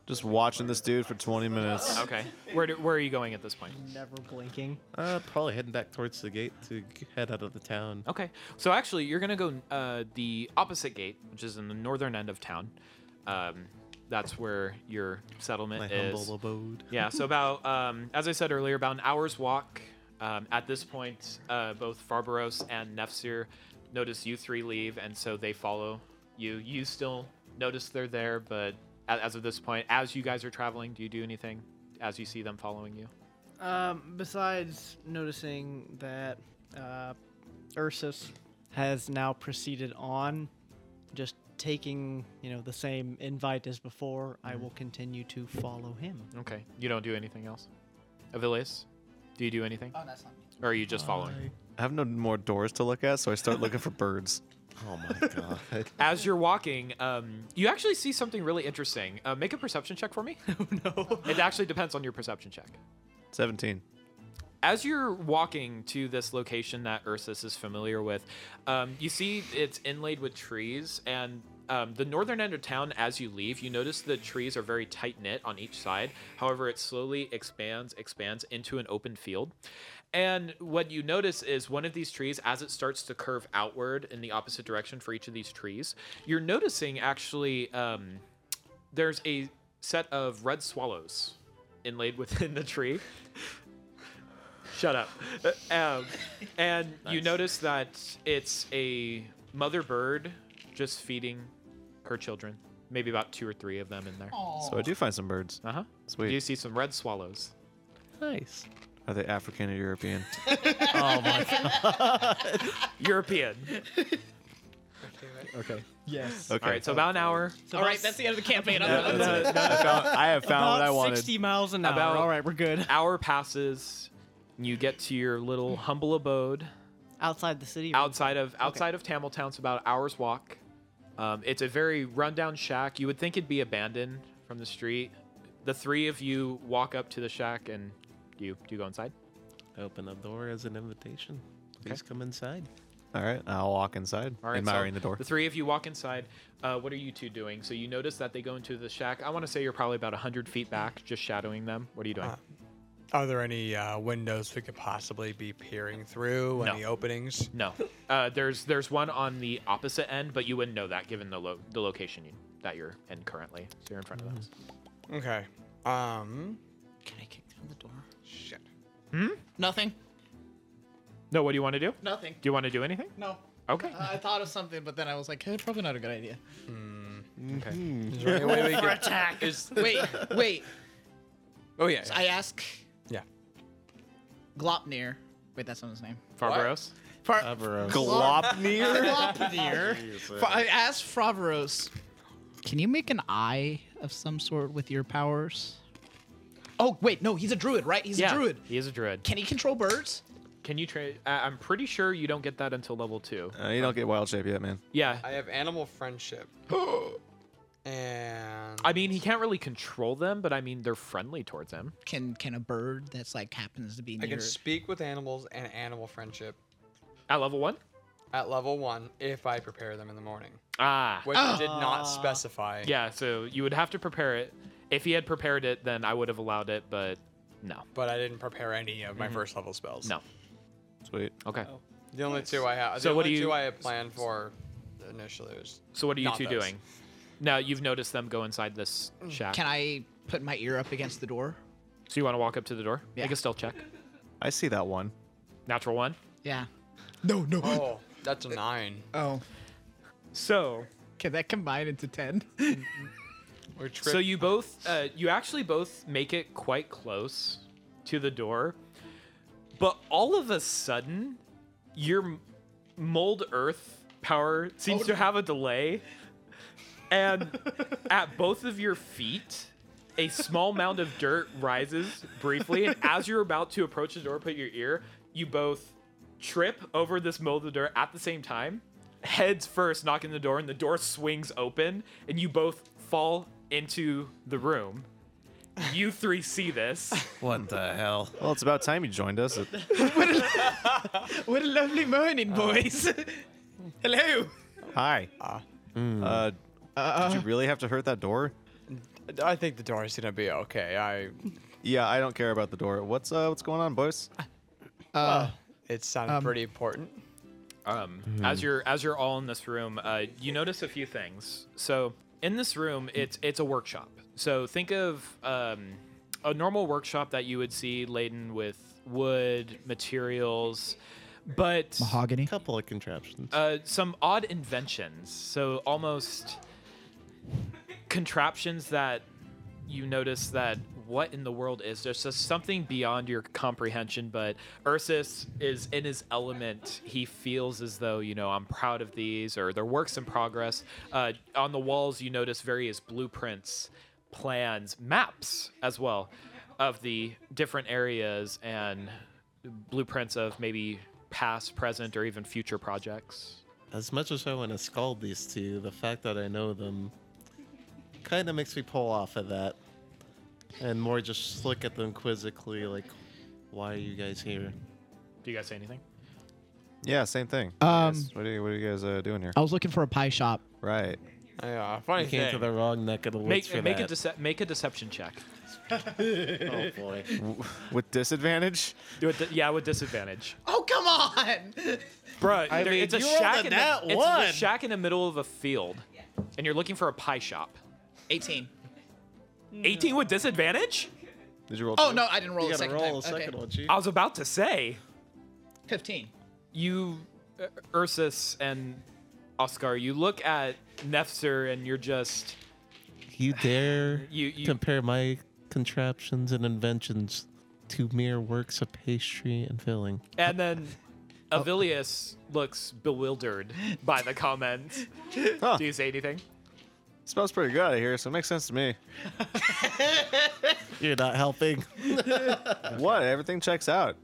S1: Just watching this dude for 20 minutes.
S3: Okay. Where do, where are you going at this point?
S7: Never blinking.
S4: Uh, probably heading back towards the gate to g- head out of the town.
S3: Okay. So actually, you're gonna go uh, the opposite gate, which is in the northern end of town. Um, that's where your settlement
S4: My
S3: is.
S4: humble abode.
S3: Yeah. So about um, as I said earlier, about an hour's walk. Um, at this point, uh, both Farbaros and Nefsir notice you three leave, and so they follow you. You still notice they're there, but a- as of this point, as you guys are traveling, do you do anything as you see them following you?
S7: Um, besides noticing that uh, Ursus has now proceeded on, just taking you know the same invite as before,
S3: Mm-hmm.
S7: I will continue to follow him.
S3: Okay. You don't do anything else? Avilius, do you do anything?
S5: Oh, that's not me.
S3: Or are you just following?
S1: I have no more doors to look at, so I start looking for birds.
S4: Oh my god.
S3: As you're walking, um, you actually see something really interesting. Uh, make a perception check for me. Oh, no. It actually depends on your perception check.
S1: 17.
S3: As you're walking to this location that Ursus is familiar with, um, you see it's inlaid with trees. And um, the northern end of town, as you leave, you notice the trees are very tight knit on each side. However, it slowly expands, expands into an open field. And what you notice is one of these trees, as it starts to curve outward in the opposite direction for each of these trees, you're noticing actually um, there's a set of red swallows inlaid within the tree. Shut up. Uh, Um, and you notice that it's a mother bird just feeding her children. Maybe about two or three of them in there.
S1: So I do find some birds.
S3: Uh huh.
S1: Sweet.
S3: You see some red swallows.
S4: Nice.
S1: Are they African or European?
S3: oh my god. European.
S4: Okay.
S7: Yes.
S1: Okay.
S3: All right. So about an hour.
S5: All right, that's the end of the campaign. I'm
S4: uh,
S5: done.
S1: I found- I have found what
S7: About
S1: I wanted.
S7: 60 miles an hour.
S3: About
S7: All right, we're good.
S3: Hour passes. You get to your little humble abode
S7: outside the city.
S3: outside of outside of Tamiltown. It's about an hour's walk. Um, it's a very rundown shack. You would think it'd be abandoned from the street. The three of you walk up to the shack, and do you do you go inside?
S4: Open the door as an invitation. Please come inside.
S1: All right, I'll walk inside,
S3: All right,
S1: admiring
S3: so
S1: the door.
S3: The three of you walk inside. Uh, what are you two doing? So you notice that they go into the shack. I want to say you're probably about 100 feet back, just shadowing them. What are you doing?
S2: Are there any uh, windows we could possibly be peering through? Any openings?
S3: No. Uh, there's there's one on the opposite end, but you wouldn't know that given the lo- the location you, that you're in currently. So you're in front of those.
S2: Okay. Um.
S5: Can I kick down the door?
S2: Shit.
S3: Hmm?
S5: Nothing.
S3: No, what do you want to do?
S5: Nothing.
S3: Do you want to do anything?
S5: No.
S3: Okay.
S5: Uh, I thought of something, but then I was like, eh, probably not a good idea.
S3: Okay.
S2: Is there any way we
S5: Roll for
S2: could-
S5: attack.
S2: is-
S5: wait, wait.
S2: Oh yeah.
S5: So I ask.
S2: Yeah.
S5: Glopnir. Wait, that's not his name.
S3: Farbaros?
S5: Far-
S4: Farbaros.
S5: Glopnir. Fa- I asked Fravaros.
S10: Can you make an eye of some sort with your powers?
S5: Oh wait, no, he's a druid, right? He's
S3: Yeah,
S5: a druid.
S3: He is a druid.
S5: Can he control birds?
S3: Can you trade? Uh, I'm pretty sure you don't get that until level two.
S1: Uh, you don't get wild shape yet, man.
S3: Yeah.
S16: I have animal friendship. and
S3: I mean, he can't really control them, but I mean, they're friendly towards him.
S5: Can can a bird that's like happens to be
S16: I
S5: near?
S16: can speak with animals and animal friendship
S3: At level one?
S16: at level one if I prepare them in the morning,
S3: Ah.
S16: which did not specify.
S3: Yeah, so you would have to prepare it. If he had prepared it, then I would have allowed it, but no.
S2: But I didn't prepare any of my
S3: Mhm.
S2: first level spells.
S3: No.
S1: Sweet.
S3: Okay.
S16: The only two I have.
S3: So
S16: the
S3: what
S16: only
S3: do you-
S16: two I had planned for initially was.
S3: So what are you
S16: not
S3: two
S16: those.
S3: doing? Now you've noticed them go inside this shack.
S5: Mm, Can I put my ear up against the door?
S3: So you want to walk up to the door?
S5: Yeah.
S3: Make a stealth check.
S1: I see that one.
S3: Natural one.
S5: Yeah.
S16: No, no. Oh, that's a nine.
S5: Oh.
S3: So
S5: Can that combine into ten?
S16: We're
S3: So you both, uh, you actually both make it quite close to the door, but all of a sudden, your m- mold earth power seems to have a delay, and at both of your feet, a small mound of dirt rises briefly, and as you're about to approach the door, put your ear, you both trip over this mold of dirt at the same time, heads first, knocking the door, and the door swings open, and you both fall into the room. You three see this.
S1: What the hell? Well, it's about time you joined us. It- Uh,
S5: what a lovely morning, boys. Hello.
S1: Hi. Uh, did you really have to hurt that door?
S2: I think the door is gonna be okay. I.
S1: Yeah, I don't care about the door. What's uh, what's going on, boys?
S2: Uh, it sounded
S3: um,
S2: pretty important.
S3: Um, As you're as you're all in this room, uh, you notice a few things. So in this room, it's it's a workshop. So think of um, a normal workshop that you would see laden with wood materials, but
S4: Mahogany. Couple of contraptions.
S3: uh, some odd inventions. So almost contraptions that you notice that what in the world is there's just something beyond your comprehension but ursus is in his element he feels as though you know i'm proud of these or they're works in progress uh, on the walls you notice various blueprints plans maps as well of the different areas and blueprints of maybe past present or even future projects
S4: As much as I want to scald these two, the fact that I know them kind of makes me pull off of that, and more just look at them quizzically, like, "Why are you guys here?"
S3: do you guys say anything
S1: Yeah, same thing.
S10: Um,
S1: Yes, what, are you, what are you guys uh, doing here?
S10: I was looking for a pie shop.
S1: Right.
S16: Yeah,
S4: I came to the wrong neck of the woods
S3: make,
S4: for
S3: make a
S4: that.
S3: dece- make a deception check
S4: oh boy.
S1: W- With disadvantage?
S3: With di- yeah, with disadvantage.
S5: Oh come on.
S3: Bruh,
S4: I
S3: there-
S4: mean,
S3: it's a
S4: you rolled
S3: shack
S4: a
S3: in
S4: nat
S3: the, It's a
S4: one.
S3: shack in the middle of a field, and you're looking for a pie shop.
S5: 18.
S3: 18 with disadvantage?
S1: Did you roll?
S5: Oh no, I didn't roll
S4: You
S5: a
S4: gotta
S5: second
S4: roll
S5: time.
S4: a second
S5: okay.
S4: one, G.
S3: I was about to say,
S5: Fifteen.
S3: you, uh, Ursus and Oscar, you look at Nefzer and you're just.
S4: You dare
S3: You- you-
S4: compare my contraptions and inventions to mere works of pastry and filling?
S3: And then
S10: Oh.
S3: Avilius looks bewildered by the comment. Do you say anything?
S1: Smells pretty good out of here, so it makes sense to me.
S4: You're not helping.
S1: What? Everything checks out.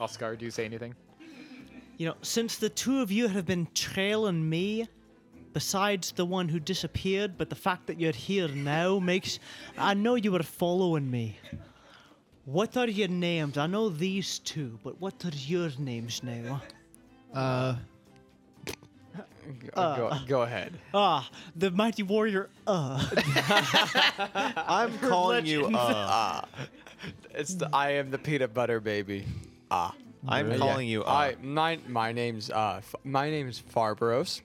S3: Oscar, do you say anything?
S7: You know, since the two of you have been trailing me, besides the one who disappeared, but the fact that you're here now makes. I know you were following me. What are your names? I know these two, but what are your names now?
S5: Uh.
S2: Go,
S16: Uh,
S2: go, go ahead.
S7: Ah, the mighty warrior. Uh.
S16: I'm
S7: calling you, legend. uh.
S16: Ah. It's the I am the peanut butter baby. Ah.
S1: I'm
S16: Yeah.
S1: calling you, uh.
S16: I my my name's uh F- my name is Farbaros,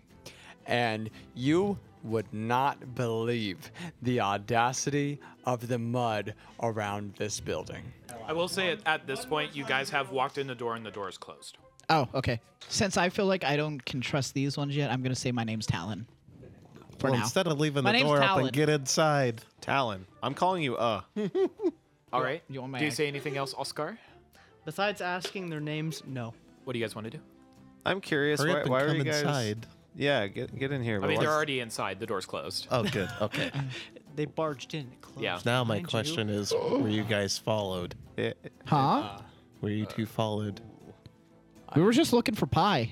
S16: and you would not believe the audacity of the mud around this building.
S3: I will say at, at this point, you guys have walked in the door and the door is closed.
S10: Oh, okay. Since I feel like I don't can trust these ones yet, I'm gonna say my name's Talon. For
S4: well,
S10: now.
S4: instead of leaving
S10: My
S4: the
S10: name's
S4: door up
S10: Talon.
S4: and get inside.
S1: Talon, I'm calling you. Uh.
S3: All right.
S10: you want my
S3: do you
S10: act-
S3: say anything else, Oscar?
S7: Besides asking their names, no.
S3: What do you guys want to do?
S1: I'm curious.
S4: Hurry
S1: why
S4: up and
S1: why are
S4: come
S1: you guys?
S4: inside.
S1: Yeah, get get in here.
S3: I mean,
S1: relax.
S3: they're already inside. The door's closed.
S4: Oh, good. Okay.
S7: They barged in. it Closed.
S3: Yeah.
S4: now my
S7: behind you.
S4: question is, were you guys followed?
S1: Eh,
S7: Uh,
S10: Huh?
S4: Were you two followed?
S10: we were just looking for pie.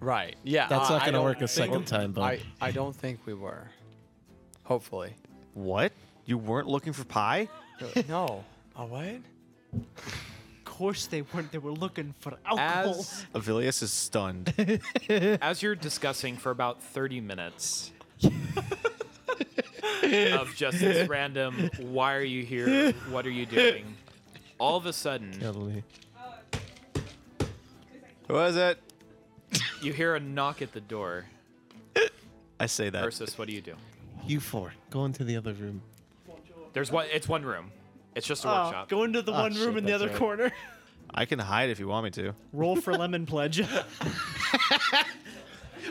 S16: Right. Yeah.
S4: That's
S16: I-
S4: not
S16: I
S4: gonna
S16: don't
S4: work a
S16: think-
S4: second time, bud.
S16: I I don't think we were. Hopefully.
S1: What? You weren't looking for pie?
S16: no. A what?
S7: Of course they weren't. They were looking for alcohol.
S3: As-
S1: Avilius is stunned.
S3: As you're discussing for about 30 minutes of just this random, why are you here? What are you doing? All of a sudden,
S4: Totally.
S1: Who is it?
S3: you hear a knock at the door.
S1: I say that.
S3: Ursus, what do you do?
S4: You four, go into the other room.
S3: There's one. It's one room. It's just a
S7: Oh,
S3: workshop.
S7: go into the
S4: Ah,
S7: one room
S4: shit,
S7: in the
S4: that's
S7: other
S4: right.
S7: corner.
S1: I can hide if you want me to.
S7: Roll for lemon pledge.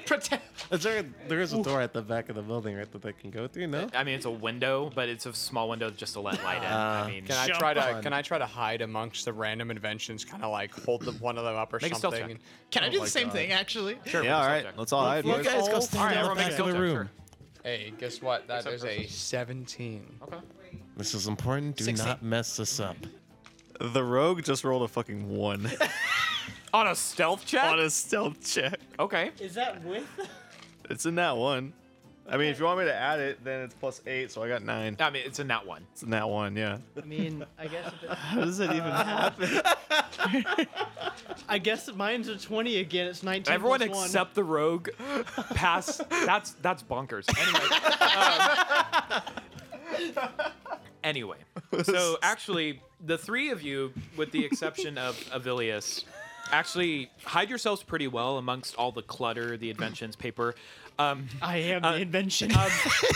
S3: Pretend.
S4: Is there? There is a door at the back of the building, right, that they can go through. No.
S3: I mean, it's a window, but it's a small window just to let light in. I mean,
S16: Uh, Can I try to can I try to hide amongst the random inventions? Kind of like hold the, one of them up or
S3: Make a stealth
S16: something. Oh
S3: check.
S10: Can I do
S16: my
S10: the same
S16: God.
S10: thing actually?
S3: Sure,
S1: yeah,
S3: roll
S1: all right.
S3: subject.
S1: Let's all hide.
S4: You guys
S3: All
S4: go stand in
S3: right,
S4: the
S3: everyone
S4: back of
S3: make
S4: the
S3: a
S4: room.
S16: Hey, guess what? That
S3: Except
S16: is a
S3: Ursus.
S16: 17.
S3: Okay.
S4: This is important. Do not mess this up.
S1: The rogue just rolled a fucking one
S3: On a stealth check.
S1: on a stealth check.
S3: okay.
S7: Is that with?
S1: It's in that one. I mean, if you want me to add it, then it's plus eight, so I got nine.
S3: I mean, it's in that one.
S1: It's in that one, yeah.
S7: I mean, I guess. If it- Uh,
S1: How does that even happen?
S7: I guess if mine's a twenty again. It's nineteen.
S3: Everyone
S7: plus one.
S3: except the rogue pass. That's that's bonkers. Anyway. um, anyway, so actually, the three of you, with the exception of Avilius, actually hide yourselves pretty well amongst all the clutter, the inventions, paper. Um,
S7: I am
S3: uh,
S7: the invention.
S3: um,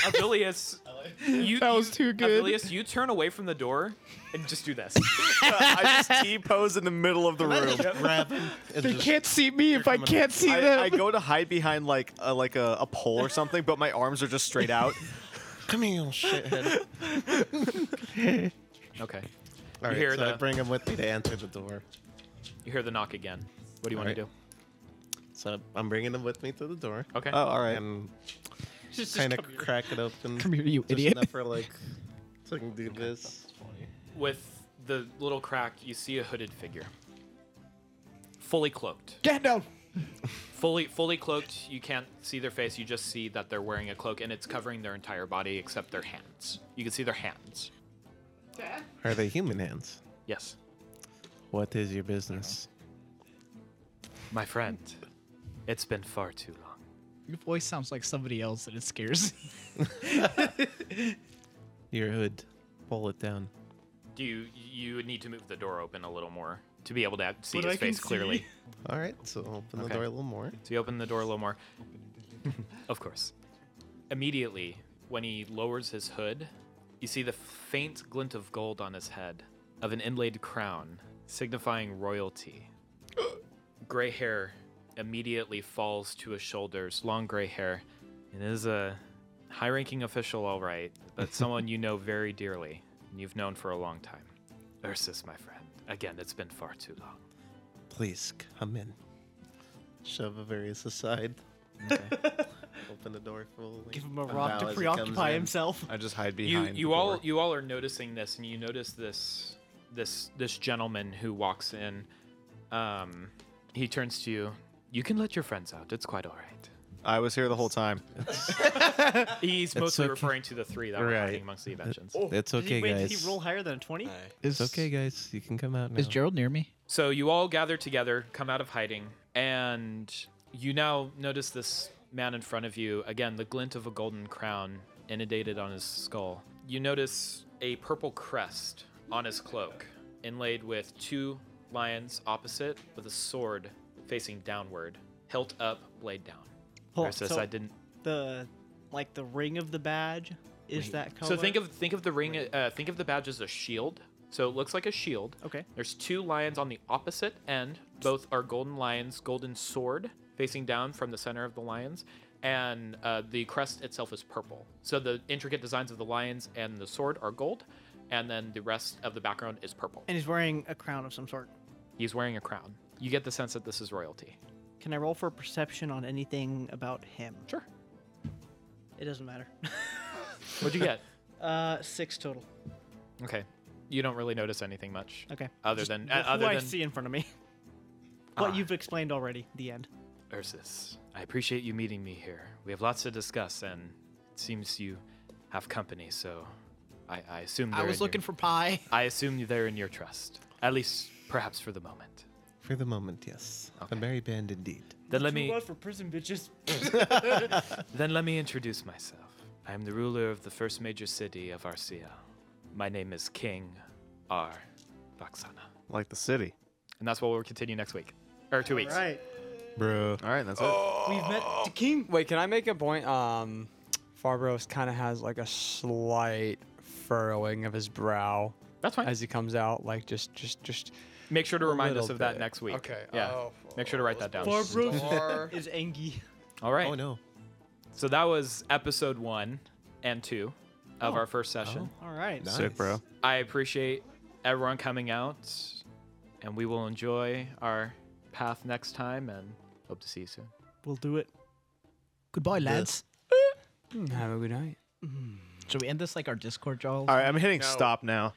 S3: Avilius, you, that was
S10: too good.
S3: Avilius, you turn away from the door and just do this.
S1: I just T pose in the middle of the room.
S4: Grab him. and just-
S10: see me if I can't see
S1: I, I go to hide behind like a, like a, a pole or something, but my arms are just straight out.
S4: Come here, you little shithead.
S3: Okay.
S4: All right,
S3: hear
S4: so I
S3: the-
S4: bring him with me to answer the door.
S3: You hear the knock again. What do you want
S4: Alright.
S3: to do?
S4: So I'm bringing him with me to the door.
S3: Okay.
S1: Oh, all right.
S4: And
S7: Just- just
S4: kind of
S7: come here.
S4: crack it open.
S10: Come here, you
S4: just
S10: idiot.
S4: Enough for like, so I can do this.
S3: With the little crack, you see a hooded figure. Fully cloaked.
S10: Get down.
S3: Fully fully cloaked. You can't see their face. You just see that they're wearing a cloak and it's covering their entire body except their hands. You can see their hands.
S4: Are they human hands?
S3: Yes.
S4: What is your business?
S3: My friend, it's been far too long.
S10: Your voice sounds like somebody else, and it scares me.
S4: Your hood. Pull it down.
S3: Do you you would need to move the door open a little more to be able to see
S7: But
S3: his
S7: I can
S3: face clearly.
S7: see.
S4: All right. So open the
S3: Okay.
S4: door a little more.
S3: So you open the door a little more. of course. Immediately, when he lowers his hood, you see the faint glint of gold on his head of an inlaid crown signifying royalty. gray hair immediately falls to his shoulders, long gray hair. It is a high ranking official, all right, but someone you know very dearly and you've known for a long time. Ursus, my friend. Again, it's been far too long.
S4: Please come in. Shove Avarius aside. Open the door fully.
S7: Give him a
S4: and
S7: rock
S4: bow
S7: to
S4: as he
S7: preoccupy
S4: comes in.
S7: himself.
S1: I just hide
S3: you
S1: behind.
S3: you
S1: the
S3: all
S1: door.
S3: you all are noticing this and you notice this this this gentleman who walks in Um, he turns to you. You can let your friends out. It's quite all right.
S1: I was here the whole time.
S3: He's
S1: It's
S3: mostly
S1: okay.
S3: referring to the three that were
S1: Right. Uh,
S3: hiding amongst the inventions.
S4: It's okay,
S7: Oh, wait,
S4: guys.
S7: Did he roll higher than a 20?
S4: It's okay, guys. You can come out now.
S10: Is Gerald near me?
S3: So you all gather together, come out of hiding, and you now notice this man in front of you. Again, the glint of a golden crown inundated on his skull. You notice a purple crest on his cloak, inlaid with two lions opposite, with a sword facing downward, hilt up, blade down.
S7: Hold on,
S3: Versus,
S7: so
S3: I didn't.
S7: The like the ring of the badge is that color.
S3: So think of think of the ring. Uh, think of the badge as a shield. So it looks like a shield.
S7: Okay.
S3: There's two lions on the opposite end. Both are golden lions, golden sword facing down from the center of the lions, and uh, the crest itself is purple. So the intricate designs of the lions and the sword are gold, and then the rest of the background is purple.
S7: and he's wearing a crown of some sort.
S3: He's wearing a crown. You get the sense that this is royalty.
S7: Can I roll for perception on anything about him?
S3: Sure.
S7: It doesn't matter.
S3: What'd you get?
S7: Uh, six total.
S3: Okay. You don't really notice anything much.
S7: Okay.
S3: Other
S7: Just
S3: than
S7: wh-
S3: uh, other
S7: who I
S3: than
S7: see in front of me. what
S3: Ah.
S7: you've explained already. The end.
S3: Ursus, I appreciate you meeting me here. We have lots to discuss, and it seems you have company, so I, I assume
S5: I
S3: they're
S5: was
S3: in your-
S5: looking for pie.
S3: I assume they're in your trust, at least perhaps for the moment.
S4: For the moment, yes. A merry band indeed.
S3: Then let me
S7: for prison bitches.
S3: then let me introduce myself. I am the ruler of the first major city of Arcia. My name is King R. Vaxana,
S1: Like the city,
S3: and that's what we'll continue next week or two weeks.
S7: Right.
S1: bro. All right, that's it.
S7: We've met
S3: Oh.
S7: the king.
S16: Wait, can I make a point? Um, Farbros kind of has like a slight furrowing of his brow.
S3: That's fine.
S16: As he comes out, like just, just, just.
S3: Make sure to
S16: a
S3: remind us
S16: little
S3: of that
S16: bit.
S3: next week.
S16: Okay.
S3: Yeah.
S16: Oh,
S3: Make sure to write that down.
S7: Barbros is Angie.
S3: All right.
S4: Oh no.
S3: So that was episode one and two of
S7: Oh.
S3: our first session.
S7: All right.
S1: Sick, bro.
S3: I appreciate everyone coming out, and we will enjoy our path next time and hope to see you soon.
S7: We'll do it.
S5: Goodbye, lads.
S16: Have a good night.
S5: Should we end this like our Discord, Joel?
S1: All right, I'm hitting stop now.